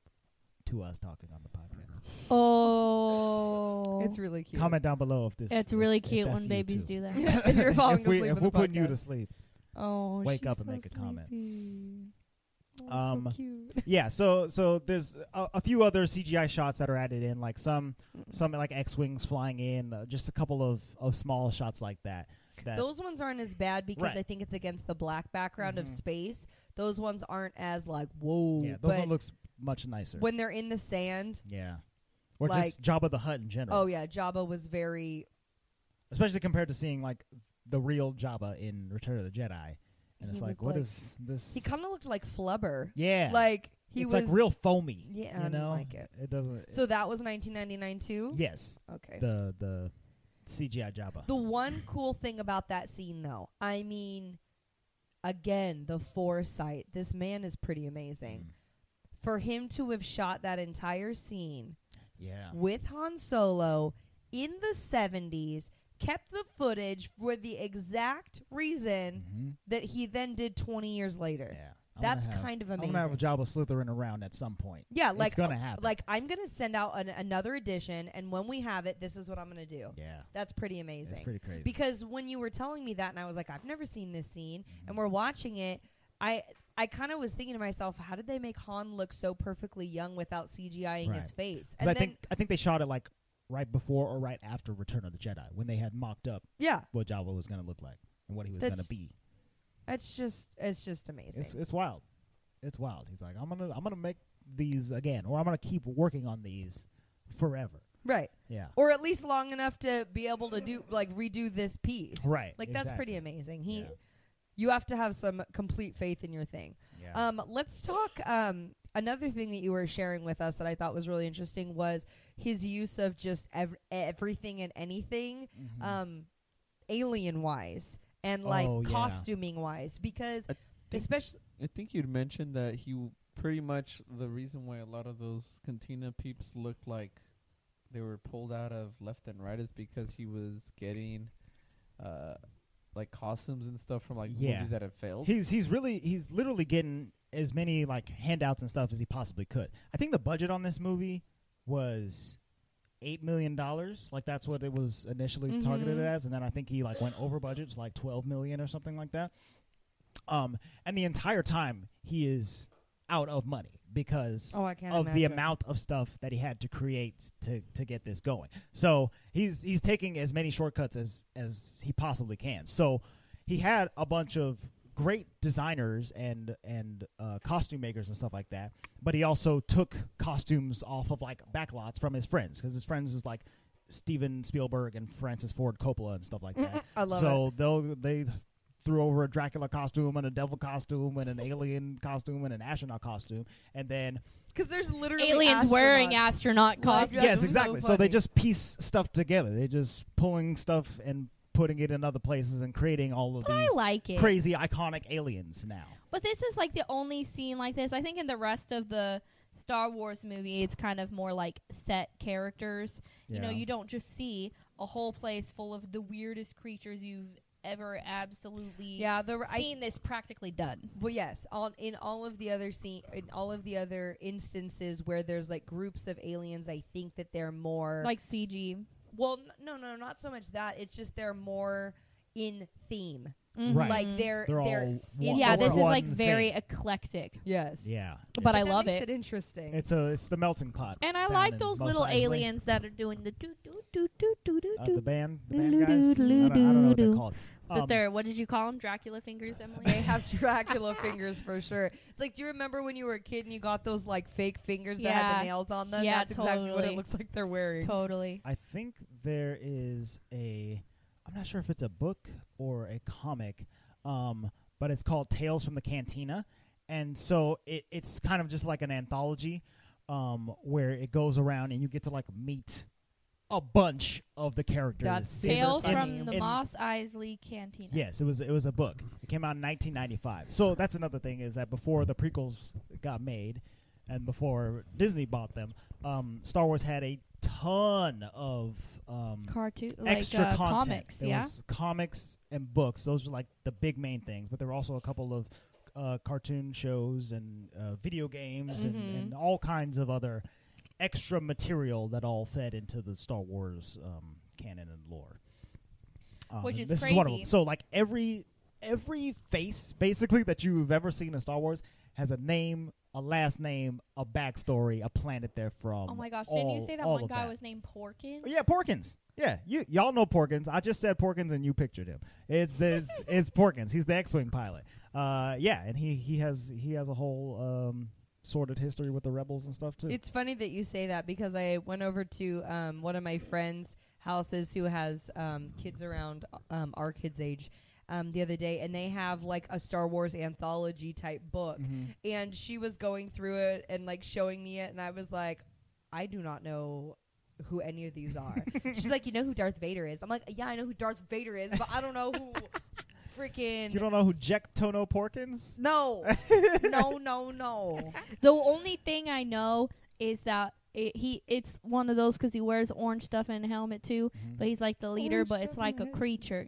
S5: to us talking on the podcast.
S4: Oh,
S3: It's really cute.
S5: Comment down below if this.
S4: It's
S5: if-
S4: really
S5: if
S4: cute
S5: that's
S4: when
S5: you
S4: babies
S5: too. [laughs]
S3: [laughs]
S4: do that.
S3: if you're falling
S5: if we,
S3: asleep
S5: if
S3: in
S5: we're
S3: the
S5: putting you
S3: podcast.
S5: to sleep, [laughs]
S4: Oh,
S5: wake
S4: she's
S5: up and
S4: so
S5: make a comment.
S4: sleepy. Oh, [laughs] it's
S5: [laughs] Um,
S4: so cute.
S5: yeah. So so there's a, a few other CGI shots that are added in, like some some like X wings flying in, uh, just a couple of of small shots like that. That
S3: Those ones aren't as bad because
S5: Right.
S3: I think it's against the black background
S5: Mhm.
S3: of space. Those ones aren't as like whoa.
S5: yeah, those
S3: but
S5: one looks much nicer.
S3: when they're in the sand,
S5: Yeah. Or just
S3: Like-
S5: Jabba the Hutt in general.
S3: oh yeah, Jabba was very
S5: Especially compared to seeing like the real Jabba in Return of the Jedi. And it's
S3: He
S5: like,
S3: was
S5: what
S3: like-
S5: is this?
S3: he kind of looked like flubber.
S5: yeah.
S3: Like he
S5: it's
S3: was
S5: like real foamy.
S3: Yeah, I
S5: you
S3: didn't
S5: know?
S3: like it.
S5: doesn't.
S3: So that was 1999 too.
S5: yes,
S3: Okay.
S5: the the CGI Jabba.
S3: The one cool thing about that scene, though, I mean, again, the foresight. This man is pretty amazing.
S5: Mm.
S3: For him to have shot that entire scene
S5: yeah.
S3: with Han Solo in the 70s, kept the footage for the exact reason
S5: Mm-hmm.
S3: that he then did 20 years later.
S5: Yeah. I'm
S3: That's
S5: gonna have,
S3: kind of
S5: I'm
S3: amazing.
S5: gonna have a Jabba slithering around at some point.
S3: yeah,
S5: it's
S3: like oh,
S5: gonna happen.
S3: like I'm going to send out an, another edition and when we have it, this is what I'm going to do.
S5: yeah,
S3: That's pretty amazing.
S5: it's pretty crazy.
S3: because when you were telling me that and i was like i've never seen this scene
S5: Mm-hmm.
S3: and we're watching it i i kind of was thinking to myself how did they make han look so perfectly young without cgiing
S5: Right.
S3: his face
S5: 'Cause
S3: and
S5: I
S3: then
S5: think I think they shot it like right before or right after Return of the Jedi when they had mocked up
S3: yeah
S5: what Jabba was gonna look like and what he was gonna
S3: That's-
S5: be.
S3: it's just it's just amazing
S5: It's it's wild. It's wild. He's like, I'm gonna I'm gonna make these again, or I'm gonna keep working on these forever.
S3: right
S5: Yeah.
S3: or at least long enough to be able to do like redo this piece
S5: Right.
S3: like that's pretty amazing he
S5: Yeah.
S3: you have to have some complete faith in your thing
S5: Yeah.
S3: Um, let's talk. Um, another thing that you were sharing with us that I thought was really interesting was his use of just ev- everything and anything,
S5: Mhm.
S3: um, alien wise and like
S5: Oh, yeah. Uh,
S3: costuming wise, because
S9: I think-
S3: especially
S9: I think you'd mentioned that he w- pretty much the reason why a lot of those cantina peeps looked like they were pulled out of left and right is because he was getting uh like costumes and stuff from like
S5: Yeah.
S9: movies that had failed.
S5: he's he's really he's literally getting as many like handouts and stuff as he possibly could. I think the budget on this movie was eight million dollars. Like that's what it was initially targeted
S3: Mhm.
S5: as, and then I think he like went over budget to like twelve million or something like that. Um, and the entire time he is out of money because
S3: oh, I can't
S5: of the amount of stuff that he had to create to to get this going. So he's he's taking as many shortcuts as as he possibly can. So he had a bunch of great designers and and uh, costume makers and stuff like that. But he also took costumes off of like backlots from his friends because his friends is like Steven Spielberg and Francis Ford Coppola and stuff like that.
S3: I love it.
S5: so they'll they threw over a Dracula costume and a devil costume and an alien costume and an astronaut costume, and then
S3: Because there's literally
S4: Aliens wearing
S3: astronauts.
S4: astronaut costumes.
S3: Yeah,
S5: yes,
S3: this is so
S5: exactly. so they
S3: funny.
S5: just piece stuff together. They're just pulling stuff and putting it in other places and creating all of
S4: But [laughs] I
S5: these
S4: like it.
S5: crazy iconic aliens now.
S4: But this is like the only scene like this. I think in the rest of the Star Wars movie, it's kind of more like set characters. You know,
S5: Yeah.
S4: you don't just see a whole place full of the weirdest creatures you've ever absolutely
S3: Yeah, the I
S4: seen this practically done.
S3: Well, yes, all in all of the other scene, in all of the other instances where there's like groups of aliens, I think that they're more
S4: Like CG.
S3: well, n- no, no, not so much that. It's just they're more in theme,
S5: Right.
S4: Mm-hmm.
S3: like they're
S5: They're
S3: they're,
S5: all one-
S4: yeah,
S5: Or
S4: this is
S5: one
S4: like very
S5: thing.
S4: eclectic.
S3: yes,
S5: Yeah,
S4: But I
S5: It's-
S3: That
S4: love
S3: makes
S4: it.
S3: interesting.
S5: It's a it's the melting pot.
S4: And I
S5: down
S4: like
S5: in
S4: those
S5: Mos
S4: little
S5: Eisley.
S4: aliens that are doing the doo doo doo doo doo doo
S5: Uh,
S4: doo.
S5: the band, the band guys. I don't, I don't know what they're called.
S4: but
S5: Um,
S4: they're what did you call them? Dracula fingers, Emily.
S3: they have [laughs] Dracula fingers for sure. It's like, do you remember when you were a kid and you got those like fake fingers that had
S4: Yeah.
S3: the nails on them?
S4: Yeah,
S3: That's exactly what it
S4: totally.
S3: looks like they're wearing.
S4: [laughs] totally.
S5: I think there is a. I'm not sure if it's a book or a comic, um, but it's called Tales from the Cantina, and so it, it's kind of just like an anthology um, where it goes around and you get to like meet a bunch of the characters.
S3: That's super
S4: Tales
S5: And-
S4: from the
S5: and-
S4: Moss Isley Cantina.
S5: Yes, it was it was a book. It came out in 1995. So that's another thing is that before the prequels got made, and before Disney bought them, um, Star Wars had a ton of um,
S4: Cartoon like
S5: extra
S4: uh,
S5: content.
S4: comics,
S5: There
S4: yeah.
S5: was comics and books. Those were like the big main things. But there were also a couple of uh, cartoon shows and uh, video games and,
S4: Mm-hmm.
S3: Mhm.
S5: and all kinds of other extra material that all fed into the Star Wars um, canon and lore. Um,
S4: Which
S5: and
S4: is
S5: this is one of
S4: crazy.
S5: them. So like every every face basically that you've ever seen in Star Wars has a name. A last name, a backstory, a planet they're from.
S4: Oh my gosh,
S5: um, all,
S4: didn't you say that
S5: all
S4: one
S5: of
S4: guy
S5: that.
S4: was named Porkins?
S5: Yeah, Porkins. Yeah, you y'all know Porkins. I just said Porkins, and you pictured him. It's this. it's Porkins. He's the X-wing pilot. Uh, yeah, and he he has he has a whole um sordid history with the rebels and stuff too.
S3: It's funny that you say that because I went over to um, one of my friends' houses who has um, kids around um, our kids' age um, the other day, and they have like a Star Wars anthology type book.
S5: Mm-hmm.
S4: Mm-hmm.
S3: [laughs] And she was going through it and like showing me it, and I was like, I do not know who any of these are. She's like, You know who Darth Vader is? I'm like, Yeah, I know who Darth Vader is, but I don't know [laughs] who freaking.
S5: [laughs] you don't know who Jack Tono Porkins?
S3: no, no, no,
S5: [laughs]
S3: no.
S4: The only thing I know is that it, he it's one of those because he wears orange stuff in a helmet too. But he's like the leader,
S5: Orange
S4: but
S5: stuff
S4: it's
S5: in
S4: like
S5: a
S4: a
S5: helmet.
S4: creature.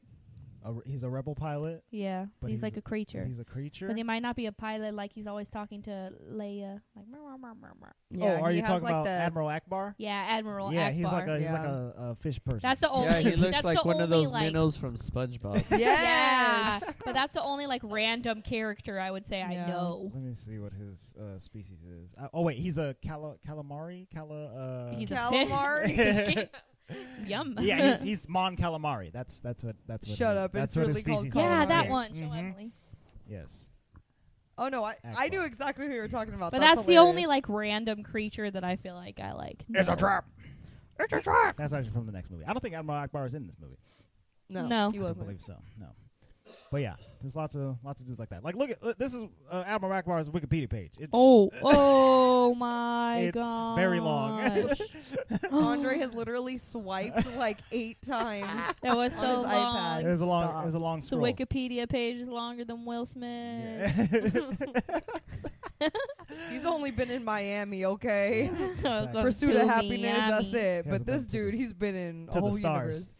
S5: A, he's a rebel pilot.
S4: Yeah,
S5: But
S4: he's,
S5: he's
S4: like
S5: a-
S4: a creature.
S5: He's a creature.
S4: But he might not be a pilot, like he's always talking to Leia, like. "Meow, meow, meow, meow, meow."
S5: oh, are
S3: he
S5: you
S3: has,
S5: talking
S3: like,
S5: about
S3: the-
S5: [laughs] Admiral Akbar?
S4: Yeah, Admiral
S5: yeah,
S4: Akbar.
S5: he's like a he's like
S3: Yeah.
S5: a, a fish person.
S4: that's the only.
S9: yeah,
S4: [laughs]
S9: he looks
S4: Oh, that's
S9: like
S4: the
S9: one of
S4: only,
S9: those
S4: like-
S9: minnows from
S5: [laughs]
S9: SpongeBob.
S4: [laughs] Yeah,
S3: Yes.
S4: but that's the only like random character I would say
S3: Yeah.
S4: I know.
S5: Let me see what his uh, species is. Uh, oh wait, he's a cala, calamari. Cala. Uh,
S4: He's a
S3: Calamari. [laughs]
S4: [laughs] fish. Yum.
S5: [laughs] yeah, he's, he's Mon Calamari. That's that's what that's what.
S3: Shut
S5: he-
S3: up, it's
S5: That's what
S3: really
S5: his
S3: called
S5: species
S4: Yeah,
S5: is.
S4: that
S5: yes.
S4: one. Show
S5: Mhm.
S4: Emily.
S5: Yes.
S3: Oh no, I, I
S5: Excellent.
S3: knew exactly who you were talking about.
S4: But that's, the
S3: hilarious.
S4: only like random creature that I feel like I like.
S5: It's a
S4: know.
S5: trap.
S4: It's a trap.
S5: That's actually from the next movie. I don't think Admiral Akbar is in this movie.
S3: no,
S4: No.
S3: he
S5: I
S3: [gasps]
S5: don't
S3: wasn't.
S5: believe so. No. But yeah, there's lots of lots of dudes like that. Like look at look, this is uh, Admiral Akbar's Wikipedia page. It's [laughs]
S4: Oh, oh my
S5: it's
S4: god.
S5: very long. [laughs]
S3: Andre has literally swiped like [laughs] eight times.
S4: that was
S3: on
S4: so
S3: his
S4: long.
S3: iPad.
S5: it was a long
S3: Stop.
S5: it was a long
S4: The
S5: scroll.
S4: Wikipedia page is longer than Will Smith.
S3: He's only been in Miami,
S5: [laughs]
S3: okay? [laughs]
S5: Back
S3: Pursuit
S4: To
S3: of happiness, that's
S4: Miami.
S3: it.
S5: He
S3: But
S5: hasn't
S3: this
S5: been to the-
S3: dude, he's been in
S5: to
S3: a
S5: the
S3: whole
S5: stars.
S3: universe.
S5: [laughs]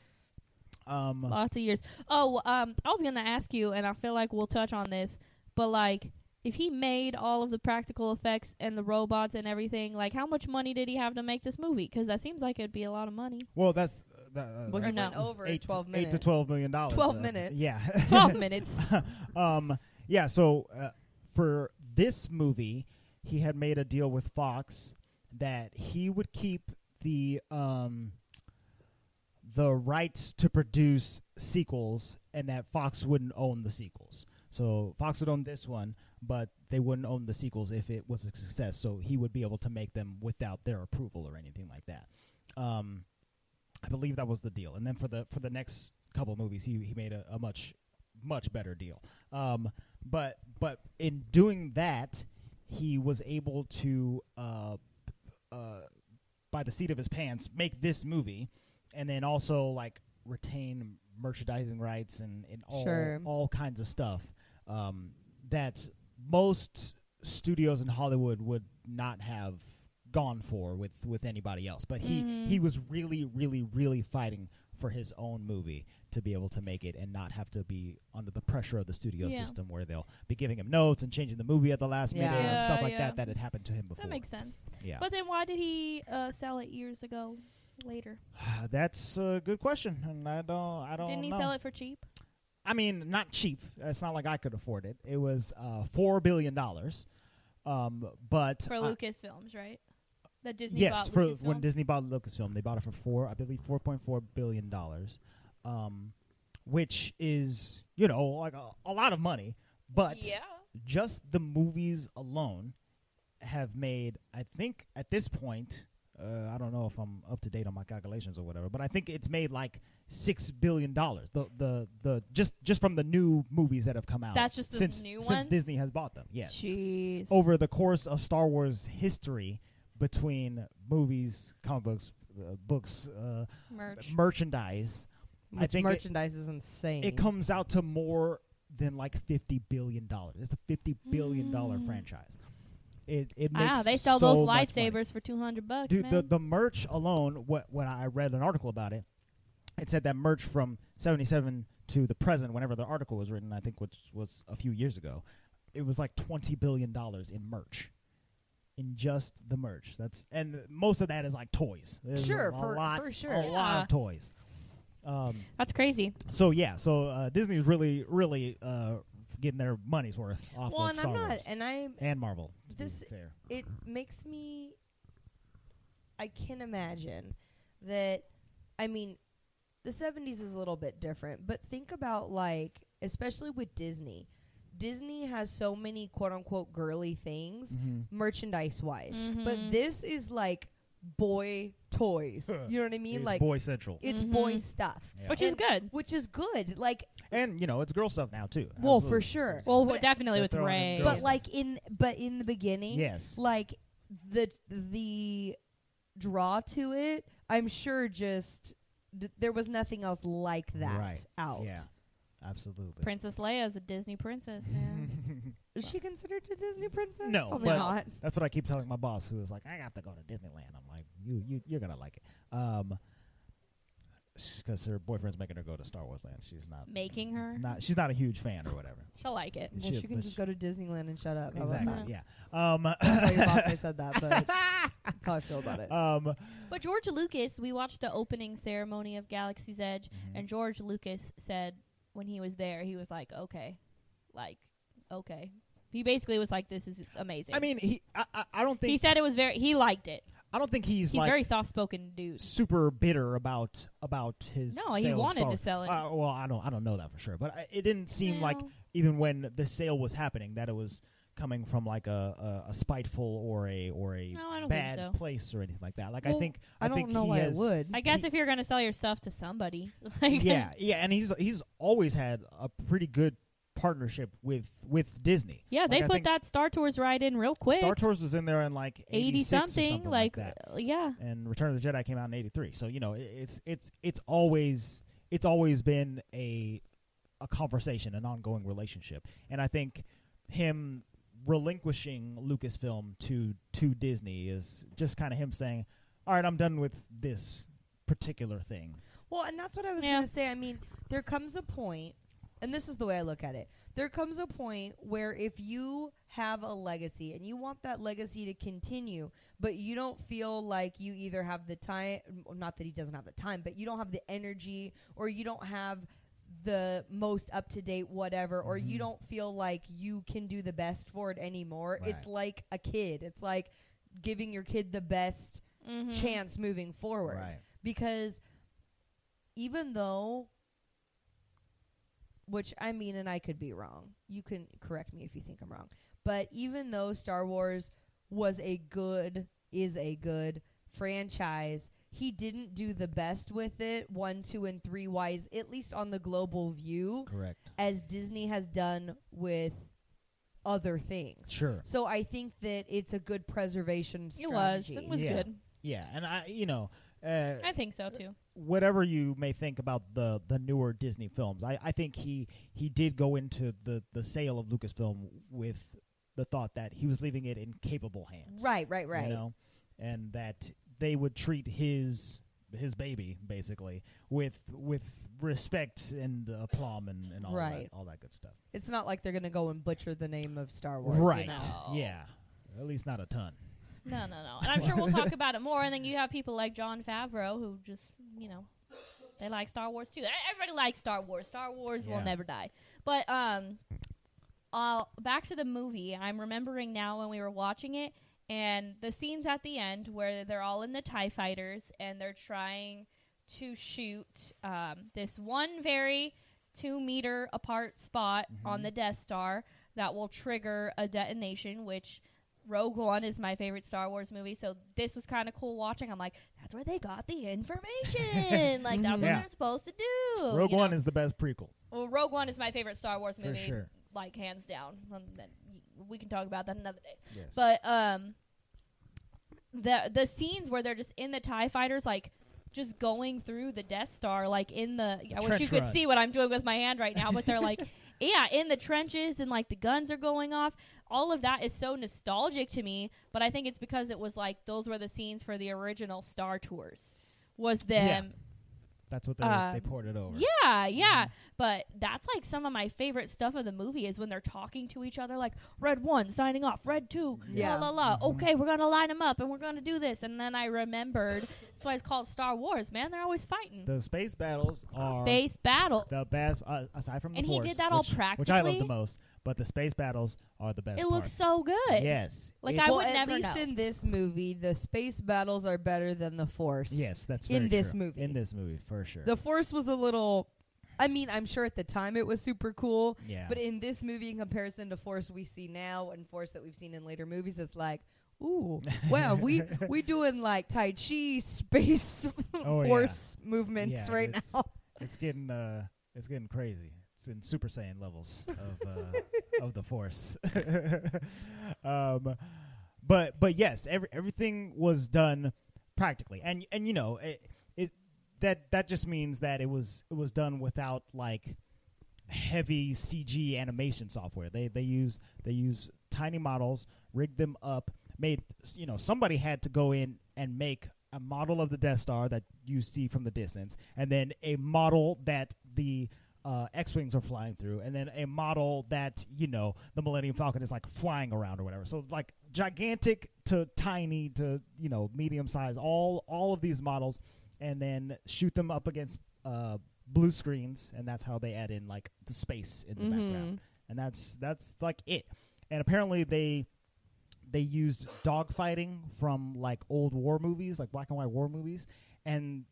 S4: [laughs]
S5: um,
S4: Lots of years. Oh, um, I was gonna ask you, and I feel like we'll touch on this, but like, if he made all of the practical effects and the robots and everything, like, how much money did he have to make this movie? Because that seems like it'd be a lot
S5: [laughs]
S4: of money.
S5: well, that's uh, that, uh,
S3: Well,
S5: that
S3: he
S5: was
S4: went
S3: over
S5: eight, to-
S3: 12
S5: eight to
S3: minutes.
S5: twelve million dollars.
S3: 12
S5: uh,
S3: minutes.
S5: Yeah.
S4: Twelve minutes.
S5: um, yeah, so uh, for this movie, he had made a deal with Fox that he would keep the um, the rights to produce sequels, and that Fox wouldn't own the sequels. So Fox would own this one, but they wouldn't own the sequels if it was a success. So he would be able to make them without their approval or anything like that. Um, I believe that was the deal. And then for the for the next couple movies, he he made a, a much much better deal. Um, but but in doing that, he was able to uh, uh, by the seat of his pants make this movie, and then also like retain merchandising rights and and all
S3: Sure.
S5: all kinds of stuff um, that most studios in Hollywood would not have gone for with with anybody else. But he
S4: Mhm.
S5: he was really really really fighting for his own movie to be able to make it and not have to be under the pressure of the studio
S4: Yeah.
S5: system where they'll be giving him notes and changing the movie at the last
S3: Yeah.
S5: minute and stuff
S4: Yeah,
S5: like
S4: yeah.
S5: that that had happened to him before.
S4: That makes sense.
S5: yeah.
S4: But then why did he uh, sell it years ago? Later,
S5: [sighs] That's a good question and I don't I don't
S4: didn't he
S5: know.
S4: sell it for cheap?
S5: I mean, not cheap. It's not like I could afford it. It was uh, 4 billion dollars. Um but
S4: for
S5: I-
S4: Lucasfilms, right? That Disney
S5: yes,
S4: bought
S5: for
S4: Lucasfilm.
S5: when Disney bought Lucasfilm, they bought it for four, I believe, four point four billion dollars, um, which is you know like a, a lot of money. But
S4: yeah,
S5: just the movies alone have made, I think, at this point, uh, I don't know if I'm up to date on my calculations or whatever, but I think it's made like six billion dollars. The the the just just from the new movies that have come out.
S4: That's just the
S5: since
S4: new
S5: since
S4: ones?
S5: Disney has bought them. Yes
S4: jeez.
S5: over the course of Star Wars history between movies, comic books, uh, books, uh,
S4: merch.
S5: merchandise, I
S3: Which
S5: think it-
S3: merchandise is insane.
S5: it comes out to more than like fifty billion dollars. It's a fifty billion dollar
S4: Mm.
S5: franchise. It it makes
S4: Wow, they sell
S5: so
S4: those
S5: much money.
S4: lightsabers for two hundred bucks,
S5: Dude,
S4: man.
S5: the the merch alone. What when I read an article about it, it said that merch from seventy seven to the present, whenever the article was written, I think which was a few years ago, it was like twenty billion dollars in merch, in just the merch. That's and most of that is like toys. There's
S3: Sure,
S5: a, a
S3: for-
S5: lot,
S3: for sure.
S5: a lot
S4: Yeah.
S5: of toys. Um,
S4: That's crazy.
S5: so yeah, so uh, Disney's really, really uh, getting their money's worth off
S3: well,
S5: of
S3: and
S5: Star
S3: I'm not,
S5: Wars
S3: and I
S5: and Marvel. To
S3: This-
S5: be fair.
S3: it makes me I can imagine that I mean the 70s is a little bit different, but think about like especially with Disney. Disney has so many quote unquote girly things
S5: Mhm.
S3: merchandise wise. But
S4: Mhm.
S3: this is like boy
S5: [laughs]
S3: toys. you know what I mean?
S5: It's
S3: like
S5: boy central,
S3: it's
S4: Mhm.
S3: boy stuff.
S5: Yeah.
S4: Which is
S3: And-
S4: good.
S3: Which is good. Like
S5: and you know it's girl stuff now too.
S3: well,
S5: Absolutely.
S3: for sure.
S4: Well,
S3: But-
S4: definitely
S5: They're
S4: with
S5: throwing
S4: Ray.
S5: in girls.
S3: but like in but in the beginning,
S5: Um, Yes.
S3: like the the draw to it i'm sure just d- there was nothing else like that
S5: Right.
S3: out
S5: Yeah. Absolutely. [laughs]
S4: Princess Leia is a Disney princess,
S5: Mm-hmm.
S4: man.
S3: is she considered a disney princess Oh
S5: No,
S3: probably
S5: but-
S3: not
S5: That's what I keep telling my boss, who is like, "I have to go to Disneyland." I'm like, "You, you, you're gonna like it," um, because her boyfriend's making her go to Star Wars Land. She's not
S4: Making her,
S5: not she's not a huge fan or whatever.
S4: she'll like it.
S3: well,
S5: She-
S3: she can
S5: but
S3: just
S5: she-
S3: go to disneyland and shut up How about
S5: Exactly.
S3: that?
S5: Yeah. Um, [laughs]
S3: Sorry, boss i said that but that's how i feel about it
S5: um,
S4: [laughs] But George Lucas, we watched the opening ceremony of Galaxy's Edge,
S5: Mm-hmm.
S4: Mm-hmm. and George Lucas said when he was there, he was like, "Okay, like, okay." He basically was like, "This is amazing."
S5: I mean, he. I, I, I don't think.
S4: he said it was very. He liked it.
S5: I don't think he's,
S4: He's
S5: like
S4: very soft-spoken dude.
S5: super bitter about about his.
S4: No, he
S5: sale of
S4: wanted
S5: Star
S4: to
S5: Wars.
S4: sell it.
S5: Uh, well, I don't. I don't know that for sure, but I, it didn't seem like
S4: No.
S5: even when the sale was happening that it was coming from like a, a, a spiteful or a or a
S4: No, I don't think
S5: bad
S4: so.
S5: place or anything like that. Like I
S3: Well,
S5: think
S3: i don't
S5: think
S3: know
S5: he
S3: why
S5: has,
S3: it would
S4: I guess
S5: He-
S4: if you're gonna sell your stuff to somebody, [laughs]
S5: [laughs]
S4: like
S5: yeah, yeah, and he's he's always had a pretty good partnership with with Disney.
S4: yeah, they
S5: Like, I
S4: put
S5: think
S4: that Star Tours ride in real quick,
S5: Star Tours was in there in like
S4: eighty
S5: 86 or
S4: something,
S5: like, that.
S4: uh, yeah.
S5: and Return of the Jedi came out in '83. So you know, i- it's it's it's always it's always been a a conversation, an ongoing relationship, and I think him relinquishing Lucasfilm to to Disney is just kind of him saying, "All right, I'm done with this particular thing."
S3: Well, and that's what I was
S4: Yeah.
S3: going to say. I mean, there comes a point, and this is the way I look at it. There comes a point where if you have a legacy and you want that legacy to continue, but you don't feel like you either have the time, not that he doesn't have the time, but you don't have the energy or you don't have the most up to date whatever, or you
S5: Mhm.
S3: don't feel like you can do the best for it anymore. It's
S5: Right.
S3: like a kid, it's like giving your kid the best
S4: Mhm.
S3: chance moving forward because even though which I mean and I could be wrong. You can correct me if you think I'm wrong. But even though Star Wars was a good is a good franchise, he didn't do the best with it, one, two, and three wise, at least on the global view,
S5: Correct.
S3: as Disney has done with other things.
S5: Sure.
S3: So I think that it's a good preservation
S4: It was.
S3: strategy.
S4: It was
S5: Yeah.
S4: good.
S5: Yeah, and I, you know, uh,
S4: I think so too.
S5: whatever you may think about the the newer Disney films, I, I think he he did go into the the sale of Lucasfilm with the thought that he was leaving it in capable hands.
S3: Right, right, right.
S5: You know, and that they would treat his his baby basically with with respect and aplomb and, and all
S3: Right.
S5: that all that good stuff.
S3: It's not like they're going to go and butcher the name of Star Wars. you
S5: right.
S3: know?
S4: know.
S5: Yeah. At least not a ton.
S4: No, no, no. And I'm sure we'll talk about it more. And then you have people like John Favreau who just, you know, they like Star Wars too. E- Everybody likes Star Wars. Star Wars will
S5: Yeah.
S4: never die. But um, uh, back to the movie. I'm remembering now when we were watching it and the scenes at the end where they're all in the Tie Fighters and they're trying to shoot um, this one very two meter apart spot on the Death Star that will trigger a detonation, which Rogue One is my favorite Star Wars movie, so this was kind of cool watching. I'm like, that's where they got the information. like that's
S5: Yeah.
S4: what they're supposed to do.
S5: Rogue
S4: you know?
S5: One is the best prequel.
S4: well, Rogue One is my favorite Star Wars
S5: For
S4: movie,
S5: sure.
S4: like hands down. Um, then we can talk about that another day.
S5: Yes.
S4: But um, the the scenes where they're just in the Tie Fighters, like just going through the Death Star, like in the. I wish you
S5: trench
S4: could
S5: run.
S4: see what I'm doing with my hand right now, but
S5: [laughs]
S4: they're like, yeah, in the trenches and like the guns are going off. All of that is so nostalgic to me, but I think it's because it was like those were the scenes for the original Star Tours. Was
S5: Yeah.
S4: them
S5: That's what they
S4: uh,
S5: they poured it over.
S4: yeah, yeah.
S5: Mm-hmm.
S4: But that's like some of my favorite stuff of the movie is when they're talking to each other, like Red One signing off, Red Two,
S3: Yeah.
S4: la la
S5: Mm-hmm.
S4: la. Okay, we're gonna line them up and we're gonna do this. And then I remembered that's why it's called Star Wars. Man, they're always fighting
S5: The space battles are
S4: space battle.
S5: the best uh, aside from the
S4: And he did
S5: Force,
S4: that all
S5: which, which I love
S4: practically?
S5: the most. But the space battles are the best.
S4: It looks
S5: part.
S4: so good.
S5: Yes,
S4: Like,
S5: it's-
S4: I
S3: well,
S4: would
S3: at
S4: never
S3: least
S4: know.
S3: in this movie, the space battles are better than the Force.
S5: Yes, that's
S3: in
S5: very
S3: this
S5: true.
S3: movie.
S5: In this movie, for sure.
S3: The Force was a little. I mean, I'm sure at the time it was super cool,
S5: yeah,
S3: but in this movie, in comparison to Force we see now and Force that we've seen in later movies, it's like,
S5: [laughs]
S3: ooh, wow, we we doing like Tai Chi space [laughs]
S5: Oh, yeah.
S3: Force movements
S5: Yeah,
S3: right
S5: it's-
S3: now.
S5: it's getting uh, it's getting crazy. It's in Super Saiyan levels
S3: [laughs]
S5: of uh, of the Force. [laughs] um, but but yes, every, everything was done practically, and and you know it, it that that just means that it was it was done without like heavy CG animation software. They they use they use tiny models, rigged them up, made you know somebody had to go in and make a model of the Death Star that you see from the distance, and then a model that the uh, X-wings are flying through, and then a model that you know the Millennium Falcon is like flying around or whatever. So like gigantic to tiny to you know medium size, all all of these models, and then shoot them up against uh, blue screens, and that's how they add in like the space in the background, and that's that's like it. And apparently they they used dogfighting from like old war movies, like black and white war movies, and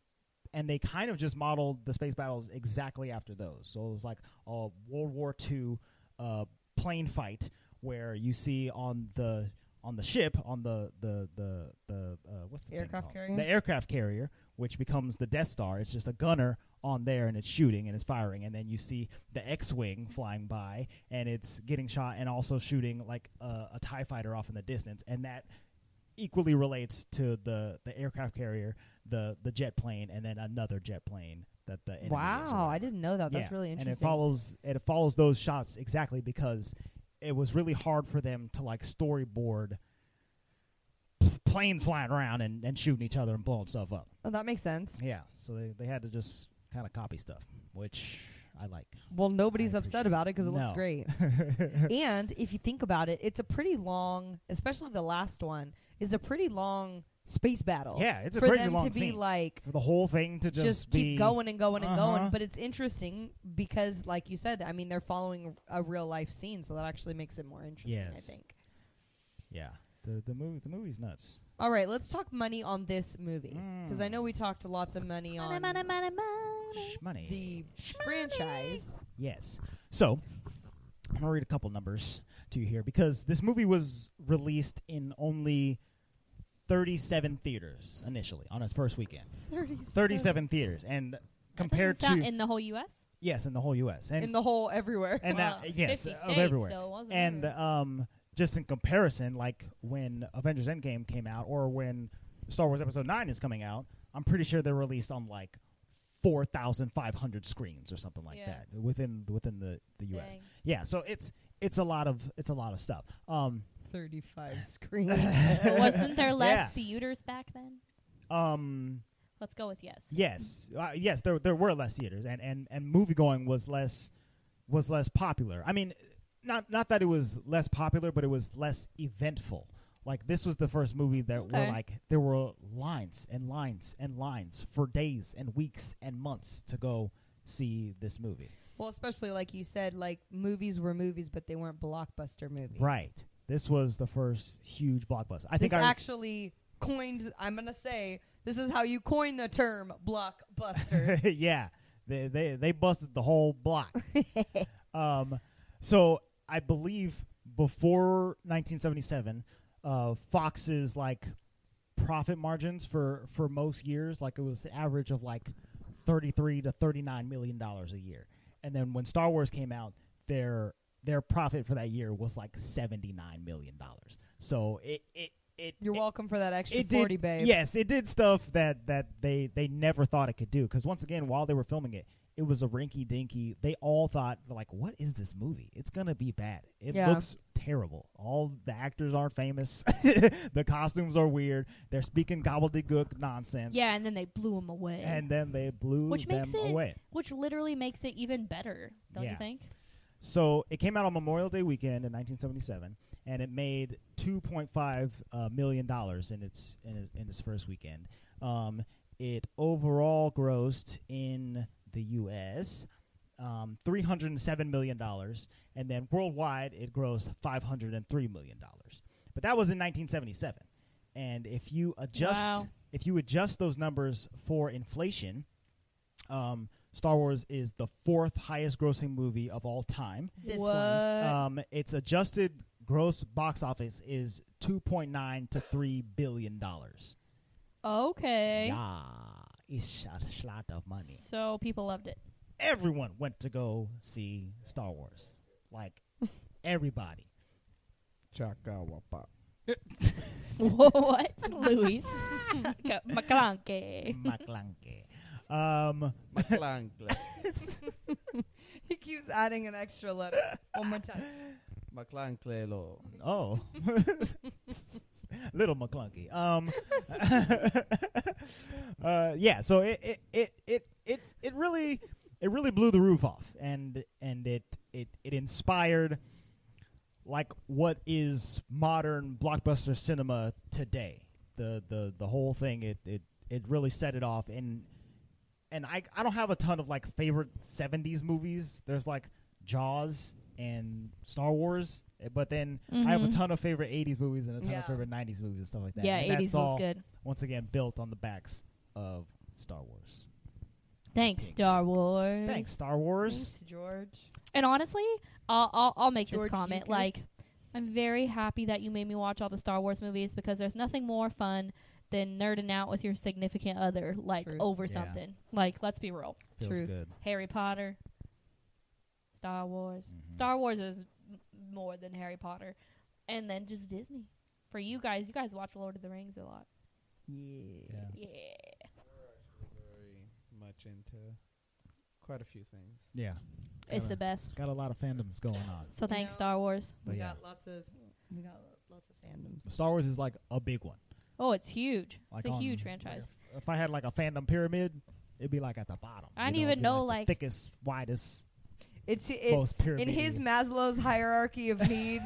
S5: and they kind of just modeled the space battles exactly after those. So it was like a World War II uh, plane fight where you see on the on the ship on the the the the uh, what's the thing
S3: Aircraft
S5: called?
S3: carrier?
S5: the aircraft carrier, which becomes the Death Star. It's just a gunner on there and it's shooting and it's firing and then you see the X-wing flying by and it's getting shot and also shooting like a, a tie fighter off in the distance and that equally relates to the the aircraft carrier, the the jet plane, and then another jet plane that the enemy is
S3: Wow, I
S5: around.
S3: didn't know that. That's
S5: Yeah,
S3: really interesting.
S5: And it follows it follows those shots exactly because it was really hard for them to like storyboard p- plane flying around and, and shooting each other and blowing stuff up.
S3: oh, that makes sense.
S5: Yeah, so they they had to just kind of copy stuff, which I like. [laughs]
S3: Well, nobody's
S5: I
S3: upset
S5: appreciate
S3: about it because it
S5: No.
S3: looks great. and if you think about it, it's a pretty long, especially the last one, is a pretty long space battle.
S5: Yeah, it's a
S3: for
S5: crazy
S3: them
S5: long
S3: to
S5: scene.
S3: be like
S5: for the whole thing to just,
S3: just,
S5: be-
S3: keep going and going and
S5: Uh-huh.
S3: going. But it's interesting because, like you said, I mean, they're following a real life scene, so that actually makes it more interesting. I
S5: Yes.
S3: think.
S5: Yeah, the the movie the movie's nuts.
S3: All right, let's talk money on this movie because
S5: Mm.
S3: I know we talked lots of money
S4: Money,
S3: on
S4: money, money, money.
S5: Sh- Money.
S3: the franchise.
S5: Yes. So I'm gonna read a couple numbers to you here because this movie was released in only 37 theaters initially on its first weekend.
S3: 37.
S5: 37 theaters, and compared to
S4: in the whole U.S.
S5: yes, in the whole U.S. and
S3: in the whole
S5: [laughs]
S3: everywhere.
S5: and
S4: well,
S5: that yes,
S4: 50
S5: of
S4: states,
S5: everywhere.
S4: So it wasn't
S5: and
S4: everywhere.
S5: um, just in comparison, like when Avengers Endgame came out, or when Star Wars Episode Nine is coming out, I'm pretty sure they're released on like four thousand five hundred screens or something like
S4: Yeah.
S5: that within within the the U.S.
S4: Dang.
S5: Yeah, so it's it's a lot of it's a lot of stuff. Um,
S3: 35
S5: [laughs]
S3: screens.
S4: But wasn't there less
S5: Yeah.
S4: theaters back then?
S5: um,
S4: Let's go with yes.
S5: Yes, uh, yes, there there were less theaters, and and and movie going was less was less popular. I mean, not not that it was less popular, but it was less eventful. Like this was the first movie that were
S4: Okay.
S5: like there were lines and lines and lines for days and weeks and months to go see this movie.
S3: well, especially like you said, like movies were movies, but they weren't blockbuster movies.
S5: Right. This was the first huge blockbuster. I think
S3: this
S5: I
S3: actually coined. I'm gonna say this is how you coin the term
S5: [laughs]
S3: blockbuster.
S5: yeah, they, they they busted the whole block. um, so I believe before 1977, uh, Fox's like profit margins for for most years, like it was the average of like 33 to 39 million dollars a year. And then when Star Wars came out, their their profit for that year was like 79 million dollars. So it it it
S3: You're
S5: it-
S3: welcome for that extra
S5: it did,
S3: 40, babe.
S5: Yes, it did stuff that that they they never thought it could do. Because once again, while they were filming it, it was a rinky dinky. They all thought like, "What is this movie? It's gonna be bad. It
S3: Yeah.
S5: looks terrible. All the actors aren't famous. [laughs] the costumes are weird. They're speaking gobbledygook nonsense."
S4: Yeah, and then they blew him away.
S5: And then they blew
S4: Which
S5: them
S4: makes it-
S5: away.
S4: which literally makes it even better, don't
S5: Yeah.
S4: you think?
S5: So it came out on Memorial Day weekend in 1977, and it made 2.5 uh, million dollars in its in, it- in its first weekend. Um, it overall grossed in the U.S. Um, 307 million dollars, and then worldwide it grossed 503 million dollars. But that was in 1977, and if you adjust
S4: Wow.
S5: if you adjust those numbers for inflation, um, Star Wars is the fourth highest grossing movie of all time.
S3: This
S4: what?
S3: one.
S5: Um, its adjusted gross box office is 2.9 to 3 billion dollars.
S4: Uh, Okay.
S5: Yeah, it's a lot of money.
S4: So people loved it.
S5: Everyone went to go see Star Wars. Like everybody.
S9: Chakawapa.
S4: what? [laughs] Louis. McClunkey.
S5: McClunkey. Um,
S9: McClunkey.
S3: [laughs] He keeps adding an extra letter. One more
S5: [laughs]
S3: time.
S9: McClunkey.
S5: oh. [laughs] Little McClunky. Um, uh, yeah, so it it, it it it it really it really blew the roof off and and it it it inspired like what is modern blockbuster cinema today. The the the whole thing it it it really set it off and and I I don't have a ton of like favorite 70s movies. There's like Jaws and Star Wars, eh, but then I have a
S4: Mhm.
S5: ton of favorite 80s movies and a ton
S3: Yeah.
S5: of favorite 90s movies and stuff like that.
S4: Yeah,
S5: and that's
S4: eighties
S5: all
S4: was good.
S5: once again built on the backs of Star Wars.
S4: Thanks,
S5: Thanks.
S4: Star Wars.
S5: Thanks, Star Wars.
S3: Thanks, George.
S4: And honestly, I'll I'll, I'll make
S3: George
S4: this comment.
S3: Lucas.
S4: Like, I'm very happy that you made me watch all the Star Wars movies because there's nothing more fun than nerding out with your significant other, like
S3: True.
S4: over
S5: Yeah.
S4: something. Like, let's be real.
S5: Feels
S3: Truth.
S5: good.
S4: Harry Potter, Star Wars.
S5: Mhm.
S4: Star Wars is m- more than Harry Potter, and then just Disney. For you guys, you guys watch Lord of the Rings a lot.
S3: Yeah.
S5: Yeah.
S4: Yeah.
S9: Very much into quite a few things.
S5: Yeah.
S4: It's
S5: Kinda.
S4: the best.
S5: Got a lot of fandoms going on.
S4: So
S3: You
S4: thanks,
S3: know-
S4: Star Wars.
S5: But
S3: We
S5: yeah.
S3: got lots of we got lo- lots of fandoms.
S5: Star Wars is like a big one.
S4: Oh, it's huge.
S5: Like
S4: it's a
S5: on-
S4: huge
S5: like
S4: franchise.
S5: if- if I had like a fandom pyramid, it'd be like at the bottom. you
S4: I didn't even
S5: it'd be,
S4: know,
S5: the
S4: like-
S5: thickest, widest,
S3: It's it,
S5: most pyramid.
S3: in his Maslow's hierarchy
S5: [laughs]
S3: of needs.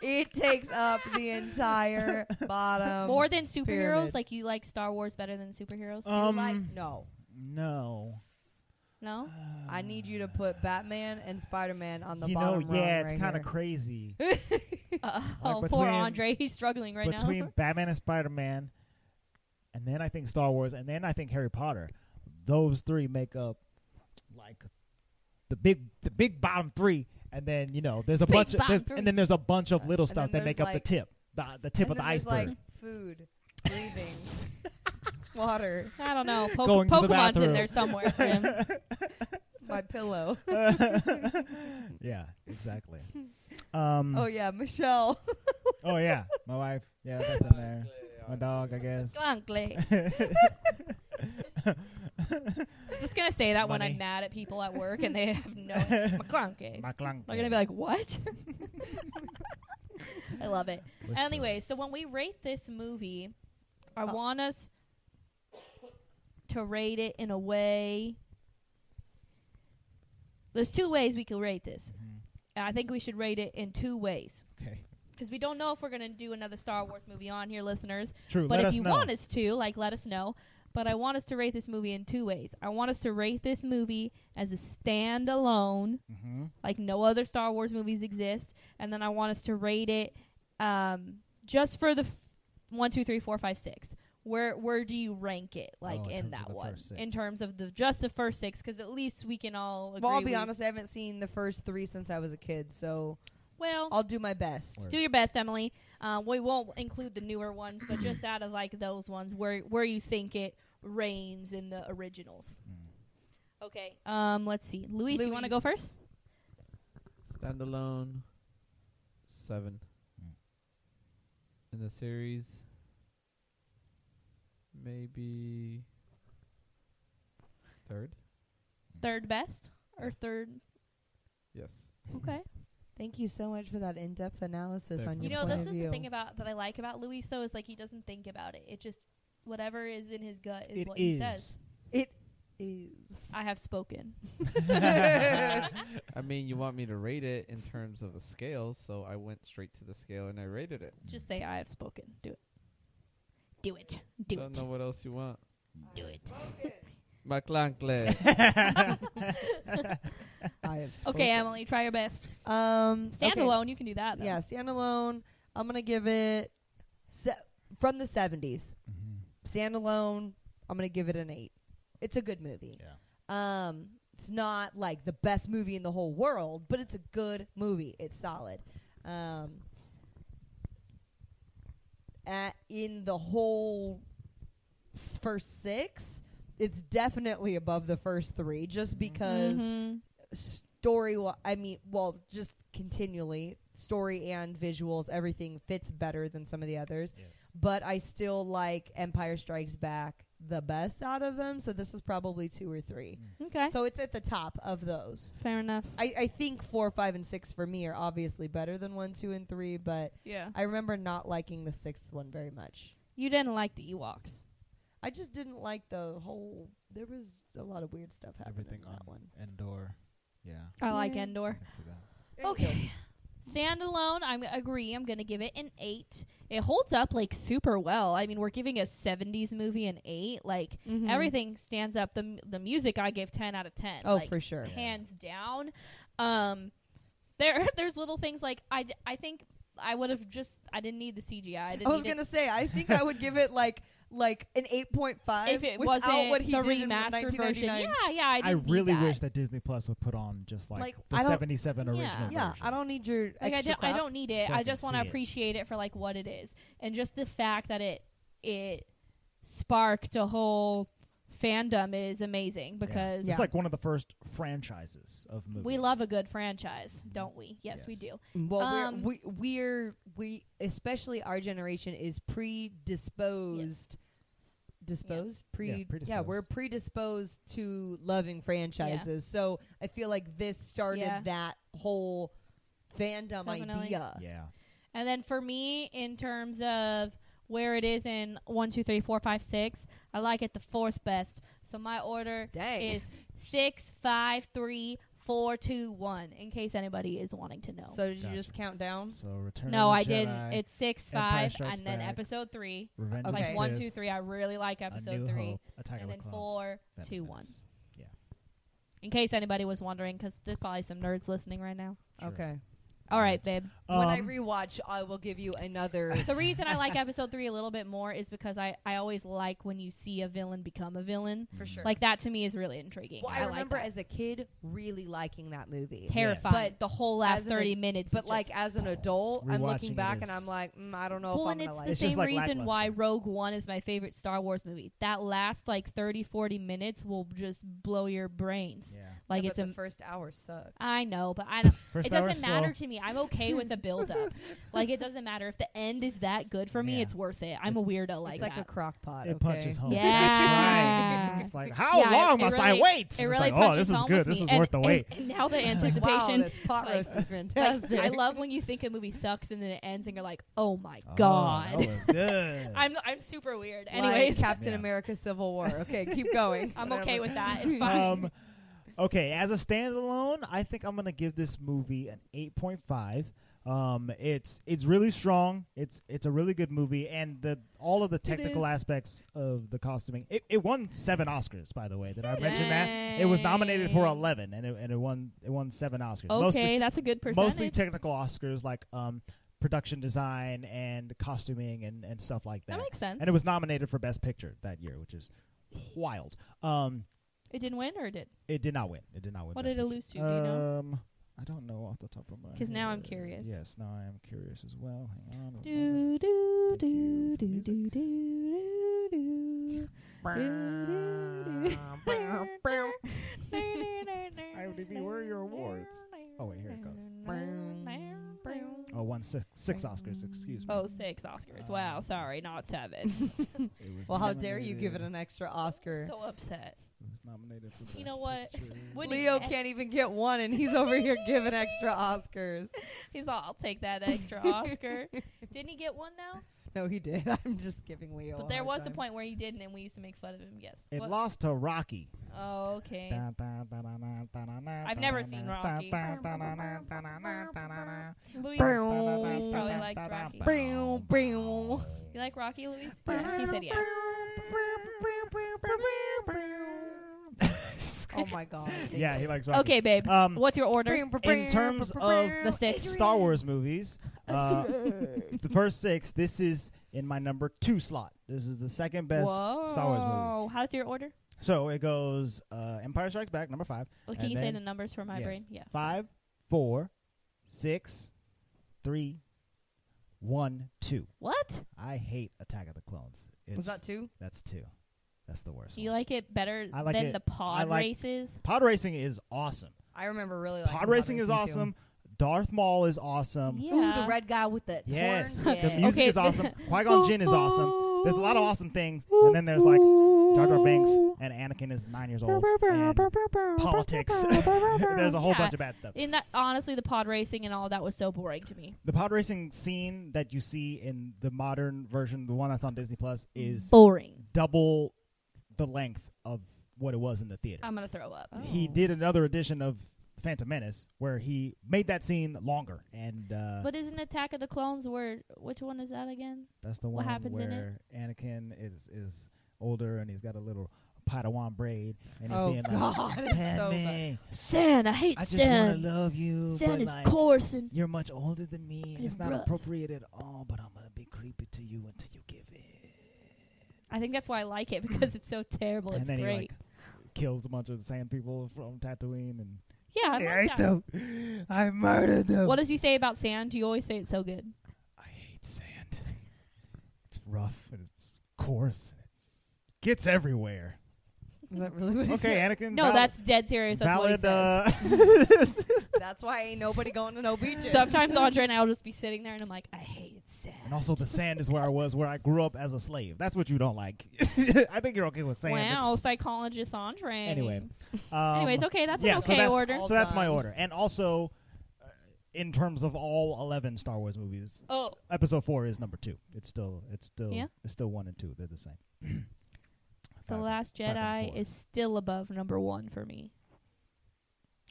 S3: it takes up the
S5: [laughs]
S3: entire bottom.
S4: More than superheroes,
S3: pyramid.
S4: like you like Star Wars better than superheroes?
S3: You
S5: um,
S3: like no.
S5: no. [laughs]
S4: no.
S3: I need you to put Batman and Spider Man on the
S5: you know,
S3: bottom. rung
S5: yeah, it's
S3: right
S5: kind of
S3: here.
S5: crazy.
S4: Uh, oh,
S5: between-
S4: poor Andre. He's struggling right
S5: between
S4: now.
S5: Batman and Spider Man, and then I think Star Wars, and then I think Harry Potter. Those three make up like the big the big bottom three, and then you know there's a
S4: Big
S5: bunch of
S4: bottom
S5: there's,
S4: three.
S5: and then there's a bunch of little
S3: And
S5: stuff
S3: then
S5: that make
S3: there's
S5: up
S3: like-
S5: the tip, the the tip
S3: and
S5: of the
S3: then there's
S5: iceberg.
S3: like food breathing water.
S4: [laughs] I don't know. Poke-
S5: Going to the
S4: Pokemon's in
S5: bathroom.
S4: there somewhere
S5: [laughs]
S4: for him.
S3: My pillow.
S5: [laughs] yeah, exactly. Um,
S3: Oh yeah, Michelle.
S5: oh yeah, my wife. Yeah, that's in there. My dog, I guess.
S4: Glunkly.
S5: [laughs]
S4: [laughs] Just gonna say that when
S5: Money.
S4: I'm mad at people at work and they
S5: [laughs]
S4: have no McClunkey.
S5: My clunk.
S4: They're gonna be like, what? [laughs] I love it.
S5: Listen.
S4: Anyway, so when we rate this movie, I
S3: Oh.
S4: want us to rate it in a way. There's two ways we can rate this.
S5: Mhm.
S4: And I think we should rate it in two ways
S5: Okay.
S4: because we don't know if we're gonna do another Star Wars movie on here, listeners.
S5: True.
S4: But
S5: let
S4: if
S5: us
S4: you
S5: know.
S4: want us to, like, let us know. But I want us to rate this movie in two ways. I want us to rate this movie as a standalone,
S5: hmm
S4: like no other Star Wars movies exist, and then I want us to rate it um, just for the f- one, two, three, four, five, six. Where where do you rank it, like
S5: Oh, in terms
S4: in
S5: of
S4: that
S5: the
S4: one,
S5: first six.
S4: in terms of the just the first six? Because at least we can all. Agree
S3: [laughs] Well, I'll be
S4: we-
S3: honest. I haven't seen the first three since I was a kid, so
S4: Well,
S3: I'll do my best.
S5: Word.
S4: do your best, Emily. Um, we won't include the newer ones, but just out of like those ones where where you think it reigns in the originals. Okay. Um. Let's see. Luis, you want
S3: Luis.
S4: to go first?
S9: Standalone, seven.
S5: Mm.
S9: In the series, maybe third.
S4: Third best or third?
S9: Yes.
S4: Okay.
S3: Thank you so much for that in-depth analysis
S9: Thank
S3: on
S9: you.
S4: You
S3: your
S4: know,
S3: point
S4: that's
S3: of
S4: just the
S3: view.
S4: thing about that I like about Luis. Though is like he doesn't think about it. It just whatever is in his gut is
S5: It
S4: what he says.
S5: is.
S3: Is-
S4: I have
S3: [laughs]
S4: spoken. [laughs]
S9: I mean, you want me to rate it in terms of a scale, so I went straight to the scale and I rated it.
S4: Just say I have spoken. Do it. Do it. Do
S9: Don't
S4: it.
S9: know what else you want.
S4: Do
S5: [laughs]
S4: it.
S9: McClunkle.
S3: I have. spoken.
S4: [laughs] Okay, Emily, try your best.
S3: Um,
S4: Stand
S3: okay.
S4: alone. You can do that. Though.
S3: Yeah, standalone. I'm gonna give it se- from the 70s.
S5: Mhm.
S3: Standalone. I'm gonna give it an eight. It's a good movie.
S5: Yeah.
S3: Um, it's not like the best movie in the whole world, but it's a good movie. It's solid. Um, at, in the whole s- first six, it's definitely above the first three, just because
S4: Mhm.
S3: story. wa- I mean, well, just continually story and visuals, everything fits better than some of the others
S5: Yes.
S3: but I still like Empire Strikes Back the best out of them. So this is probably two or three.
S4: Okay.
S3: So it's at the top of those.
S4: Fair enough.
S3: I, I think four, five, and six for me are obviously better than one, two, and three, but
S4: Yeah.
S3: I remember not liking the sixth one very much.
S4: You didn't like the Ewoks.
S3: I just didn't like the whole. There was a lot of weird stuff happening
S5: Everything
S3: in
S5: on
S3: that one.
S5: Endor. Yeah.
S4: I like
S3: Yeah.
S5: I
S4: Endor.
S5: can see that.
S3: There you go.
S4: Okay. Standalone, I am agree. I'm going to give it an 8. It holds up like super well. I mean, we're giving a 70s movie an 8. Like
S3: Mhm.
S4: Mm-hmm. everything stands up. The m- the music I gave 10 out of 10.
S3: Oh,
S4: Like,
S3: for sure.
S4: hands down. Um [laughs] there there's little things like I d- I think I would have just I didn't need the CGI. I, didn't
S3: I was
S4: need it.
S3: gonna say I think I would give it like like an eight point five
S4: if it
S3: without
S4: wasn't
S3: what he
S4: the
S3: did in
S4: remastered version.
S3: 1999.
S4: Yeah, yeah, I
S5: I
S4: didn't need
S5: really
S4: that.
S5: wish that Disney Plus would put on just like,
S3: Like,
S5: the
S3: I don't-
S5: '77
S4: Yeah.
S5: original.
S3: Yeah, I
S5: version.
S3: don't need your
S4: Like I
S3: extra
S4: don't, I
S3: crap.
S4: don't need it.
S5: So I
S4: I
S5: can
S4: just want to
S5: see it.
S4: appreciate it. for like what it is, and just the fact that it it sparked a whole fandom is amazing
S5: Yeah.
S4: because
S5: it's like one of the first franchises of movies.
S4: we love a good franchise, don't we? Yes, we
S5: Yes.
S4: do.
S3: Well,
S4: Um,
S3: we're, we, we're we especially our generation is predisposed, disposed, pre
S5: Yeah,
S3: yeah,
S5: predisposed.
S3: we're predisposed to loving franchises. So I feel like this started
S4: Yeah.
S3: that whole fandom
S4: Definitely.
S3: idea.
S5: Yeah.
S4: And then for me, in terms of where it is in one, two, three, four, five, six, I like it the fourth best. So my order
S3: Dang.
S4: is six, five, three, four, two, one. In case anybody is wanting to know.
S3: So did
S5: Gotcha.
S3: you just count down?
S5: So Return.
S4: No,
S5: of the
S4: I didn't.
S5: Jedi,
S4: It's six,
S5: Empire
S4: five,
S5: Strikes
S4: and then
S5: Back,
S4: episode three.
S5: Revenge of
S3: Okay.
S4: Like
S5: the
S4: one,
S5: Sith,
S4: two, three. I really like
S5: A
S4: episode
S5: New
S4: three,
S5: Hope, Attack
S4: and
S5: of the
S4: then
S5: Clones,
S4: four,
S5: Phantom
S4: two,
S5: Menace.
S4: one.
S5: Yeah.
S4: In case anybody was wondering, because there's probably some nerds listening right now.
S5: Sure.
S3: Okay.
S4: All right, babe.
S3: when I
S5: Um,
S3: rewatch, I will give you another.
S4: The reason I like episode three a little bit more is because I, I always like when you see a villain become a villain.
S3: for sure.
S4: Like that to me is really intriguing.
S3: well,
S4: I,
S3: I, remember
S4: like
S3: as
S4: that.
S3: a kid really liking that movie.
S4: terrifying.
S3: But-
S4: the whole last
S3: as an
S4: thirty
S3: ad-
S4: minutes, is
S3: But
S4: just-
S3: like as an adult, I'm
S5: Rewatching
S3: looking
S5: it
S3: back and
S5: is-
S3: I'm like, mm, I don't know if
S4: Well,
S3: I'm
S4: and
S3: gonna
S4: it's
S3: like.
S4: the
S3: it.
S5: It's just,
S4: same
S5: like,
S4: reason why
S5: lackluster.
S4: Rogue One is my favorite Star Wars movie. That last like 30, 40 minutes will just blow your brains.
S5: Yeah.
S4: Like
S3: Yeah,
S4: it's
S3: but
S4: a.
S3: the first hour sucked.
S4: I know, but I don't.
S5: First
S4: it
S5: hour
S4: doesn't
S5: slow.
S4: matter to me. I'm okay with the
S5: [laughs]
S4: build up. like it doesn't matter if the end is that good for me.
S5: Yeah.
S4: It's worth it. I'm a weirdo like
S3: it's like
S4: that.
S3: a crock pot.
S5: It
S3: okay?
S5: punches [laughs] home.
S4: Yeah.
S5: That's right. It's like, how
S4: Yeah, it-
S5: long
S4: it
S5: must
S4: really-
S5: I wait?
S4: it
S5: It's
S4: really
S5: like,
S4: punches
S5: oh, this is
S4: home
S5: good.
S4: with
S5: This
S4: me.
S5: is
S4: And-
S5: worth the
S4: and-
S5: wait.
S4: and now the
S3: Like, wow,
S4: anticipation.
S3: this pot
S4: Like-
S3: roast is
S4: [laughs] Like,
S3: fantastic.
S4: I love when you think a movie sucks and then it ends and you're like, oh my
S5: Oh,
S4: god. [laughs]
S5: That was good.
S4: I'm I'm super weird.
S3: Like
S4: Anyways,
S3: Captain
S5: Yeah.
S3: America: Civil War. Okay, keep going.
S4: [laughs] I'm
S3: Whatever.
S4: okay with that. It's
S5: [laughs]
S4: fine.
S5: um, okay, as a standalone, I think I'm gonna give this movie an 8.5. Um, it's it's really strong. It's it's a really good movie, and the all of the technical aspects of the costuming. It, it won seven Oscars, by the way. Did I mention that? It was nominated for
S4: Dang.
S5: 11, and it, and it won it won seven Oscars.
S4: okay,
S5: Mostly
S4: that's a good percentage.
S5: mostly technical Oscars like um, production design and costuming and, and stuff like that.
S4: that makes sense.
S5: and it was nominated for Best Picture that year, which is wild. Um,
S4: It didn't win or it did?
S5: it did not win. It did not win.
S4: What
S5: Best
S4: did it
S5: Picture.
S4: lose to? Do you know?
S5: Um, I don't know off the top of my.
S4: 'Cause now I'm
S5: head.
S4: curious.
S5: Yes, now I am curious as well. Hang on. a moment.
S4: Do do
S5: Thank you for
S4: do do do do
S5: music.
S4: do do. do, [laughs]
S5: [laughs] IMDb, where are your awards? Oh, wait, here it
S4: [laughs]
S5: goes. Oh, won six, six Oscars. Excuse me.
S4: Oh, six Oscars. Wow, sorry, not seven.
S5: [laughs] It
S3: [laughs]
S5: was
S3: Well, how dare you give it
S5: nominated-
S3: an extra Oscar?
S4: so upset.
S5: It was nominated for.
S4: You
S5: Best
S4: know what?
S5: Picture.
S4: Wouldn't e
S3: Leo can't even get one, and he's over here giving extra Oscars.
S4: He's all, I'll take that extra
S5: [laughs]
S4: Oscar. Didn't he get one now?
S3: No, he did. [laughs] I'm just giving Leo.
S4: But
S3: a
S4: there
S3: hard
S4: was a
S3: time.
S4: point where he didn't, and we used to make fun of him. Yes.
S5: It
S4: What?
S5: lost to Rocky.
S4: Oh, okay.
S5: I've
S4: never seen Rocky. Luis,
S3: Bow.
S4: Luis probably likes Rocky.
S3: Bow, bow.
S4: You like Rocky, Luis? Yeah, he said yeah.
S3: [laughs] [laughs] Oh my god.
S5: Yeah, he likes Rocky.
S4: Okay, babe.
S5: Um,
S4: What's your order?
S5: in [laughs] terms of
S4: The six.
S5: Star Wars movies,
S3: [laughs]
S5: uh, the first six, this is in my number two slot. This is the second best Star Wars movie.
S4: Whoa. How's your order?
S5: So it goes uh, Empire Strikes Back, number five,
S4: Well, can
S5: And
S4: you say
S5: then-
S4: the numbers for my
S5: yes.
S4: brain? Yeah.
S5: five, four, six, three, one, two.
S4: What?
S5: I hate Attack of the Clones. It's,
S3: was that two?
S5: That's two. That's the worst.
S4: Do you
S5: one.
S4: like it better
S5: I like
S4: than
S5: it.
S4: the
S5: I
S4: pod
S5: like-
S4: races?
S5: Pod racing is awesome.
S3: I remember really. liking
S5: Pod racing is
S3: racing, too.
S5: awesome. Darth Maul is awesome.
S3: Ooh, the red guy with the
S5: Yes,
S3: horn.
S5: the
S3: Yeah.
S5: music
S4: Okay,
S5: is
S4: the-
S5: awesome.
S4: [laughs]
S5: Qui Gon Jinn is awesome. There's a lot of awesome things, and then there's like Jar Jar Binks and Anakin is nine years old. And politics. [laughs] there's a whole
S4: Yeah.
S5: bunch of bad stuff.
S4: In that, honestly, the pod racing and all that was so boring to me.
S5: The pod racing scene that you see in the modern version, the one that's on Disney Plus, is
S4: Boring.
S5: double the length of what it was in the theater.
S4: I'm gonna throw up.
S5: He did another edition of Phantom Menace where he made that scene longer, and uh,
S4: But isn't Attack of the Clones where? Which one is that again?
S5: That's the
S4: What
S5: one
S4: happens in it?
S5: where Anakin is is older and he's got a little Padawan braid and he's
S3: Oh
S5: being like,
S3: god, it's so bad.
S5: "Padme,
S1: San, I hate
S5: I just want
S1: San.
S5: to love you,
S1: San
S5: but
S1: is
S5: like
S1: coursing.
S5: you're much older than me, and
S1: It's
S5: it's not
S1: rough.
S5: appropriate at all. But I'm gonna be creepy to you until you give in."
S4: I think that's why I like it because it's so terrible.
S5: and
S4: It's
S5: then
S4: great.
S5: he like kills a bunch of the sand people from Tatooine and
S4: yeah, I like that.
S5: them. I murdered them.
S4: What does he say about sand? You always say it's so good.
S5: I hate sand. it's rough and it's coarse. And it gets everywhere.
S3: Is that really what he
S5: Okay,
S3: said?
S5: Anakin.
S4: No,
S5: valid-
S4: that's dead serious. That's what he
S5: valid.
S4: says.
S5: uh,
S4: [laughs]
S3: [laughs] That's why ain't nobody going to no beaches.
S4: Sometimes Andre and I will just be sitting there and I'm like, I hate sand.
S5: and also, the sand is where I was, where I grew up as a slave. That's what you don't like. [laughs] I think you're okay with sand.
S4: Wow,
S5: It's-
S4: psychologist Andre.
S5: Anyway, um,
S4: [laughs] Anyways, okay, that's
S5: yeah,
S4: an
S5: so
S4: okay
S5: that's,
S4: order.
S5: So that's my order. And also, uh, in terms of all eleven Star Wars movies,
S4: Oh,
S5: Episode Four is number two. It's still, it's still,
S4: Yeah?
S5: it's still one and two. They're the same.
S4: The
S5: Five and-
S4: Last
S5: five and
S4: Jedi
S5: four.
S4: is still above number one for me.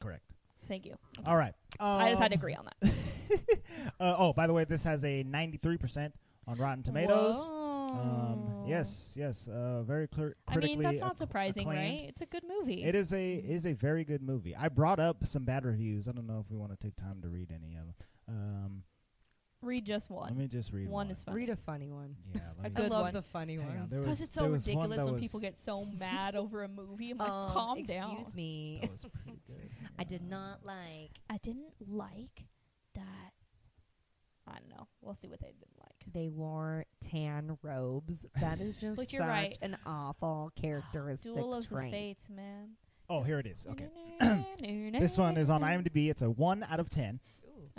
S5: correct.
S4: Thank you.
S5: All right.
S4: I just had to
S5: Um,
S4: agree on that.
S5: Uh, oh, by the way, this has a 93% on Rotten Tomatoes. Um,
S4: Whoa.
S5: yes, yes, uh, very clear.
S4: I mean,
S5: Critically
S4: that's not
S5: acc-
S4: surprising,
S5: acclaimed.
S4: right? It's a good movie.
S5: It is a it is a very good movie. I brought up some bad reviews. I don't know if we want to take time to read any of them.
S4: Read just one.
S5: Let me just read
S4: one
S5: one.
S4: is
S3: [laughs]
S4: funny.
S3: Read a funny one.
S5: Yeah,
S4: [laughs]
S5: let
S4: I
S3: I
S5: me
S4: Good
S3: love
S4: one.
S3: the funny
S5: hang
S3: one.
S5: on. There was
S4: Because it's so
S5: there was one
S4: ridiculous
S5: that
S4: when
S5: was-
S4: people get
S5: [laughs]
S4: so mad over a movie. I'm like,
S3: Um,
S4: calm
S3: excuse
S4: down.
S3: me.
S5: That was pretty
S4: [laughs]
S5: good.
S3: I did not like.
S4: I didn't like that. I don't know. We'll see what they didn't like.
S3: They wore tan robes. That [laughs] is just
S4: But you're
S3: such
S4: right.
S3: an
S4: [gasps]
S3: awful characteristic
S4: Duel of the
S3: trait.
S4: Fates, man.
S5: Oh, here it is. Okay.
S4: [clears throat]
S5: This one is
S4: [laughs]
S5: on IMDb. It's a 1 out of 10.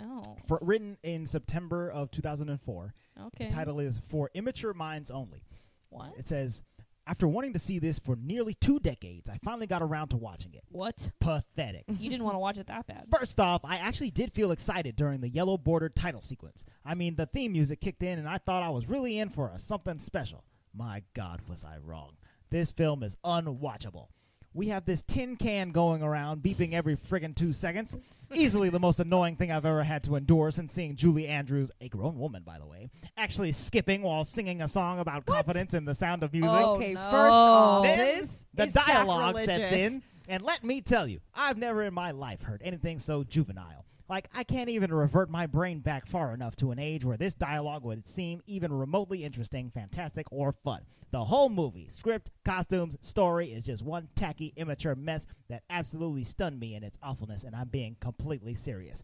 S4: Oh,
S5: For, written in September of 2004.
S4: okay.
S5: The title is For Immature Minds Only.
S4: What?
S5: It says, After wanting to see this for nearly two decades, I finally got around to watching it.
S4: What?
S5: Pathetic.
S4: You didn't want to watch it that bad.
S5: First off, I actually did feel excited during the yellow bordered title sequence. I mean, the theme music kicked in, and I thought I was really in for a something special. My God, was I wrong. This film is unwatchable. We have this tin can going around, beeping every friggin' two seconds. Easily the most annoying thing I've ever had to endure since seeing Julie Andrews, a grown woman, by the way, actually skipping while singing a song about confidence and the sound of music.
S4: Oh,
S3: Okay, first off,
S5: Then
S3: this
S5: the
S3: is
S5: dialogue sets
S3: sacrilegious.
S5: in, and let me tell you, I've never in my life heard anything so juvenile. Like, I can't even revert my brain back far enough to an age where this dialogue would seem even remotely interesting, fantastic, or fun. The whole movie, script, costumes, story, is just one tacky, immature mess that absolutely stunned me in its awfulness, and I'm being completely
S3: [laughs]
S5: serious.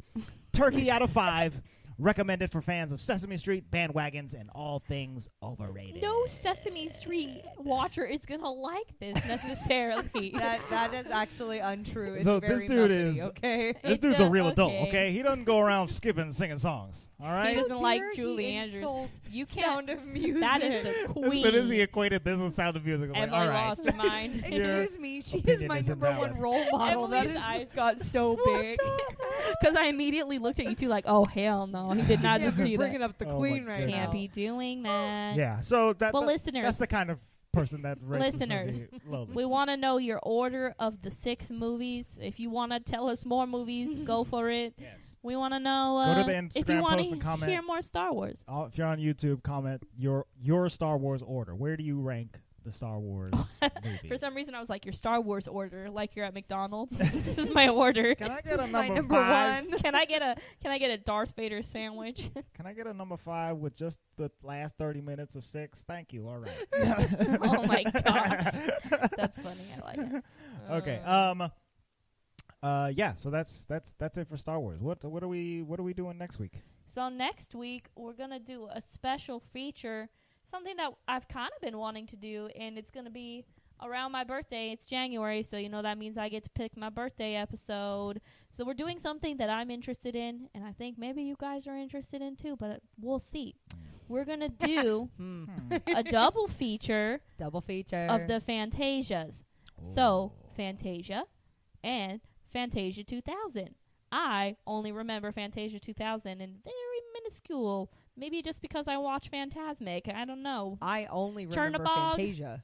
S5: Turkey out of five, recommended for fans of Sesame Street, bandwagons, and all things overrated.
S4: No Sesame Street watcher is gonna like this necessarily.
S3: [laughs] [laughs] That that is actually untrue. It's
S5: So
S3: very
S5: this dude
S3: Muppety,
S5: is-
S3: okay.
S5: This
S4: It
S5: dude's
S4: does-
S5: a real adult,
S4: okay.
S5: okay? He doesn't go around skipping singing songs, all
S4: [laughs] He
S5: right?
S4: doesn't like
S3: dare he
S4: Julie Andrews.
S3: insult
S4: You can't.
S3: Sound of music.
S4: That is the
S5: As
S4: queen.
S5: soon as he equated this with Sound of Music, I was like,
S4: Emily
S5: all right.
S4: lost her
S3: [laughs]
S4: mind. [laughs]
S3: Excuse me, she is
S5: opinion
S3: my
S5: isn't
S3: number one
S5: valid.
S3: role model. that
S4: Emily's
S3: is
S4: eyes
S3: [laughs]
S4: got so big because I immediately looked at you two like, "Oh hell no, he did not
S3: yeah,
S4: just do
S3: we're
S4: that.
S3: bringing up the
S5: Oh my
S3: queen right
S5: goodness.
S3: now.
S4: Can't be doing that."
S5: Yeah, so that,
S4: Well,
S5: that-
S4: listeners,
S5: that's the kind of person that rates this
S4: Listeners,
S5: movie lowly.
S4: we want to know your order of the six movies. If you want to tell us more movies,
S3: [laughs]
S4: go for it.
S5: Yes.
S4: We want to know
S5: Go
S4: uh,
S5: to the
S4: if
S5: Instagram
S4: you want
S5: post and
S4: to
S5: comment.
S4: hear more Star Wars.
S5: Oh, if you're on YouTube, comment your your Star Wars order. Where do you rank the Star Wars movies?
S4: [laughs] For some reason, I was like, your Star Wars order, like you're at
S5: [laughs]
S4: McDonald's. [laughs] this is my order.
S5: Can I get a
S3: my
S5: number,
S3: number
S5: five?
S3: one.
S4: Can I get a Can I get a Darth Vader sandwich? [laughs]
S5: Can I get a number five with just the last 30 minutes of six? Thank you. All right.
S4: [laughs]
S5: [laughs]
S4: oh my gosh, that's funny. I like it.
S5: okay.
S3: Uh.
S5: Um. Uh. Yeah. So that's that's that's it for Star Wars. What what are we what are we doing next week?
S4: So next week we're gonna do a special feature, something that I've kind of been wanting to do, and it's gonna be around my birthday. It's January, so you know that means I get to pick my birthday episode. So we're doing something that I'm interested in, and I think maybe you guys are interested in too, but we'll see. We're gonna do
S3: Hmm.
S4: a double feature
S3: Double feature
S4: of the Fantasias. [laughs]
S5: Oh.
S4: So Fantasia and Fantasia 2000. I only remember Fantasia 2000 in very minuscule. Maybe just because I watch Phantasmic. I don't know.
S3: I only remember
S4: Chernabog.
S3: Fantasia.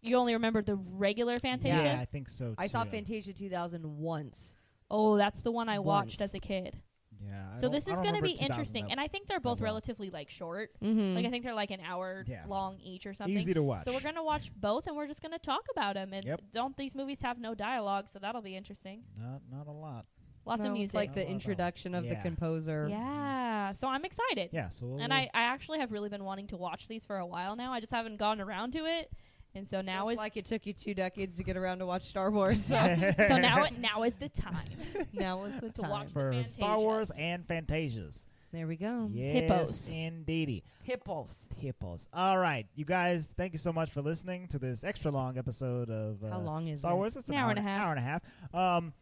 S4: You only remember the regular Fantasia?
S5: Yeah, I think so. Too.
S3: I saw Fantasia 2000 once.
S4: Oh, that's the one I watched
S3: Once.
S4: as a kid.
S5: Yeah. I
S4: so
S5: don't-
S4: this
S5: I
S4: is
S5: don't
S4: going to
S5: remember
S4: be
S5: 2000
S4: interesting.
S5: though.
S4: And I think they're both
S5: well. Mm.
S4: relatively like short.
S3: Mm-hmm.
S4: Like I think they're like an hour
S5: Yeah.
S4: long each or something.
S5: Easy to watch.
S4: So we're going to watch both and we're just going to talk about them and
S5: Yep.
S4: don't these movies have no dialogue, so that'll be interesting.
S5: not not a lot.
S4: Lots of
S3: No,
S4: music.
S3: It's like
S5: Oh,
S3: the
S5: wow.
S3: introduction of the
S5: Yeah.
S3: composer.
S4: Yeah. So I'm excited.
S5: Yeah. So we'll,
S4: And
S5: we'll-
S4: I, I actually have really been wanting to watch these for a while now. I just haven't gotten around to it. And so now
S3: Just
S4: is
S3: like it took you two decades to get around to watch Star Wars. So
S4: [laughs] so now now is the time
S3: [laughs] now is the
S4: to
S3: time.
S4: watch
S5: for
S4: the
S5: Star Wars and Fantasias.
S3: There we go.
S5: Yes,
S4: Um, Hippos.
S5: indeedy.
S3: Hippos.
S5: Hippos. All right, you guys. Thank you so much for listening to this extra long episode of uh,
S3: How long is
S5: Star
S3: it?
S5: Wars. It's an
S4: An
S5: hour and a half. Hour and a half. Um,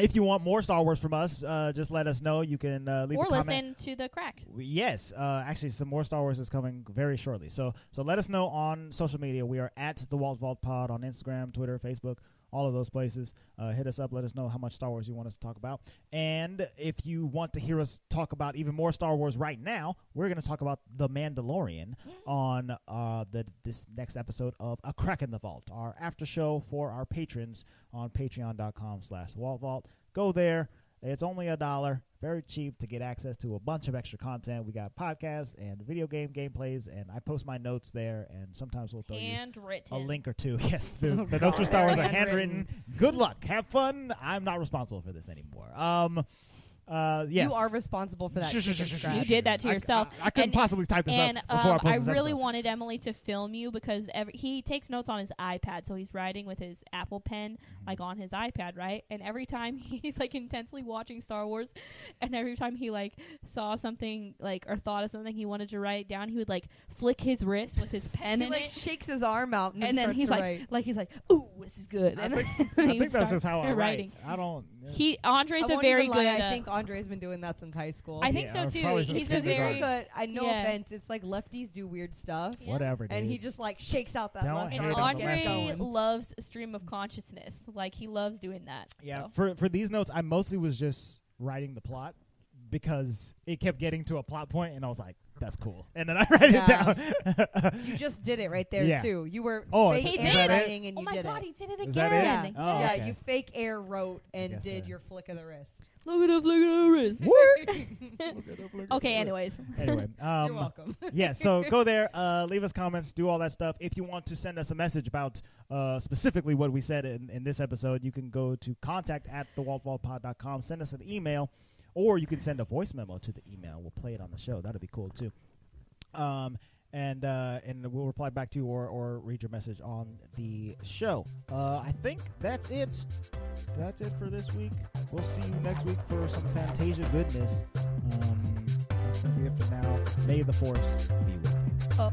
S5: if you want more Star Wars from us, uh, just let us know. You can uh, leave
S4: or
S5: a comment.
S4: listen to the crack.
S5: We- Yes, uh, actually, some more Star Wars is coming very shortly. So, so let us know on social media. We are at the Walt Vault Pod on Instagram, Twitter, Facebook, all of those places. Uh, hit us up. Let us know how much Star Wars you want us to talk about. And if you want to hear us talk about even more Star Wars right now, we're going to talk about The Mandalorian on uh, the this next episode of A Crack in the Vault, our after show for our patrons on patreon.com slash Walt Vault. Go there. It's only a dollar, very cheap to get access to a bunch of extra content. We got podcasts and video game gameplays, and I post my notes there, and sometimes we'll throw
S4: Handwritten.
S5: Oh, you a link or two. [laughs] Yes,
S4: Oh,
S5: the, the notes for Star Wars are handwritten. Good luck. Have fun. I'm not responsible for this anymore. Um, Uh, yes.
S3: You are responsible for
S5: [laughs]
S3: that.
S5: Sh- sh-
S3: chicken
S5: sh- sh-
S3: scratch.
S4: You did that to
S5: I-
S4: yourself.
S5: I, I couldn't
S4: And-
S5: possibly type this
S4: And
S5: up before I
S4: um, I
S5: posted this
S4: really
S5: episode.
S4: wanted Emily to film you because every, he takes notes on his iPad, so he's writing with his Apple Pen,
S5: Mm.
S4: like on his iPad, right? And every time [laughs] he's like intensely watching Star Wars, and every time he like saw something like or thought of something he wanted to write down, he would like flick his wrist
S3: [laughs]
S4: with his pen
S3: he
S4: in
S3: like
S4: it,
S3: shakes his arm out and,
S4: and then
S3: starts
S4: he's
S3: to
S4: like,
S3: write.
S4: like he's like, "Ooh, this is good."
S5: I
S4: And
S5: think-
S4: then
S5: I
S4: [laughs] he
S5: think that's just
S4: starts
S5: how I write.
S4: writing.
S5: I don't.
S4: He Andre's
S3: I
S4: a
S3: won't
S4: very
S3: even lie,
S4: good.
S3: I
S4: uh,
S3: think Andre's been doing that since high school.
S4: I think
S5: Yeah,
S4: so too.
S5: probably since
S4: He's a
S3: because
S5: kindergarten.
S4: very.
S3: it's good. I no
S4: yeah.
S3: offense. It's like lefties do weird stuff,
S4: Yeah.
S5: whatever.
S3: and
S5: dude.
S3: he just like shakes out that
S5: Don't
S3: left
S5: hate
S4: And
S5: on
S3: arm.
S5: the
S3: and
S5: left
S3: gets
S4: Andre
S5: arm.
S3: going.
S4: loves stream of consciousness. Like he loves doing that.
S5: Yeah,
S4: So.
S5: for for these notes, I mostly was just writing the plot because it kept getting to a plot point, and I was like, "That's cool," and then I [laughs] write
S3: Yeah.
S5: it down. [laughs]
S3: You just did it right there
S5: Yeah.
S3: too. You were
S5: Oh,
S3: fake
S4: He
S3: air
S4: did it?
S3: writing and
S4: oh
S3: you
S4: my
S3: did
S4: god,
S3: it.
S4: he did it
S5: Is that it?
S4: again.
S5: Yeah. Oh,
S3: yeah,
S5: okay.
S3: you fake air wrote and
S5: guess
S3: did
S5: so.
S3: your flick of the
S5: [laughs]
S3: wrist.
S4: Look at up, look
S5: okay,
S4: [laughs] Okay, anyways. [laughs]
S5: Anyway,
S3: You're
S5: um,
S3: welcome.
S5: yeah. So go there, uh, leave us comments, do all that stuff. If you want to send us a message about uh, specifically what we said in, in this episode, you can go to contact at thewaltwallpod.com, send us an email, or you can send a voice memo to the email. We'll play it on the show. That'd be cool too. Um, and uh, and we'll reply back to you or, or read your message on the show. Uh, I think that's it. That's it for this week. We'll see you next week for some Fantasia goodness. Um, that's gonna be it for now. May the force be with you.
S4: Oh.